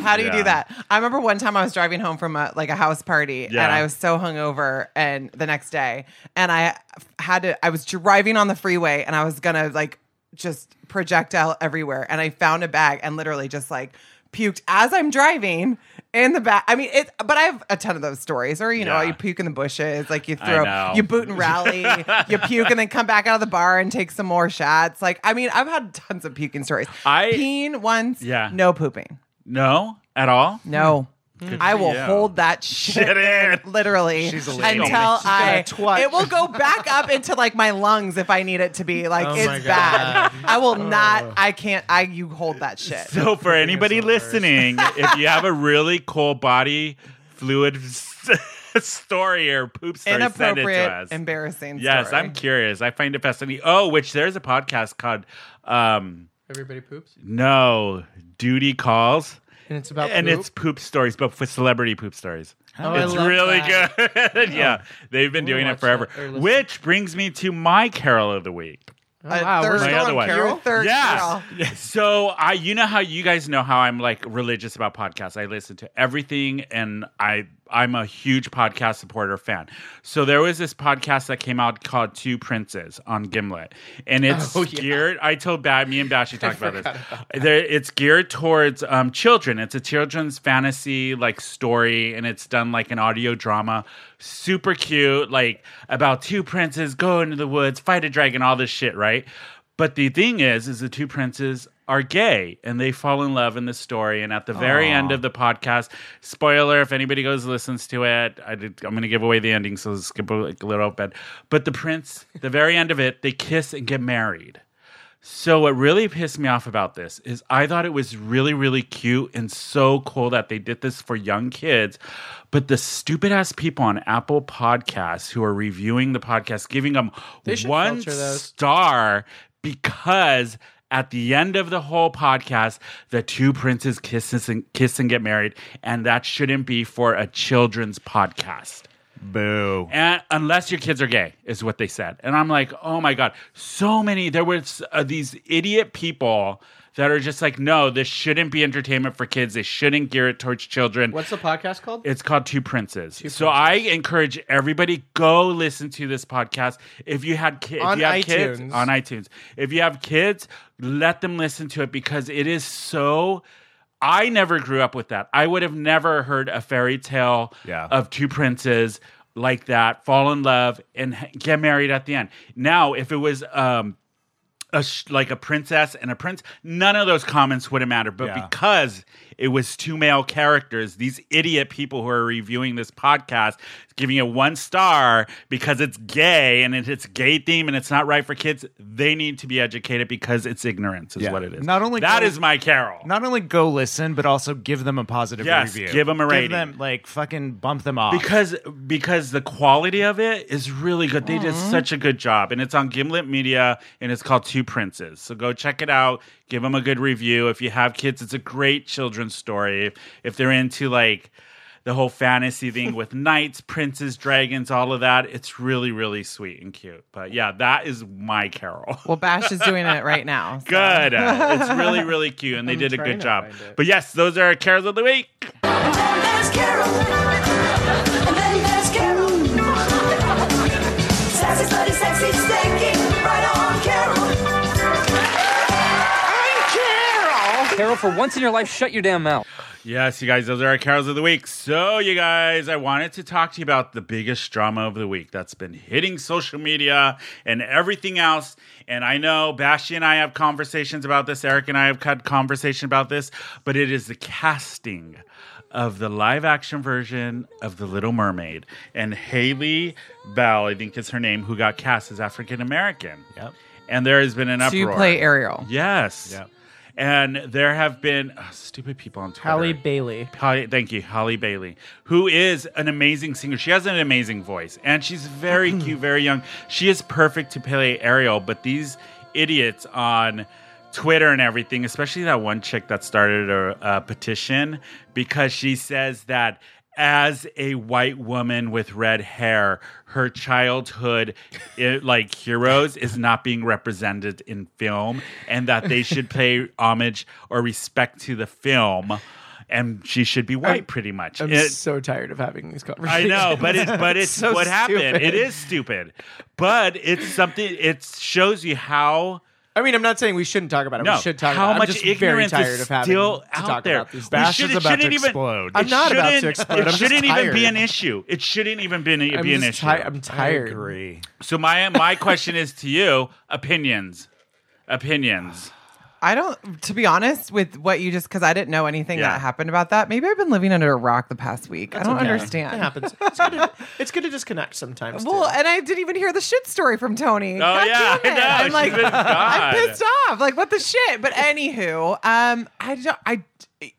[SPEAKER 4] How do you
[SPEAKER 3] Yeah.
[SPEAKER 4] do that? I remember one time I was driving home from a like a house party
[SPEAKER 3] Yeah.
[SPEAKER 4] and I was so hungover and the next day and I had to I was driving on the freeway and I was gonna like just projectile everywhere and I found a bag and literally just like puked as I'm driving in the back. I mean it but I have a ton of those stories or you know
[SPEAKER 3] Yeah.
[SPEAKER 4] you puke in the bushes like you
[SPEAKER 3] I know.
[SPEAKER 4] throw you boot and rally you puke and then come back out of the bar and take some more shots like I mean I've had tons of puking stories.
[SPEAKER 3] I-
[SPEAKER 4] peeing once
[SPEAKER 3] Yeah.
[SPEAKER 4] no pooping.
[SPEAKER 3] no at all.
[SPEAKER 4] No. I will
[SPEAKER 3] you.
[SPEAKER 4] hold that shit,
[SPEAKER 3] Shit in.
[SPEAKER 4] literally
[SPEAKER 1] She's a lady.
[SPEAKER 4] until
[SPEAKER 1] She's got
[SPEAKER 4] I
[SPEAKER 2] a twat.
[SPEAKER 4] it will go back up into like my lungs if I need it to be like
[SPEAKER 2] Oh my God.
[SPEAKER 4] it's bad. I will
[SPEAKER 3] Oh.
[SPEAKER 4] not. I can't. I you hold that shit.
[SPEAKER 3] So for anybody
[SPEAKER 2] the worst.
[SPEAKER 3] listening, if you have a really cool body fluid story or poop story, send it to
[SPEAKER 4] Inappropriate,
[SPEAKER 3] us.
[SPEAKER 4] embarrassing.
[SPEAKER 3] yes,
[SPEAKER 4] story.
[SPEAKER 3] I'm curious. I find it fascinating. Oh, which there's a podcast called um,
[SPEAKER 2] Everybody poops,
[SPEAKER 3] No Duty Calls.
[SPEAKER 2] and it's about
[SPEAKER 3] and
[SPEAKER 2] poop.
[SPEAKER 3] it's poop stories, but for celebrity poop stories.
[SPEAKER 2] Oh, I
[SPEAKER 3] it's
[SPEAKER 2] love
[SPEAKER 3] really
[SPEAKER 2] that. Oh.
[SPEAKER 3] good. yeah, they've been doing
[SPEAKER 2] watch
[SPEAKER 3] it forever.
[SPEAKER 2] that or listen.
[SPEAKER 3] Which brings me to my Carol of the week.
[SPEAKER 2] Oh,
[SPEAKER 4] A
[SPEAKER 2] wow, we're
[SPEAKER 4] third
[SPEAKER 3] My
[SPEAKER 2] still
[SPEAKER 3] other
[SPEAKER 2] on
[SPEAKER 3] one.
[SPEAKER 2] Carol?
[SPEAKER 4] Your third
[SPEAKER 3] Yeah.
[SPEAKER 4] girl.
[SPEAKER 3] So I, you know how you guys know how I'm like religious about podcasts. I listen to everything, and I I'm a huge podcast supporter fan. So there was this podcast that came out called Two Princes on Gimlet, and it's geared. I told Bad me and Bashy talked about this. There, it's geared towards um, children. It's a children's fantasy like story, and it's done like an audio drama. Super cute, like about two princes go into the woods, fight a dragon, all this shit, right? But the thing is, is the two princes are gay and they fall in love in the story. And at the very end of the podcast, spoiler if anybody goes and listens to it, I did, I'm going to give away the ending, so skip a, like, a little bit. But the prince, the very end of it, they kiss and get married. So what really pissed me off about this is I thought it was really really cute and so cool that they did this for young kids, but the stupid ass people on Apple Podcasts who are reviewing the podcast giving them
[SPEAKER 2] should
[SPEAKER 3] one
[SPEAKER 2] filter those.
[SPEAKER 3] star because at the end of the whole podcast, the two princes kiss and kiss and get married, and that shouldn't be for a children's podcast.
[SPEAKER 1] Boo.
[SPEAKER 3] And Eh, unless your kids are gay, is what they said. And I'm like, oh my god, so many. There was uh, these idiot people that are just like, no, this shouldn't be entertainment for kids. They shouldn't gear it towards children.
[SPEAKER 2] What's the podcast called?
[SPEAKER 3] It's called Two Princes. so I encourage everybody go listen to this podcast. If you had kids,
[SPEAKER 2] On
[SPEAKER 3] if you have
[SPEAKER 2] iTunes.
[SPEAKER 3] kids on iTunes. If you have kids, let them listen to it because it is so. I never grew up with that. I would have never heard a fairy tale
[SPEAKER 1] Yeah.
[SPEAKER 3] of two princes like that fall in love and h- get married at the end. Now, if it was um a sh- like a princess and a prince, none of those comments would have mattered. But
[SPEAKER 1] Yeah.
[SPEAKER 3] because it was two male characters, these idiot people who are reviewing this podcast giving it one star because it's gay and it, it's a gay theme and it's not right for kids. They need to be educated because it's ignorance is
[SPEAKER 1] Yeah.
[SPEAKER 3] what it is.
[SPEAKER 1] Not only
[SPEAKER 3] that
[SPEAKER 1] go-
[SPEAKER 3] is my carol.
[SPEAKER 1] Not only go listen, but also give them a positive
[SPEAKER 3] Yes,
[SPEAKER 1] review.
[SPEAKER 3] give 'em a rating.
[SPEAKER 1] them like fucking bump them off.
[SPEAKER 3] because because the quality of it is really good. They did such a good job, and it's on Gimlet Media, and it's called Two Princes. So go check it out. Give them a good review. If you have kids, it's a great children's story. If, if they're into like the whole fantasy thing with knights, princes, dragons, all of that, it's really really sweet and cute. But yeah, that is my Carol.
[SPEAKER 4] Well, Bash is doing it right now. so.
[SPEAKER 3] Good. it's really, really cute, and they did a
[SPEAKER 2] trying
[SPEAKER 3] good
[SPEAKER 2] to
[SPEAKER 3] job.
[SPEAKER 2] find it.
[SPEAKER 3] But yes, those are our carols of the week.
[SPEAKER 9] there's Carol. And then there's Carol. Sassy, slutty, sexy, stinky. Right on, Carol.
[SPEAKER 10] Carol, for once in your life, shut your damn mouth.
[SPEAKER 3] Yes, you guys, those are our carols of the week. So, you guys, I wanted to talk to you about the biggest drama of the week that's been hitting social media and everything else. And I know Bashi and I have conversations about this. Eric and I have had conversation about this, but it is the casting of the live action version of The Little Mermaid. And Haley Bell, I think is her name, who got cast as African American.
[SPEAKER 1] Yep.
[SPEAKER 3] And there has been an
[SPEAKER 4] So
[SPEAKER 3] uproar.
[SPEAKER 4] you play Ariel.
[SPEAKER 3] Yes.
[SPEAKER 1] Yep.
[SPEAKER 3] And there have been ugh, stupid people on Twitter.
[SPEAKER 2] Halle Bailey.
[SPEAKER 3] Holly, thank you, Holly Bailey, who is an amazing singer. She has an amazing voice, and she's very cute, very young. She is perfect to play Ariel. But these idiots on Twitter and everything, especially that one chick that started a, a petition because she says that as a white woman with red hair, her childhood i like heroes is not being represented in film, and that they should pay homage or respect to the film and she should be white pretty much.
[SPEAKER 2] I'm
[SPEAKER 3] It-
[SPEAKER 2] so tired of having these
[SPEAKER 3] I
[SPEAKER 2] conversations.
[SPEAKER 3] know, but it's but it's
[SPEAKER 2] so
[SPEAKER 3] what happened.
[SPEAKER 2] stupid.
[SPEAKER 3] It is stupid, but it's something. It shows you how
[SPEAKER 2] I mean, I'm not saying we shouldn't talk about it.
[SPEAKER 3] no
[SPEAKER 2] we should talk
[SPEAKER 3] how
[SPEAKER 2] about it.
[SPEAKER 3] much
[SPEAKER 2] I'm just
[SPEAKER 3] ignorance
[SPEAKER 2] very tired
[SPEAKER 3] is
[SPEAKER 2] of having
[SPEAKER 3] still
[SPEAKER 2] to
[SPEAKER 3] out
[SPEAKER 2] talk
[SPEAKER 3] there.
[SPEAKER 2] about these
[SPEAKER 3] We
[SPEAKER 1] Bash
[SPEAKER 3] should-
[SPEAKER 1] is
[SPEAKER 3] it
[SPEAKER 1] about to
[SPEAKER 3] shouldn't even-
[SPEAKER 1] explode.
[SPEAKER 2] I'm
[SPEAKER 3] it
[SPEAKER 2] not about to
[SPEAKER 3] shouldn't-
[SPEAKER 2] explode.
[SPEAKER 3] It
[SPEAKER 2] I'm just
[SPEAKER 3] shouldn't even be
[SPEAKER 2] tired.
[SPEAKER 3] an issue. It shouldn't even be an,
[SPEAKER 2] I'm
[SPEAKER 3] be an
[SPEAKER 2] just
[SPEAKER 3] issue.
[SPEAKER 2] ti- I'm tired.
[SPEAKER 1] agree.
[SPEAKER 3] so my my question is to you: opinions, opinions.
[SPEAKER 4] I don't, to be honest, with what you just, because I didn't know anything
[SPEAKER 3] Yeah.
[SPEAKER 4] that happened about that. Maybe I've been living under a rock the past week. I don't
[SPEAKER 2] okay.
[SPEAKER 4] understand.
[SPEAKER 2] It happens. It's good, to, it's good to disconnect sometimes. too.
[SPEAKER 4] Well, and I didn't even hear the shit story from Tony. Oh
[SPEAKER 3] yeah, I know.
[SPEAKER 4] I'm
[SPEAKER 3] She's
[SPEAKER 4] like,
[SPEAKER 3] been
[SPEAKER 4] I'm
[SPEAKER 3] gone.
[SPEAKER 4] pissed off. Like, what the shit? But anywho, um, I don't, I,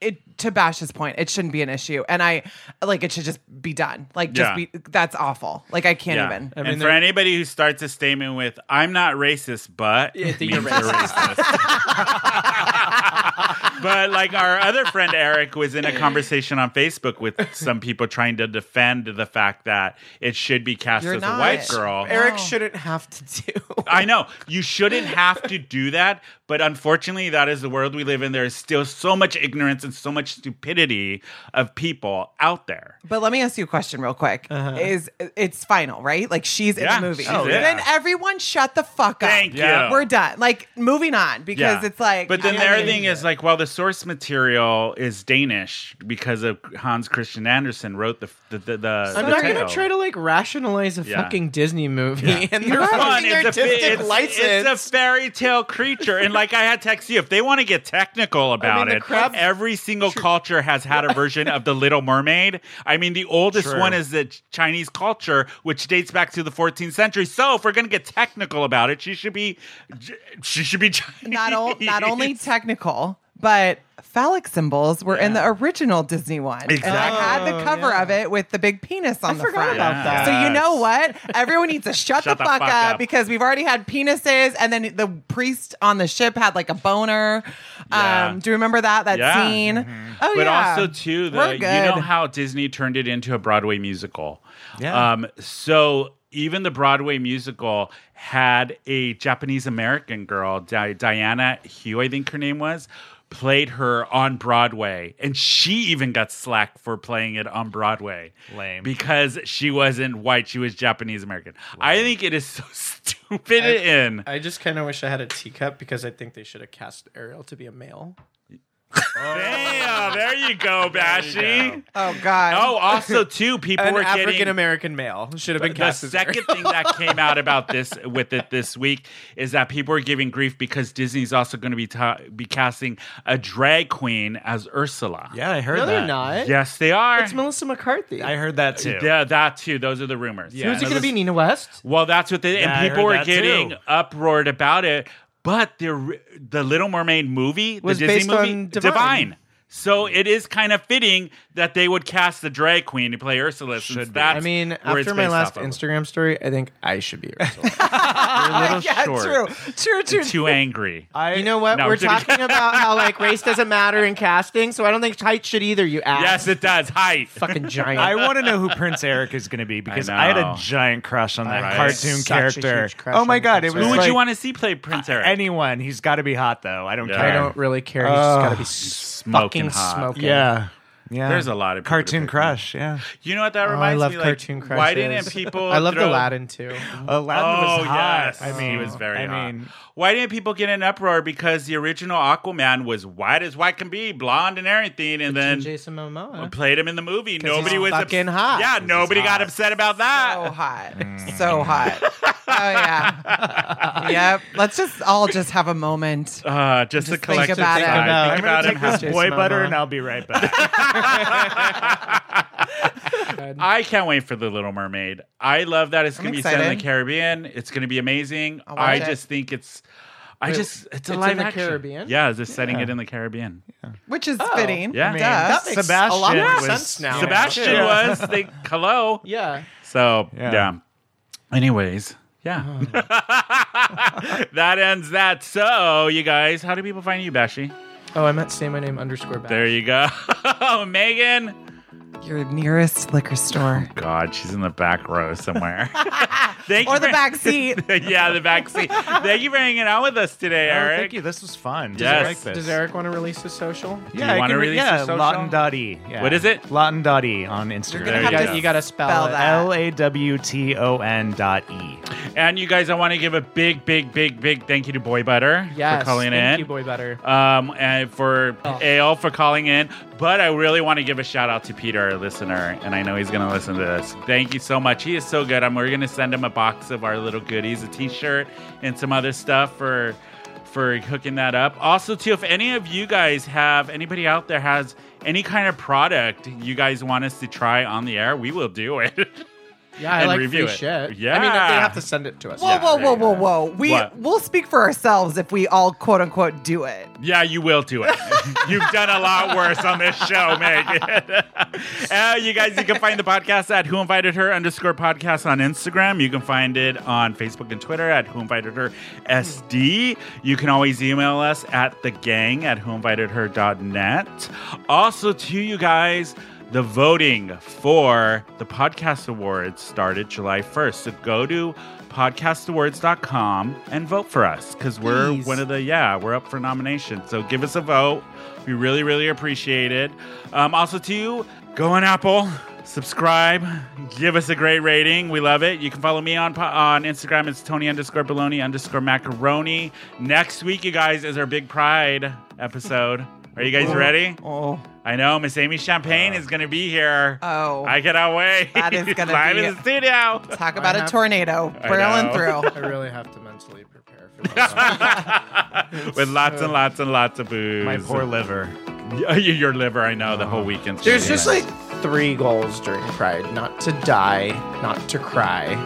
[SPEAKER 4] it to Bash's point, it shouldn't be an issue, and I, like, it should just be done. Like, just
[SPEAKER 3] Yeah.
[SPEAKER 4] be. That's awful. Like, I can't
[SPEAKER 3] Yeah.
[SPEAKER 4] even.
[SPEAKER 2] mean,
[SPEAKER 3] and for
[SPEAKER 2] they're-
[SPEAKER 3] anybody who starts a statement with "I'm not racist," but
[SPEAKER 2] Yeah, I think you're
[SPEAKER 3] means they're racist. but like our other friend Eric was in a conversation on Facebook with some people trying to defend the fact that it should be cast
[SPEAKER 4] You're
[SPEAKER 3] as
[SPEAKER 4] not.
[SPEAKER 3] a white girl.
[SPEAKER 2] Eric shouldn't have to do.
[SPEAKER 3] I know you shouldn't have to do that, but unfortunately, that is the world we live in. There is still so much ignorance and so much stupidity of people out there.
[SPEAKER 4] But let me ask you a question real quick. Is it's final, right? Like she's
[SPEAKER 3] Yeah,
[SPEAKER 4] in the movie.
[SPEAKER 3] she's in.
[SPEAKER 4] Then everyone shut the fuck up.
[SPEAKER 3] Thank you.
[SPEAKER 4] We're done. Like moving on because
[SPEAKER 3] Yeah.
[SPEAKER 4] it's like
[SPEAKER 3] But then
[SPEAKER 4] I
[SPEAKER 3] their
[SPEAKER 4] mean-
[SPEAKER 3] thing is like, well, the source material is Danish because of Hans Christian Andersen wrote the the the. the
[SPEAKER 2] I'm
[SPEAKER 3] the
[SPEAKER 2] not gonna
[SPEAKER 3] tale.
[SPEAKER 2] try to like rationalize a
[SPEAKER 3] Yeah.
[SPEAKER 2] fucking Disney movie and
[SPEAKER 3] Come
[SPEAKER 2] their
[SPEAKER 3] on,
[SPEAKER 2] fucking
[SPEAKER 3] it's a,
[SPEAKER 2] artistic
[SPEAKER 3] fa- it's,
[SPEAKER 2] license.
[SPEAKER 3] it's a fairy tale creature, and like I had text you, if they want to get technical about
[SPEAKER 2] the
[SPEAKER 3] it,
[SPEAKER 2] crab-
[SPEAKER 3] every single culture has had a version of the Little Mermaid. I mean, the oldest
[SPEAKER 1] True.
[SPEAKER 3] one is the Ch- Chinese culture, which dates back to the 14th century. So, if we're gonna get technical about it, she should be, she should be Chinese.
[SPEAKER 4] not, o- not only technical, but phallic symbols were in the original Disney one. And I had the cover of it with the big penis on the front.
[SPEAKER 2] about that.
[SPEAKER 4] So you know what? Everyone needs to shut, the, fuck, up, because we've already had penises and then the priest on the ship had like a boner.
[SPEAKER 3] Yeah.
[SPEAKER 4] Um, do you remember that that
[SPEAKER 3] Yeah.
[SPEAKER 4] scene? Oh
[SPEAKER 3] but
[SPEAKER 4] yeah.
[SPEAKER 3] also too the
[SPEAKER 4] We're
[SPEAKER 3] you
[SPEAKER 4] good.
[SPEAKER 3] know how Disney turned it into a Broadway musical.
[SPEAKER 1] Yeah.
[SPEAKER 3] Um so even the Broadway musical had a Japanese American girl, Di- Diana Hugh, I think her name was, played her on Broadway. And she even got slack for playing it on Broadway.
[SPEAKER 1] Lame.
[SPEAKER 3] Because she wasn't white, she was Japanese American. I think it is so stupid in.
[SPEAKER 2] I just kind of wish I had a teacup because I think they should have cast Ariel to be a male.
[SPEAKER 3] Damn, there you go, Bashy.
[SPEAKER 4] oh god.
[SPEAKER 3] Oh, also too, people
[SPEAKER 2] An
[SPEAKER 3] were
[SPEAKER 2] African
[SPEAKER 3] getting
[SPEAKER 2] American male should have been
[SPEAKER 3] the
[SPEAKER 2] cast as
[SPEAKER 3] second
[SPEAKER 2] Ariel.
[SPEAKER 3] thing that came out about this with it this week is that people are giving grief because Disney's also going to be ta- be casting a drag queen as Ursula.
[SPEAKER 1] Yeah, I heard
[SPEAKER 2] No,
[SPEAKER 1] that.
[SPEAKER 2] they're not.
[SPEAKER 3] Yes, they are.
[SPEAKER 2] It's Melissa McCarthy.
[SPEAKER 1] I heard that too.
[SPEAKER 3] yeah, that too. Those are the rumors. Yeah.
[SPEAKER 2] Who's it going to be? Nina West?
[SPEAKER 3] Well, that's what they
[SPEAKER 1] Yeah, I
[SPEAKER 3] and people
[SPEAKER 1] heard that,
[SPEAKER 3] were
[SPEAKER 1] too.
[SPEAKER 3] getting uproared about it. But the the Little Mermaid movie,
[SPEAKER 2] Was
[SPEAKER 3] the Disney
[SPEAKER 2] based
[SPEAKER 3] movie,
[SPEAKER 2] on Divine.
[SPEAKER 3] So it is kind of fitting that they would cast the drag queen to play Ursula. Since
[SPEAKER 1] Should be.
[SPEAKER 3] that's
[SPEAKER 2] I mean,
[SPEAKER 3] where it's
[SPEAKER 2] after my
[SPEAKER 3] based
[SPEAKER 2] last
[SPEAKER 3] off of.
[SPEAKER 2] Instagram story, I think I should be Ursula.
[SPEAKER 3] You're a little
[SPEAKER 4] yeah,
[SPEAKER 3] short.
[SPEAKER 4] true. True, true.
[SPEAKER 3] Too angry.
[SPEAKER 2] you know what?
[SPEAKER 3] No, I'm
[SPEAKER 2] We're
[SPEAKER 3] kidding.
[SPEAKER 2] talking about how like race doesn't matter in casting, so I don't think height should either. You ass.
[SPEAKER 3] Yes, it does. Height.
[SPEAKER 2] fucking giant.
[SPEAKER 1] I want to know who Prince Eric is going to be because I, had
[SPEAKER 3] know.
[SPEAKER 1] a giant crush on that
[SPEAKER 3] Right.
[SPEAKER 1] cartoon
[SPEAKER 2] Such a huge
[SPEAKER 1] character.
[SPEAKER 2] crush
[SPEAKER 1] oh
[SPEAKER 2] on
[SPEAKER 1] my god,
[SPEAKER 2] Prince
[SPEAKER 1] it
[SPEAKER 2] Eric.
[SPEAKER 1] was
[SPEAKER 3] Who would
[SPEAKER 1] like uh,
[SPEAKER 3] you want to see play Prince Eric?
[SPEAKER 1] anyone. He's got to be hot though. I don't
[SPEAKER 3] Yeah.
[SPEAKER 1] care.
[SPEAKER 2] I don't really care. He's just got to be
[SPEAKER 3] smoking
[SPEAKER 2] fucking
[SPEAKER 3] hot.
[SPEAKER 2] smoking.
[SPEAKER 1] yeah. Yeah.
[SPEAKER 3] There's a lot of people to
[SPEAKER 1] cartoon
[SPEAKER 3] pick
[SPEAKER 1] crush, yeah.
[SPEAKER 3] you know what that
[SPEAKER 2] Oh, I
[SPEAKER 3] reminds
[SPEAKER 2] love
[SPEAKER 3] me?
[SPEAKER 2] cartoon
[SPEAKER 3] like,
[SPEAKER 2] crushes.
[SPEAKER 3] Why didn't people?
[SPEAKER 2] I loved
[SPEAKER 3] throw-
[SPEAKER 2] Aladdin too.
[SPEAKER 1] Aladdin
[SPEAKER 3] Oh
[SPEAKER 1] was hot.
[SPEAKER 3] yes,
[SPEAKER 1] I mean, Oh,
[SPEAKER 3] he was very
[SPEAKER 1] I
[SPEAKER 3] hot.
[SPEAKER 1] mean,
[SPEAKER 3] Why didn't people get an uproar because the original Aquaman was white as white can be, blonde and everything, and then
[SPEAKER 2] Jason Momoa.
[SPEAKER 3] played him in the movie. Nobody
[SPEAKER 2] he's
[SPEAKER 3] was
[SPEAKER 2] fucking hot.
[SPEAKER 3] Yeah,
[SPEAKER 2] Because
[SPEAKER 3] nobody got
[SPEAKER 1] hot.
[SPEAKER 3] upset about that.
[SPEAKER 4] So hot. So hot. Oh yeah. yep. Let's just all just have a moment.
[SPEAKER 3] Uh, just, a
[SPEAKER 4] Just think
[SPEAKER 3] collective
[SPEAKER 4] about it.
[SPEAKER 3] sigh.
[SPEAKER 2] Think about- I'm
[SPEAKER 3] Think about
[SPEAKER 1] take
[SPEAKER 3] him
[SPEAKER 1] this
[SPEAKER 2] Jason
[SPEAKER 1] boy butter
[SPEAKER 2] Momoa.
[SPEAKER 1] and I'll be right back.
[SPEAKER 3] I can't wait for the Little Mermaid. I love that it's going to be set in
[SPEAKER 4] excited.
[SPEAKER 3] the Caribbean. It's going to be amazing.
[SPEAKER 4] I'll
[SPEAKER 3] I
[SPEAKER 4] watch it.
[SPEAKER 3] just think it's. I just it's a
[SPEAKER 2] it's in
[SPEAKER 3] live
[SPEAKER 2] the
[SPEAKER 3] action.
[SPEAKER 2] Caribbean?
[SPEAKER 3] Yeah, they're setting it in the Caribbean.
[SPEAKER 4] Which is fitting.
[SPEAKER 3] Yeah. I mean,
[SPEAKER 4] Duh.
[SPEAKER 1] that makes Sebastian
[SPEAKER 2] a lot more
[SPEAKER 1] was-
[SPEAKER 2] sense
[SPEAKER 4] Oh,
[SPEAKER 2] now.
[SPEAKER 3] Sebastian
[SPEAKER 2] Yeah.
[SPEAKER 3] was the hello.
[SPEAKER 2] Yeah.
[SPEAKER 3] So yeah.
[SPEAKER 1] Yeah.
[SPEAKER 3] Anyways, yeah.
[SPEAKER 4] Uh-huh.
[SPEAKER 3] that ends that. So you guys, how do people find you, Bashy?
[SPEAKER 2] Oh, I meant say my name underscore back.
[SPEAKER 3] There you go, Megan.
[SPEAKER 4] Your nearest liquor store.
[SPEAKER 3] God, she's in the back row somewhere. Thank
[SPEAKER 4] Or
[SPEAKER 3] you
[SPEAKER 4] the
[SPEAKER 3] for-
[SPEAKER 4] back seat.
[SPEAKER 3] yeah, the back seat. Thank you for hanging out with us today,
[SPEAKER 1] Oh,
[SPEAKER 3] Eric.
[SPEAKER 1] thank you. This was fun. Does
[SPEAKER 3] Yes.
[SPEAKER 1] I like this.
[SPEAKER 2] Does Eric want to release his social?
[SPEAKER 1] Yeah,
[SPEAKER 3] you
[SPEAKER 1] I
[SPEAKER 3] wanna
[SPEAKER 1] can re-
[SPEAKER 3] release
[SPEAKER 1] yeah,
[SPEAKER 3] your social?
[SPEAKER 1] Lawton Dottie. Yeah.
[SPEAKER 3] What is it?
[SPEAKER 1] Lawton Dottie on Instagram.
[SPEAKER 3] There
[SPEAKER 2] You
[SPEAKER 3] you
[SPEAKER 2] got,
[SPEAKER 3] go.
[SPEAKER 2] you got to spell,
[SPEAKER 4] Spell
[SPEAKER 2] it.
[SPEAKER 4] that.
[SPEAKER 1] L A W T O N dot E.
[SPEAKER 3] And you guys, I want to give a big, big, big, big thank you to Boy Butter
[SPEAKER 2] Yes.
[SPEAKER 3] for calling
[SPEAKER 2] Thank
[SPEAKER 3] in.
[SPEAKER 2] you, boy better.
[SPEAKER 3] Um, and for
[SPEAKER 2] Oh.
[SPEAKER 3] Ale for calling in. But I really want to give a shout out to Peter, our listener, and I know he's going to listen to this. Thank you so much. He is so good. I'm, we're going to send him a box of our little goodies, a T-shirt, and some other stuff for. for hooking that up. Also, too, if any of you guys have anybody out there has any kind of product you guys want us to try on the air, we will do it.
[SPEAKER 2] Yeah, I
[SPEAKER 3] and
[SPEAKER 2] like
[SPEAKER 3] review
[SPEAKER 2] free
[SPEAKER 3] it.
[SPEAKER 2] shit.
[SPEAKER 3] Yeah.
[SPEAKER 2] I mean, they have to send it to us.
[SPEAKER 4] Whoa, whoa, whoa, whoa, whoa! We
[SPEAKER 3] What?
[SPEAKER 4] we'll speak for ourselves if we all quote unquote do it.
[SPEAKER 3] yeah, you will do it. You've done a lot worse on this show, Meg. uh, you guys, you can find the podcast at Who Invited Her underscore podcast on Instagram. You can find it on Facebook and Twitter at Who Invited Her SD. You can always email us at the gang at Who Invited Her dot net. Also, to you guys, the voting for the podcast awards started July 1st. So go to podcastawards.com and vote for us because we're
[SPEAKER 2] Please.
[SPEAKER 3] one of the, yeah, we're up for nomination. So give us a vote. We really, really appreciate it. Um, also, to you, go on Apple, subscribe, give us a great rating. We love it. You can follow me on po- on Instagram. It's Tony underscore baloney underscore macaroni. Next week, you guys, is our big pride episode. Are you guys ready?
[SPEAKER 4] Oh,
[SPEAKER 3] I know Miss Amy Champagne is going to be here.
[SPEAKER 4] Uh, Oh.
[SPEAKER 3] I cannot wait.
[SPEAKER 4] That is gonna
[SPEAKER 3] live
[SPEAKER 4] be-
[SPEAKER 3] in the studio.
[SPEAKER 4] talk about a
[SPEAKER 2] have-
[SPEAKER 4] tornado barreling
[SPEAKER 3] know.
[SPEAKER 4] through.
[SPEAKER 2] I really have to mentally prepare for this.
[SPEAKER 3] with lots and lots and lots of booze.
[SPEAKER 1] My poor liver.
[SPEAKER 3] Y- your liver. I know the whole weekend.
[SPEAKER 2] There's just like three goals during Pride: not to die, not to cry.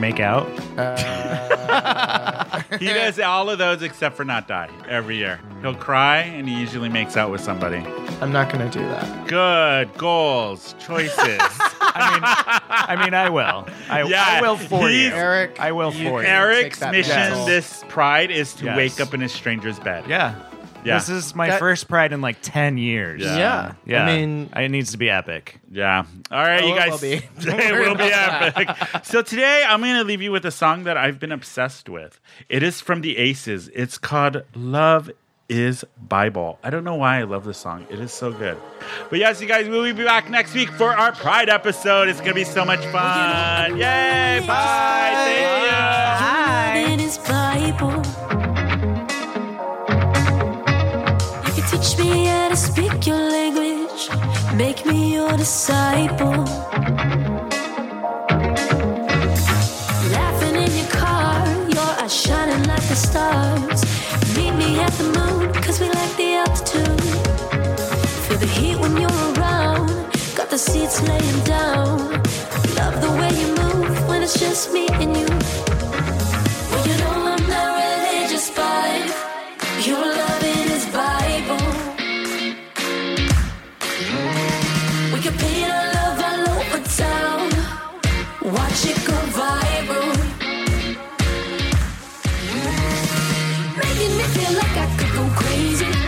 [SPEAKER 1] Make out.
[SPEAKER 3] he does all of those except for not die every year. He'll cry and he usually makes out with somebody.
[SPEAKER 2] I'm not gonna do that.
[SPEAKER 3] Good goals, choices.
[SPEAKER 1] I mean, I will. I,
[SPEAKER 3] Yeah,
[SPEAKER 1] I will for you.
[SPEAKER 3] he's-
[SPEAKER 2] Eric,
[SPEAKER 1] I will
[SPEAKER 2] you-
[SPEAKER 1] for you.
[SPEAKER 2] Take
[SPEAKER 3] Eric's
[SPEAKER 2] that
[SPEAKER 3] mission
[SPEAKER 2] mantle.
[SPEAKER 3] this Pride is to
[SPEAKER 1] Yes.
[SPEAKER 3] wake up in a stranger's bed.
[SPEAKER 1] Yeah.
[SPEAKER 3] Yeah.
[SPEAKER 1] This is my
[SPEAKER 2] That-
[SPEAKER 1] first Pride in like 10 years.
[SPEAKER 3] Yeah.
[SPEAKER 2] Yeah.
[SPEAKER 1] Yeah.
[SPEAKER 2] I mean,
[SPEAKER 1] it needs to be epic.
[SPEAKER 3] Yeah. All right,
[SPEAKER 2] Oh,
[SPEAKER 3] you
[SPEAKER 2] it
[SPEAKER 3] guys.
[SPEAKER 2] will be. Don't
[SPEAKER 3] it
[SPEAKER 2] worry
[SPEAKER 3] will be
[SPEAKER 2] about
[SPEAKER 3] epic. so today I'm going to leave you with a song that I've been obsessed with. It is from the Aces. It's called Love is Bible. I don't know why I love this song. It is so good. But yes, you guys, we'll be back next week for our Pride episode. It's going to be so much fun. Yay. Bye. See ya.
[SPEAKER 9] It is Bible. You can teach me how to speak your language, make me your disciple. Laughing in your car, your eyes shining like the stars. Meet me at the moon, cause we like the altitude. Feel the heat when you're around, got the seats laying down. Love the way you move when it's just me and you. Well, you know I'm not religious, but your love in his Bible. We could paint our love all over town, watch it go viral. Making me feel like I could go crazy.